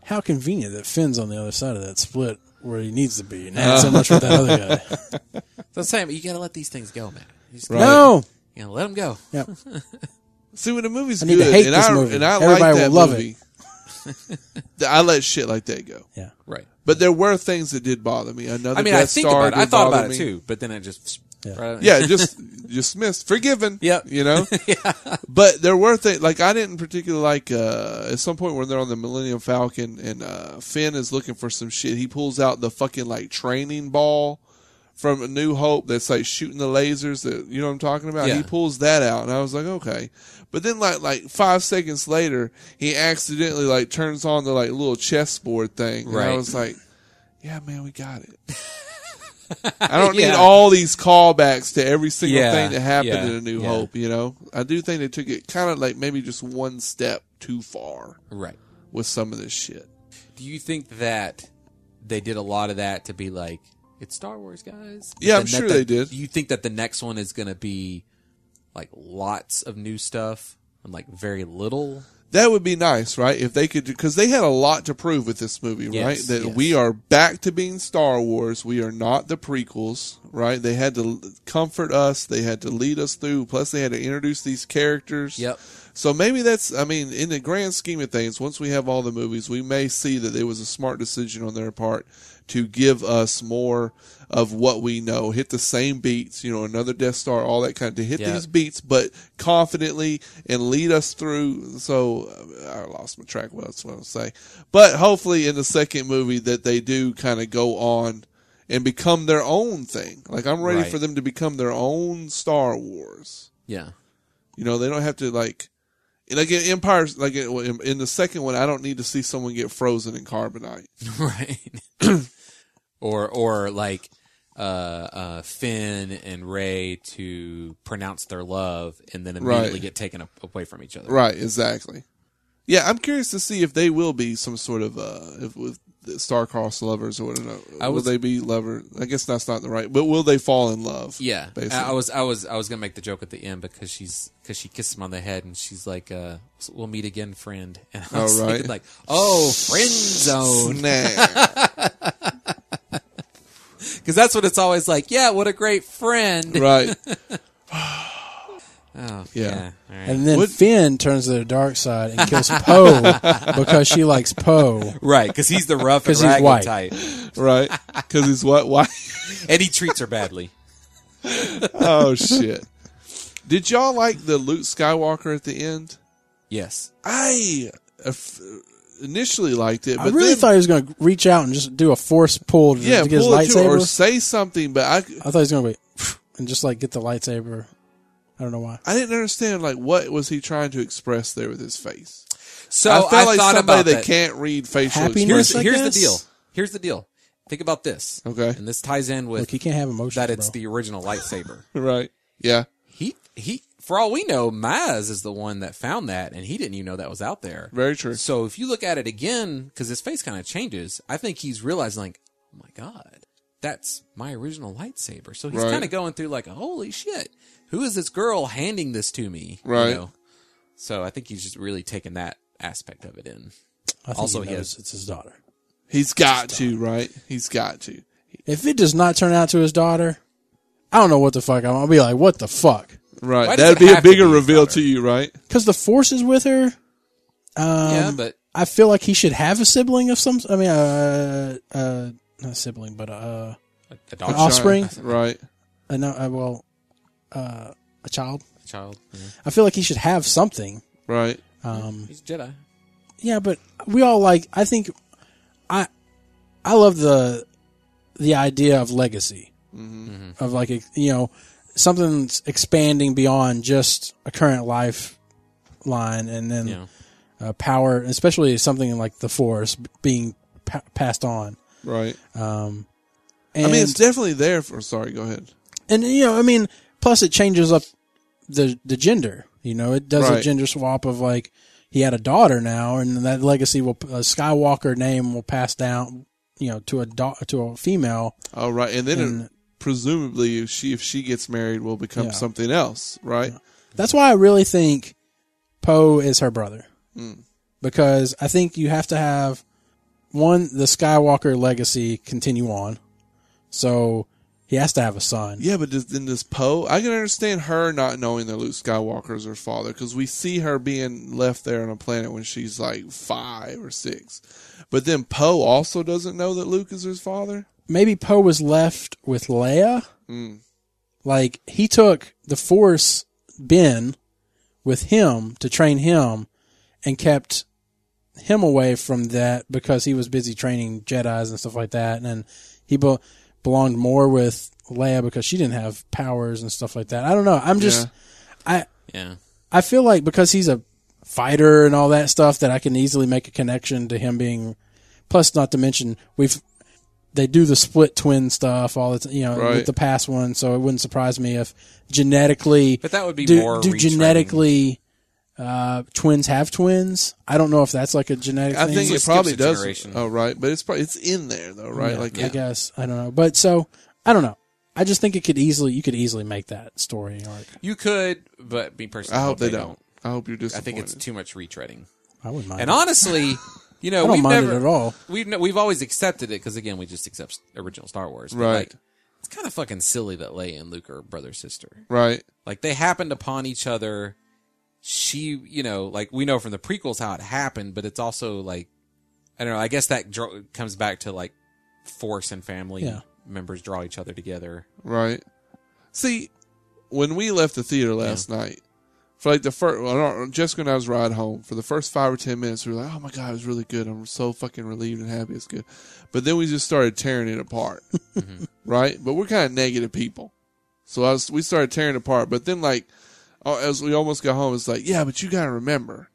How convenient that Finn's on the other side of that split where he needs to be. Not Uh. so much with that other guy. So Sam, you gotta let these things go, man. You just gotta, No. you know, let them go. Yep. See, when the movie's I need to good, hate and this I movie. and I like Everybody that will love movie, that I let shit like that go. Yeah. Right. But there were things that did bother me. Another I mean, Death I think Star about it. I did thought bother about it me. too, but then I just Yeah. right- Yeah, just dismissed, forgiven. Yep. you know. But there were things like I didn't particularly like. Uh, at some point when they're on the Millennium Falcon and uh, Finn is looking for some shit, he pulls out the fucking like training ball from A New Hope that's like shooting the lasers. That you know what I'm talking about. Yeah. He pulls that out, and I was like, okay. But then like like five seconds later, he accidentally like turns on the like little chessboard thing, and I Right. was like, yeah, man, we got it. I don't need Yeah. all these callbacks to every single Yeah, thing that happened yeah, in A New yeah. Hope, you know? I do think they took it kind of like maybe just one step too far right. with some of this shit. Do you think that they did a lot of that to be like, it's Star Wars, guys? Yeah, I'm Then sure that- they did. Do you think that the next one is going to be like lots of new stuff and like very little? That would be nice, right? If they could, because they had a lot to prove with this movie, Yes, right? That yes. we are back to being Star Wars. We are not the prequels, right? They had to l- comfort us. They had to lead us through. Plus, they had to introduce these characters. Yep. So maybe that's, I mean, in the grand scheme of things, once we have all the movies, we may see that it was a smart decision on their part to give us more of what we know, hit the same beats, you know, another Death Star, all that kind of, to hit Yeah. these beats, but confidently and lead us through. So uh, I lost my track. What else was I going to say? But hopefully in the second movie that they do kind of go on and become their own thing. Like I'm ready Right. for them to become their own Star Wars. Yeah. You know, they don't have to like, like in Empire, like in, in the second one, I don't need to see someone get frozen in carbonite. right. or, or like, uh, uh, Finn and Ray to pronounce their love and then immediately Right. get taken a- away from each other. Right, exactly. Yeah, I'm curious to see if they will be some sort of uh, if with the star-crossed lovers or whatever. I will was- they be lover? I guess that's not the right, but will they fall in love? Yeah, basically. I, I was I was I was gonna make the joke at the end because she's because she kissed him on the head and she's like, uh, "We'll meet again, friend." And I was Oh, right. thinking like, "Oh, friend zone," Nah. because that's what it's always like. Yeah, what a great friend. right. Oh, Yeah. all right. And then Would- Finn turns to the dark side and kills Poe because she likes Poe. Right, because he's the rough and 'Cause he's ragged white. type, Right. Because he's what? Why? and he treats her badly. Oh shit! Did y'all like the Luke Skywalker at the end? Yes, I uh, f- initially liked it, but I really then, thought he was going to reach out and just do a force pull to, yeah, to get his pull it to or lightsaber. say something. But I, I thought he was going to be and just like get the lightsaber. I don't know why. I didn't understand like what was he trying to express there with his face. so I felt like thought somebody about that, that. can't read facial Happiness, expressions. I Here's guess? the deal. Here's the deal. Think about this. Okay. and this ties in with Look, he can't have emotions. that it's bro. the original lightsaber. Right. Yeah. he he for all we know Maz is the one that found that and he didn't even know that was out there Very true. so if you look at it again because his face kind of changes i think he's realizing like oh my god that's my original lightsaber so he's Right. kind of going through like holy shit who is this girl handing this to me You Right. know? so i think he's just really taking that aspect of it in I think also he he knows has- it's his daughter. He's got to. Right. He's got to. If it does not turn out to his daughter, I don't know what the fuck. I'm, I'll be like, what the fuck? Right. does That'd it be a have to bigger be reveal to daughter? you. Right. Because the force is with her. Um, yeah but I feel like he should have a sibling of some. I mean, uh, uh, not a sibling, but uh, Like the dog Offspring? Right. Uh, no, uh, well, uh, a child. child. Yeah. I feel like he should have something. Right. Um, He's a Jedi. yeah, but we all like. I think, I, I love the, the idea of legacy, of like ex- you know, something that's expanding beyond just a current life line, and then Yeah. uh, power, especially something like the Force being pa- passed on. Right. Um, I and, mean, it's definitely there for. Sorry, go ahead. and you know, I mean, plus it changes up the the gender. You know, it does a Right. gender swap of like he had a daughter now, and that legacy will a Skywalker name will pass down. You know, to a da- to a female. Oh, right. And then And- it, presumably, if she if she gets married, will become Yeah. something else. Right. That's why I really think Poe is her brother, Mm. because I think you have to have one the Skywalker legacy continue on. So he has to have a son. Yeah, but does, then does Poe? I can understand her not knowing that Luke Skywalker is her father because we see her being left there on a planet when she's like five or six. But then Poe also doesn't know that Luke is his father. maybe Poe was left with Leia. Mm. Like he took the Force Ben with him to train him, and kept him away from that because he was busy training Jedi's and stuff like that. And then he be- belonged more with Leia because she didn't have powers and stuff like that. I don't know. I'm just Yeah. I feel like because he's a fighter and all that stuff that I can easily make a connection to him being plus not to mention we've they do the split twin stuff all the time, you know, with Right. the past one, so it wouldn't surprise me if genetically But that would be do, more do retraining. genetically uh, twins have twins. I don't know if that's like a genetic I thing. think So it it skips probably a does. generation. Oh, right. But it's probably it's in there though, right? Yeah, like I guess. I don't know. But so I don't know. I just think it could easily you could easily make that story arc. You could, but me personally, I hope they, don't. I hope you're I disappointed. think it's too much retreading. I wouldn't mind. And it. honestly, you know, I don't we've mind never it at all. We've no, we've always accepted it because again, we just accept original Star Wars. But, Right. like, it's kind of fucking silly that Leia and Luke are brother sister. right. Like they happened upon each other. She, you know, like we know from the prequels how it happened, but it's also like I don't know. I guess that dro- comes back to like force and family Yeah. members draw each other together. Right. See, when we left the theater last night, for like the first, well, I don't- Jessica and I was ride home for the first five or ten minutes. We were like, "Oh my god, it was really good. I'm so fucking relieved and happy. It's good." But then we just started tearing it apart, right? But we're kind of negative people, so I was, we started tearing it apart. But then, like, oh, as we almost got home, it's like, "Yeah, but you gotta remember."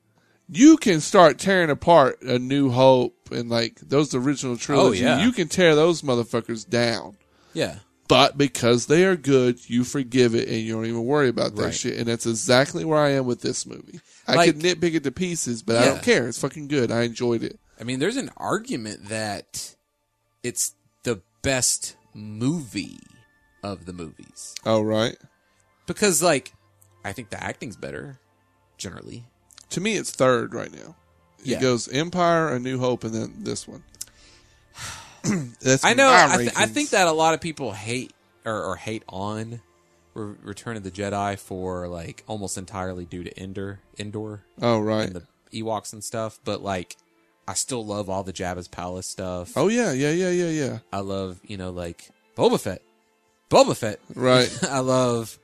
You can start tearing apart a New Hope and like those original trilogy. yeah. You can tear those motherfuckers down Yeah. but because they are good, you forgive it and you don't even worry about that Right. shit. And that's exactly where I am with this movie. I Like- could nitpick it to pieces, but I Yeah. don't care. It's fucking good. I enjoyed it. I mean, there's an argument that it's the best movie of the movies Oh, right. because, like, I think the acting's better generally. To me, it's third right now. Yeah. It goes Empire, A New Hope, and then this one. that's I know. my I, th- I rankings. think that a lot of people hate or, or hate on Re- Return of the Jedi for like almost entirely due to Endor, Endor, Oh, right. and the Ewoks and stuff. But like, I still love all the Jabba's palace stuff. oh, yeah, yeah, yeah, yeah, yeah. I love you know like Boba Fett, Boba Fett. Right. I love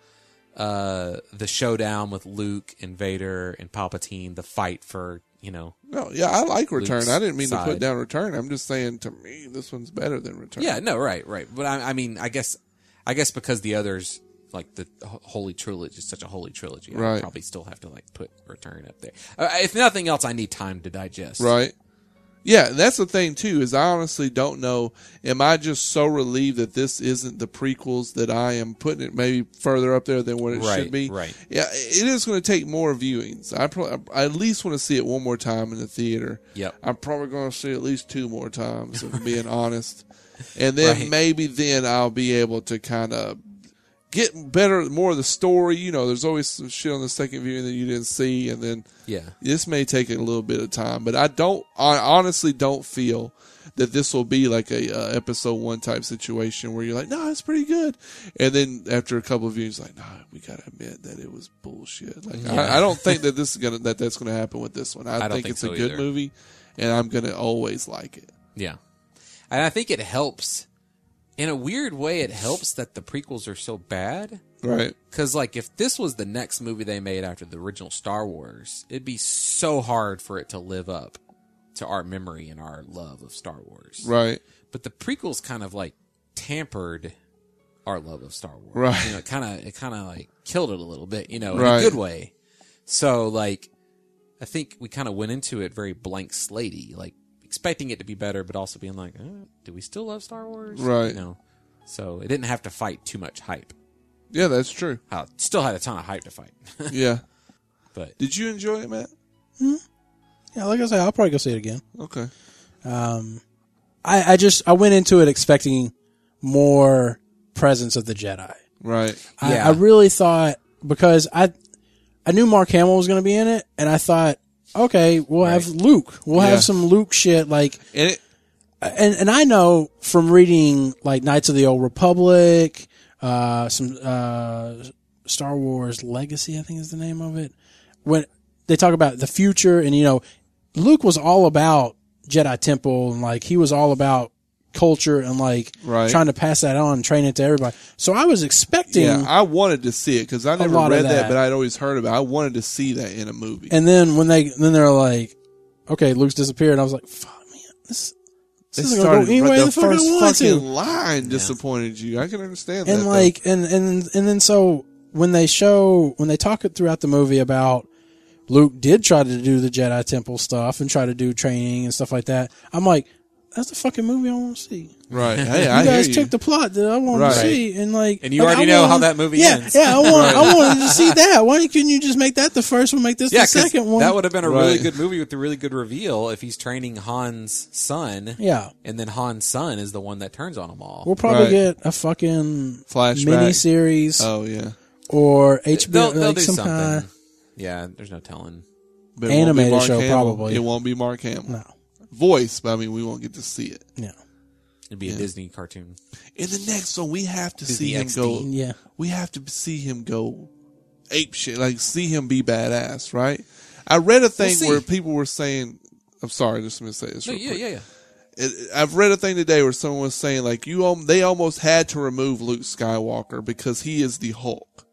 uh the showdown with Luke and Vader and Palpatine. The fight for you know. No, yeah, I like Return. Luke's I didn't mean to side. put down Return. I'm just saying to me, this one's better than Return. Yeah. No. Right. Right. But I, I mean, I guess, I guess because the others like the ho- holy trilogy is such a holy trilogy. I Right. probably still have to like put Return up there. Uh, if nothing else, I need time to digest. Right. Yeah, that's the thing too. Is I honestly don't know. Am I just so relieved that this isn't the prequels that I am putting it maybe further up there than what it Right, should be? right. Yeah, it is going to take more viewings. I, pro- I at least want to see it one more time in the theater. Yep. I'm probably going to see it at least two more times, if I'm being honest. And then Right. maybe then I'll be able to kind of get better, more of the story. You know, there's always some shit on the second viewing that you didn't see, and then Yeah. this may take a little bit of time, but I don't. I honestly don't feel that this will be like a uh, episode one type situation where you're like, no, it's pretty good, and then after a couple of views, like, nah, we gotta admit that it was bullshit. Like, Yeah. I, I don't think that this is gonna that that's gonna happen with this one. I, don't think, think it's so a good either. movie, and I'm gonna always like it. Yeah. And I think it helps in a weird way, it helps that the prequels are so bad. Right. Because, like, if this was the next movie they made after the original Star Wars, it'd be so hard for it to live up to our memory and our love of Star Wars. Right. But the prequels kind of like tampered our love of Star Wars. Right. You know, it kind of it kind of like killed it a little bit. You know, Right. in a good way. So like, I think we kind of went into it very blank slatey, like expecting it to be better, but also being like, uh, do we still love Star Wars? Right. You know. So it didn't have to fight too much hype. Yeah, that's true. Uh, still had a ton of hype to fight, yeah. but Did you enjoy it, Matt? Yeah, like I say, I'll probably go see it again. Okay. Um, I, I just I went into it expecting more presence of the Jedi. Right. I, Yeah. I really thought because I I knew Mark Hamill was going to be in it, and I thought, okay, we'll have Luke. We'll Yeah. have some Luke shit. Like, And it and and I know from reading like Knights of the Old Republic, uh, some uh, Star Wars Legacy, I think is the name of it. When they talk about the future, and you know, Luke was all about Jedi Temple, and like he was all about culture and like Right. trying to pass that on, train it to everybody. So I was expecting. yeah, I wanted to see it because I never lot of read that. that. but I'd always heard about. it. I wanted to see that in a movie. And then when they then they're like, okay, Luke's disappeared. I was like, fuck, man, this this It isn't gonna started- go any but way the, the fuck I first want fucking to. line disappointed you. I can understand that. And though. like and and and then so when they show when they talk it throughout the movie about Luke did try to do the Jedi Temple stuff and try to do training and stuff like that, I'm like, that's the fucking movie I want to see. right? Hey, You I guys hear you. took the plot that I wanted Right. to see, and like, And you like, already I know wanna- how that movie yeah, ends. Yeah, I want, I wanted to see that. Why couldn't you just make that the first one? Make this yeah, the 'cause second one. that would have been a really Right. good movie with a really good reveal if he's training Han's son. yeah. And then Han's son is the one that turns on them all. We'll probably Right. get a fucking Flashback. mini series oh yeah, or HBO, Uh, they'll, they'll like do some something. kind. Yeah, there's no telling. but it won't be Animated Mark show, Hamill. probably. It won't be Mark Hamill. No, Voice, but I mean, we won't get to see it. yeah, It'd be a Disney cartoon. In the next one, we have to see the him XD. go. yeah. We have to see him go ape shit. Like see him be badass, right? I read a thing see. where people were saying, "I'm sorry, just gonna say this." No, real yeah, quick. yeah, yeah. it, I've read a thing today where someone was saying like you al- they almost had to remove Luke Skywalker because he is the Hulk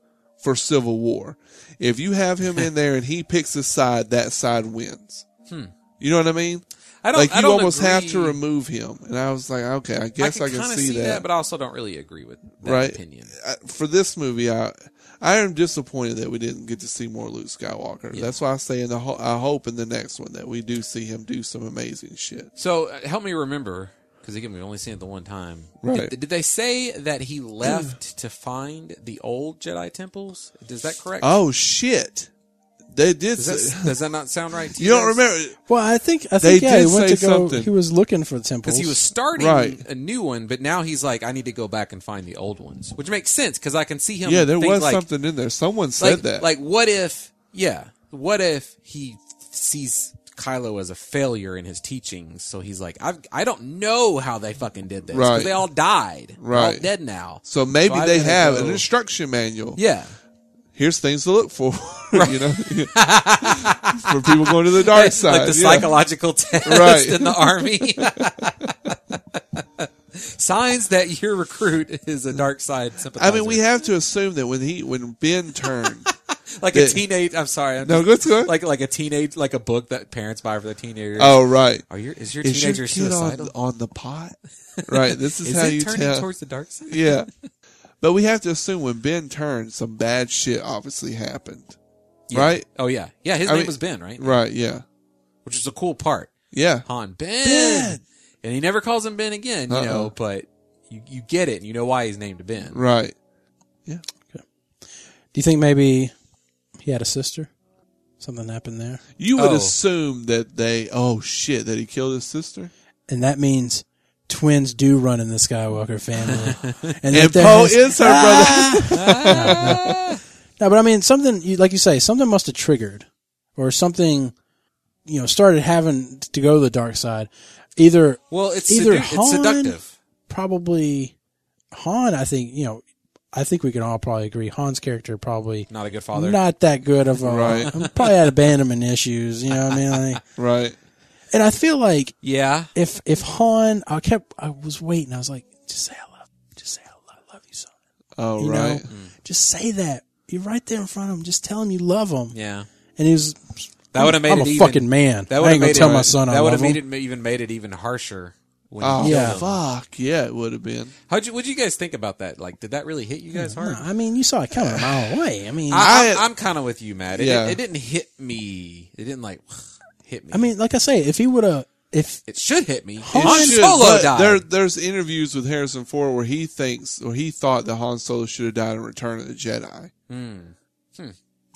for Civil War. If you have him in there and he picks a side, that side wins. You know what I mean? Hmm. I don't. like you I don't almost have to agree. remove him. And I was like, okay, I guess I can, kinda see, that. but I also don't really agree with that Right. opinion. I- for this movie, I I am disappointed that we didn't get to see more Luke Skywalker. That's why I say in the ho- I hope in the next one that we do see him do some amazing shit. So uh, help me remember, because again, we've only seen it the one time. Right. Did, did they say that he left to find the old Jedi temples? Is that correct? Oh shit. They did does, say- that, does that not sound right? To You don't guys? remember? Well, I think I They think yeah, he did went say to go. something. He was looking for the temples. because he was starting Right. a new one, but now he's like, I need to go back and find the old ones, which makes sense because I can see him. Yeah, there think, was like, something in there. Someone said like, that. Like, what if? Yeah, what if he sees Kylo as a failure in his teachings? So he's like, I've, I don't know how they fucking did this because Right. they all died, They're all Right. dead now. so maybe So I they gotta have go- an instruction manual. yeah, Here's things to look for. you know, for people going to the dark side. like the yeah. psychological test Right. in the army. Signs that your recruit is a dark side I sympathizer. mean, we have to assume that when he when Ben turned, like Yeah. a teenage. I'm sorry. I'm No, just- that's good. Like like a teenage, like a book that parents buy for their teenagers. oh right, are your is your is your teenager kid suicidal? on, on the pot? Right. This is, is how it you turning tell. towards the dark side? yeah, but we have to assume when Ben turned, some bad shit obviously happened. Yeah. Right. Oh yeah, yeah. His I name mean- was Ben, right? Right. Yeah. Which is a cool part. Yeah. Han Ben, Ben! and he never calls him Ben again. You Uh-uh. know, but you you get it, and you know why he's named Ben. Right. Do you think maybe he had a sister? Something happened there, You would Oh. assume that they, oh shit, that he killed his sister. and that means twins do run in the Skywalker family. and that And there Poe has- is her Ah. brother. No, but I mean something you, like you say, something must have triggered, or something, you know, started having to go to the dark side. Either Well, it's Either sedu- Han- it's seductive. probably Han. I think you know. I think we can all probably agree Han's character probably Not a good father. not that good of a Right. probably had abandonment issues. You know what I mean? Like, right. and I feel like yeah, if if Han, I kept I was waiting. I was like, just say I love Oh, you right. know, Mm. just say that. You're right there in front of him. Just tell him you love him. Yeah. And he was. That would have made I'm it a even, fucking man. That I would've ain't gonna made it- tell my son I That would've love made it even made it even harsher. When Oh, you Yeah. killed him. fuck. Yeah, it would have been. How'd you, what'd you guys think about that? Like, did that really hit you guys hard? No, I mean, you saw it coming a mile away. I mean, I, I, I- am kind of with you, Matt. It, Yeah. it, didn't hit me. It didn't like hit me. mean, like I say, if he would have, if it should hit me. It Han should, Solo but died. There, there's interviews with Harrison Ford where he thinks or he thought that Han Solo should have died in Return of the Jedi. Hmm.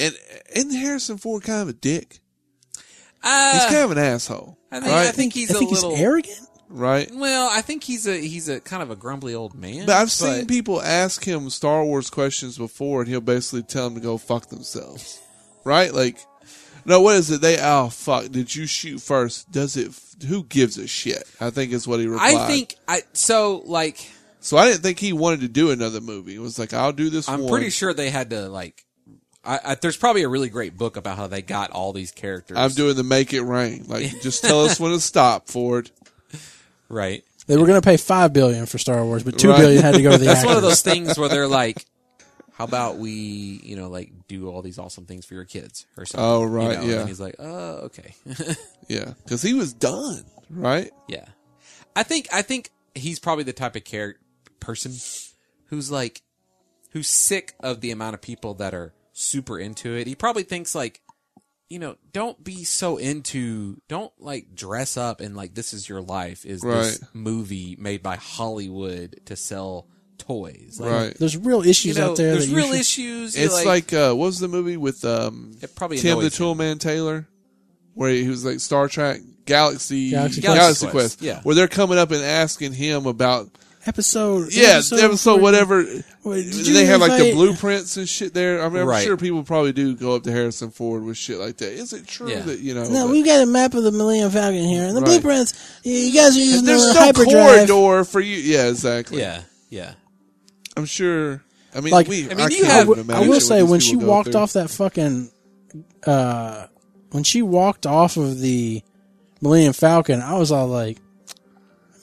And isn't Harrison Ford kind of a dick? Uh, He's kind of an asshole, I think, I right? think he's I a think little. he's arrogant. right. well, I think he's a he's a kind of a grumbly old man. But I've seen people ask him Star Wars questions before, and he'll basically tell them to go fuck themselves, right? Like, no, what is it? They oh fuck, did you shoot first? Does it? Who gives a shit? I think is what he replied. I think I so like so. I didn't think he wanted to do another movie. It was like I'll do this. I'm one. pretty sure they had to like. I, I, there's probably a really great book about how they got all these characters. I'm doing the make it rain. Like, just tell us when to stop, Ford. right. They were going to pay five billion for Star Wars, but two Right. billion had to go to the That's one of actors. those things where they're like, "How about we, you know, like do all these awesome things for your kids or something?" Oh, you right, know? yeah. And he's like, "Oh, okay, Yeah, because he was done. Right? yeah." I think I think he's probably the type of character person who's like, who's sick of the amount of people that are super into it. He probably thinks like. You know, don't be so into, don't like dress up and like this is your life is this Right. movie made by Hollywood to sell toys. Like, Right. There's real issues you know, out there. There's that you real should- issues. It's like, like, uh, what was the movie with um, It probably Tim the annoys him. Toolman Taylor, where he was like Star Trek Galaxy Galaxy Galaxy, Galaxy Quest, Quest, yeah. where they're coming up and asking him about episode. yeah episode, four- whatever. Wait, did you they have like the invite- blueprints and shit there. I mean, I'm Right. sure people probably do go up to Harrison Ford with shit like that. Is it true Yeah. that you know? No, that- we've got a map of the Millennium Falcon here, and the Right. blueprints. You you guys are using there's the no hyperdrive. corridor for you. Yeah, exactly. yeah, yeah. I'm sure. I mean, Like- we, I mean, I you can't have- I even will- I imagine will what say these when people she go walked through. off that fucking, uh, when she walked off of the Millennium Falcon, I was all like,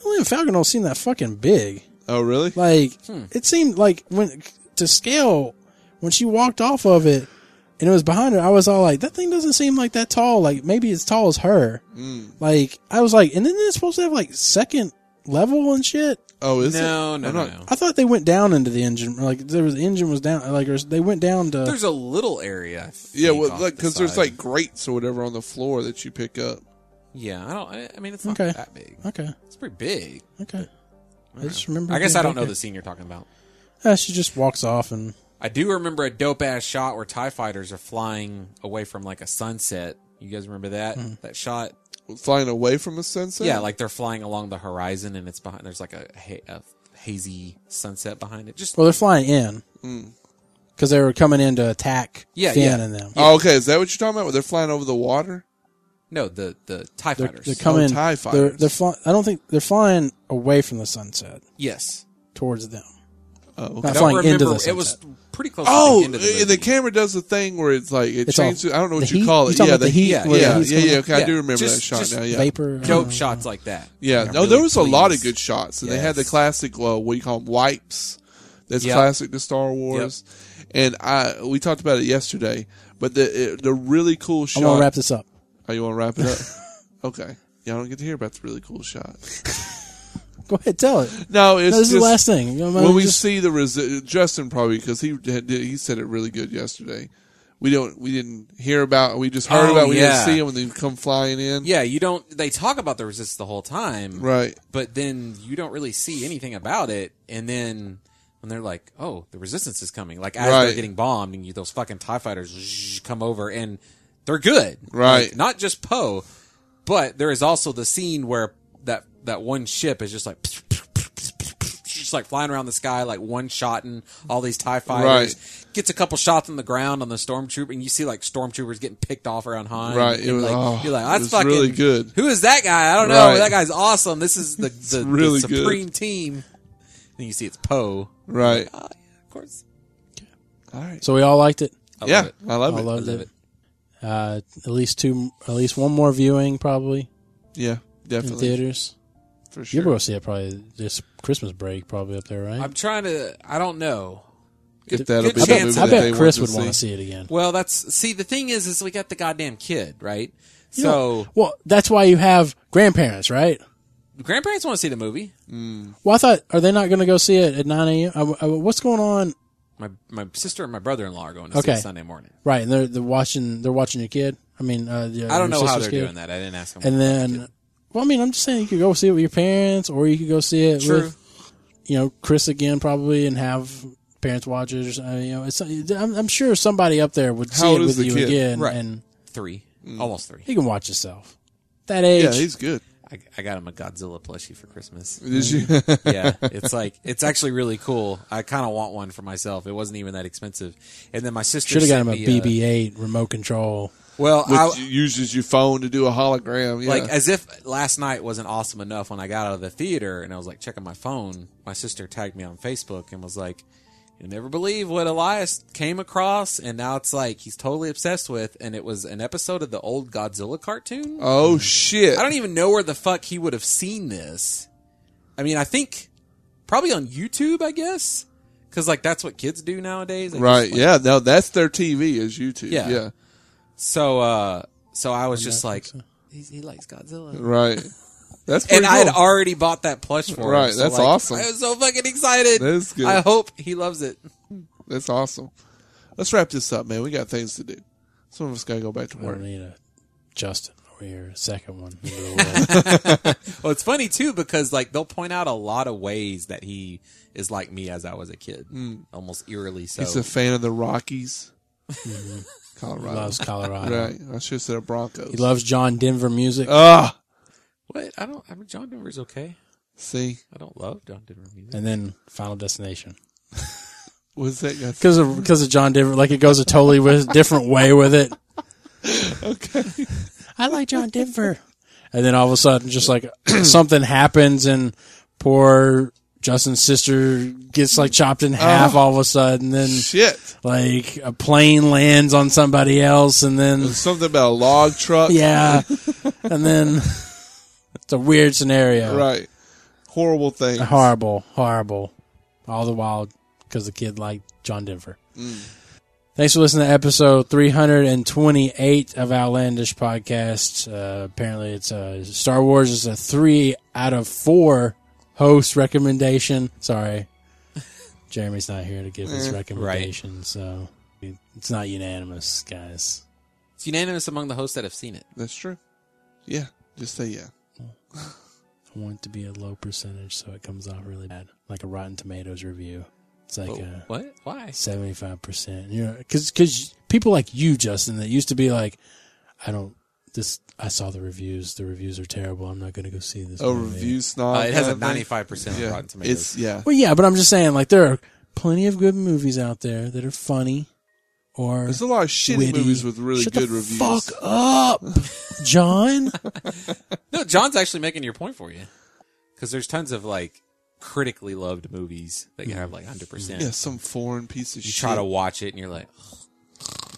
Millennium Falcon don't seem that fucking big. Oh, really? Like Hmm. it seemed like when to scale when she walked off of it and it was behind her, I was all like, that thing doesn't seem like that tall. Like maybe as tall as her. Hmm. Like I was like, and then it's supposed to have like second level and shit. Oh, is No, it? no, I'm no, not- no. I thought they went down into the engine. Like there was the engine was down. Like or they went down to. There's a little area. I Yeah, think, well, off like the because there's side. like grates or whatever on the floor that you pick up. yeah. I don't. I, I mean, it's not Okay. that big. okay, It's pretty big. okay. I just remember. I guess being I don't like know that. the scene you're talking about. Uh, she just walks off and I do remember a dope ass shot where Tie fighters are flying away from like a sunset. You guys remember that that shot? Flying away from a sunset. Yeah, like they're flying along the horizon and it's behind. There's like a, ha- a hazy sunset behind it. Just well, they're flying in because they were coming in to attack Hmm. Yeah, Finn yeah. and them. Oh, okay. Is that what you're talking about? Where they're flying over the water? no the the Tie They're, fighters. they're coming. TIE they're fighters. they're flying. I don't think they're flying away from the sunset yes, towards them. Oh, okay. Not I don't flying remember. into the it sunset. was pretty close. to Oh, the end of the, movie. and the camera does a thing where it's like it It's changes. all- I don't know what the you heat? call You it. talking Yeah, about the heat yeah, where the yeah, heat's yeah, coming yeah. up? Okay, I do Yeah, remember just- that shot just now. Yeah, vapor. uh, I dope don't know. shots like that. yeah. I'm No, really there was a lot of pleased. good shots, and they Yes. had the classic. Well, what do you call them? Wipes. That's Yep. classic to Star Wars. And I we talked about it yesterday, but the it, the really cool I'm gonna shot. wrap this up. oh, you want to wrap it up? okay. Y'all don't get to hear about the really cool shot. Go ahead, tell it. No, No, it's this is the just- last thing. You know, when we just- see the resi- Justin probably because he had- he said it really good yesterday. We don't we didn't hear about we just heard Oh, about it, we didn't yeah. see him when they come flying in. Yeah, you don't. They talk about the resist the whole time, Right. But then you don't really see anything about it, and then when they're like, "Oh, the resistance is coming!" Like as Right. they're getting bombed, and you those fucking Tie fighters zzz, come over, and they're good, Right. Like, not just Poe, but there is also the scene where that that one ship is just like. Just like flying around the sky, like one shotting all these Tie fighters, gets a couple shots on the ground on the stormtrooper, and you see like stormtroopers getting picked off around Han. Right, and, it was- like, oh, you're like, it that's was fucking really good. Who is that guy? I don't know. Right. That guy's awesome. This is the, the, really the good. supreme team. And you see it's Poe. Right. Oh, yeah, of course. All right. so we all liked it. I yeah, love it. I love I it. loved love it. Uh, at least two, at least one more viewing probably yeah, in definitely theaters. for You're sure. gonna see it probably this Christmas break, probably up there, right? I'm trying to. I don't know. if that'll Good be the chance. movie I that bet Chris would want to see it again. Well, that's see the thing is is we got the goddamn kid right. So Well, that's why you have grandparents, right? grandparents want to see the movie. Well, I thought, are they not going to go see it at 9 a.m.? Uh, uh, what's going on? My my sister and my brother in law are going to see Okay. it Sunday morning. Right, and they're, they're watching. They're watching your kid. I mean, uh, your, I don't your know how sister's they're kid. doing that. I didn't ask them. And then, well, I mean, I'm just saying you could go see it with your parents, or you could go see it True. with, you know, Chris again probably, and have parents watch it. Or, so- you know, it's uh, I'm, I'm sure somebody up there would How see it old is with the you kid? again, Right. and three, Mm. almost three. he can watch himself. That age, Yeah, he's good. I, I got him a Godzilla plushie for Christmas. Did you? yeah, it's like it's actually really cool. I kind of want one for myself. It wasn't even that expensive. And then my sister should have got him a sent me, uh, BB-8 remote control. well, Which I, uses your phone to do a hologram. Yeah. like as if last night wasn't awesome enough. When I got out of the theater and I was like checking my phone, my sister tagged me on Facebook and was like, "You'll never believe what Elias came across." And now it's like he's totally obsessed with. And it was an episode of the old Godzilla cartoon. oh shit! I don't even know where the fuck he would have seen this. I mean, I think probably on YouTube, I guess, because like that's what kids do nowadays. They just, right? like- Yeah. No, that's their TV is YouTube. Yeah. Yeah. So, uh, so I was just like, he, he likes Godzilla, Right. That's pretty and I had cool. already bought that plush for him. Right, so, that's like, awesome. I was so fucking excited. That is good. I hope he loves it. That's awesome. Let's wrap this up, man. We got things to do. Some of us gotta go back to I work. don't need a Justin over here, a second one. in the middle of the world. Well, it's funny too because like they'll point out a lot of ways that he is like me as I was a kid, almost eerily so. Hmm. He's a fan of the Rockies, Colorado. Mm-hmm. loves Colorado. right? I should have said a Broncos. He loves John Denver music. Ah, what? I don't. I mean, John Denver's okay. see, I don't love John Denver music. and then Final Destination. what's that guy? Because of because of John Denver, like it goes a totally with, different way with it. Okay, I like John Denver, and then all of a sudden, just like something happens, and poor Justin's sister gets like chopped in half. all of a sudden, then shit. like a plane lands on somebody else, and then Something about a log truck. yeah, and then it's a weird scenario. Right. Horrible thing. Horrible, horrible. All the while because the kid liked John Denver. Thanks for listening to episode 328 of Outlandish Podcast. Uh, apparently, it's uh, Star Wars is a three out of four host recommendation. Sorry, Jeremy's not here to give his recommendation, so it's not unanimous, guys. It's unanimous among the hosts that have seen it. That's true. Yeah. Just say yeah. I want it to be a low percentage so it comes off really bad, like a Rotten Tomatoes review. It's like But uh, Oh, what? Why? Seventy-five percent. You know, because people like you, Justin, that used to be like, I don't. This I saw the reviews. The reviews are terrible. I'm not going to go see this. Oh, movie." review snob. Uh, it has a kind of thing? 95% on Yeah. Rotten Tomatoes. It's yeah. Well, yeah, but I'm just saying, like, there are plenty of good movies out there that are funny or There's a lot of shitty witty. movies with really Shut good the reviews. Fuck up, John. no, John's actually making your point for you. Because there's tons of like critically loved movies that Mm. you have like 100%. Yeah, some foreign piece of You shit. try to watch it and you're like,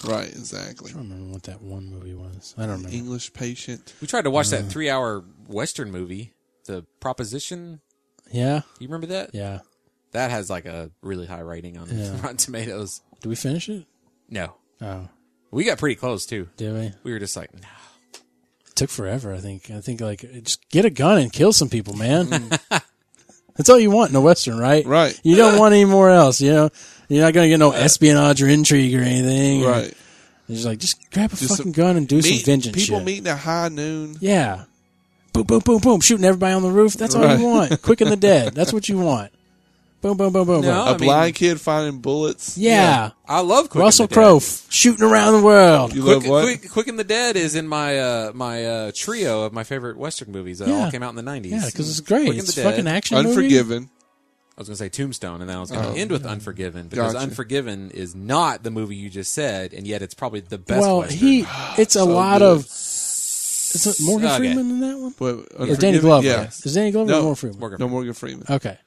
right, exactly. I don't remember what that one movie was. I don't remember. English patient. we tried to watch Mm. that three hour Western movie, The Proposition. Yeah, You remember that? yeah. That has like a really high rating on Yeah. Rotten Tomatoes. Did we finish it? No. Oh, We got pretty close too. did we? We were just like, nah. It took forever. I think. I think like just get a gun and kill some people, man. That's all you want in a western, right? Right. You don't want any more else. You know, you're not gonna get no espionage or intrigue or anything. Right. It's just like just grab a Just fucking gun and do Meet- some vengeance. people shit. meeting at high noon. Yeah. Boom, boom, boom, boom. Shooting everybody on the roof. That's all Right. you want. Quick and the dead. That's what you want. Boom, boom, boom, boom, No. boom. A I mean- blind kid finding bullets. Yeah. I love Quick and Russell the Crowe Dead. f- shooting around the world. You Quick, love what? Quick, Quick and the Dead is in my uh, my uh, trio of my favorite Western movies that all Yeah. came out in the 90s. Yeah, because it's great. Quick and It's the a Dead. fucking action movie. Unforgiven. I was going to say Tombstone, and then I was Oh. going to end with Unforgiven because Gotcha. Unforgiven is not the movie you just said, and yet it's probably the best. Well, Western. he. It's a lot good. of. Is it Morgan Okay. Freeman in that one? But Or Unforgiven, Danny Glover? Yeah. Is Danny Glover No. or Morgan Freeman? Uh, Morgan No Morgan Freeman. Okay.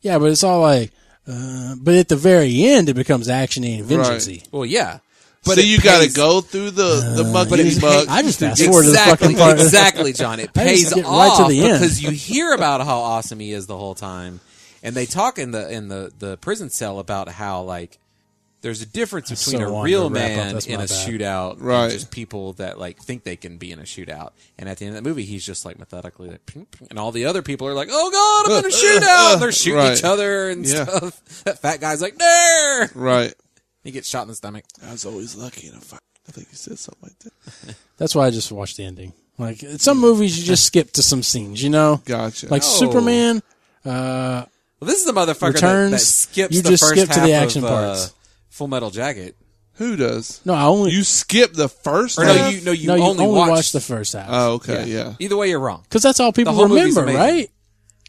Yeah, but it's all like, uh, but at the very end, it becomes actiony and vengeancey. well, yeah, But so it you got to pays- go through the Uh, the muck muckety muck. I just fast forward to the Exactly, fucking part. exactly, John. It I just pays get right off to the end. because you hear about how awesome he is the whole time, and they talk in the in the the prison cell about how like There's a difference so between a wanted real to wrap up, man that's in my a bad. shootout, and Right. Just people that like think they can be in a shootout, and at the end of the movie, he's just like methodically, like, ping, ping, and all the other people are like, "Oh God, I'm in a shootout!" and they're shooting Right. each other and Yeah. stuff. That fat guy's like, "No!" Right. He gets shot in the stomach. I was always lucky in a fight. I think he said something like that. That's why I just watched the ending. Like some movies, you just skip to some scenes, you know. Gotcha. Like No. Superman. Uh, Well, this is the motherfucker that, that Returns, skips you the just first skip to half the action of, Uh, parts. Full Metal Jacket. Who does? no, I only You skip the first. Or no, half? you no, you no, you only, only, watch watched the first half. Oh, okay, yeah. Either way, you're wrong. Because that's all people whole movie's remember, amazing. right?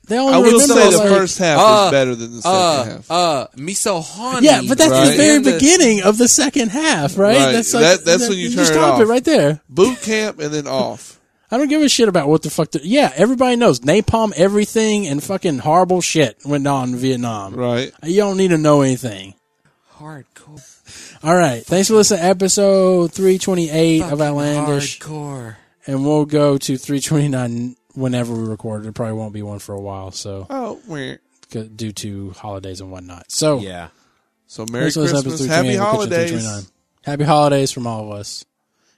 They only I will remember say the like- first half uh, is better than the second Uh, half. uh, Miso Hani. Yeah, but that's Right. the very And the- beginning of the second half, right? Right. That- that's when you turn just it stop off. it right there. Boot camp and then off. I don't give a shit about what the fuck. The, yeah, everybody knows napalm, everything, and fucking horrible shit went on in Vietnam. Right. You don't need to know anything. Hardcore. All right, thanks for listening. to Episode three twenty eight of Outlandish, Hardcore. and we'll go to three twenty nine whenever we record. It probably won't be one for a while, so Oh, meh. c- due to holidays and whatnot. So Yeah. so Merry Thanks for listening to Christmas, episode Happy 328. We'll catch you at Holidays. 329. Happy holidays from all of us.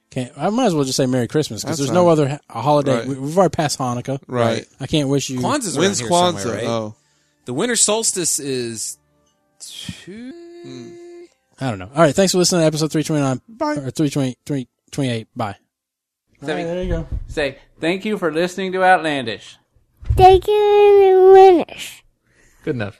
Can't, I might as well just say Merry Christmas because That's there's fine. no other ha- holiday. Right. We, we've already passed Hanukkah. Right. I can't wish you. Kwanzaa's When's around here Kwanzaa? somewhere, right? Oh, The winter solstice is. two- I don't know. All right. Thanks for listening to episode 329. Bye. Or 320, 328. Bye. All right, there you go. Say, thank you for listening to Outlandish. Take it in the winners. Good enough.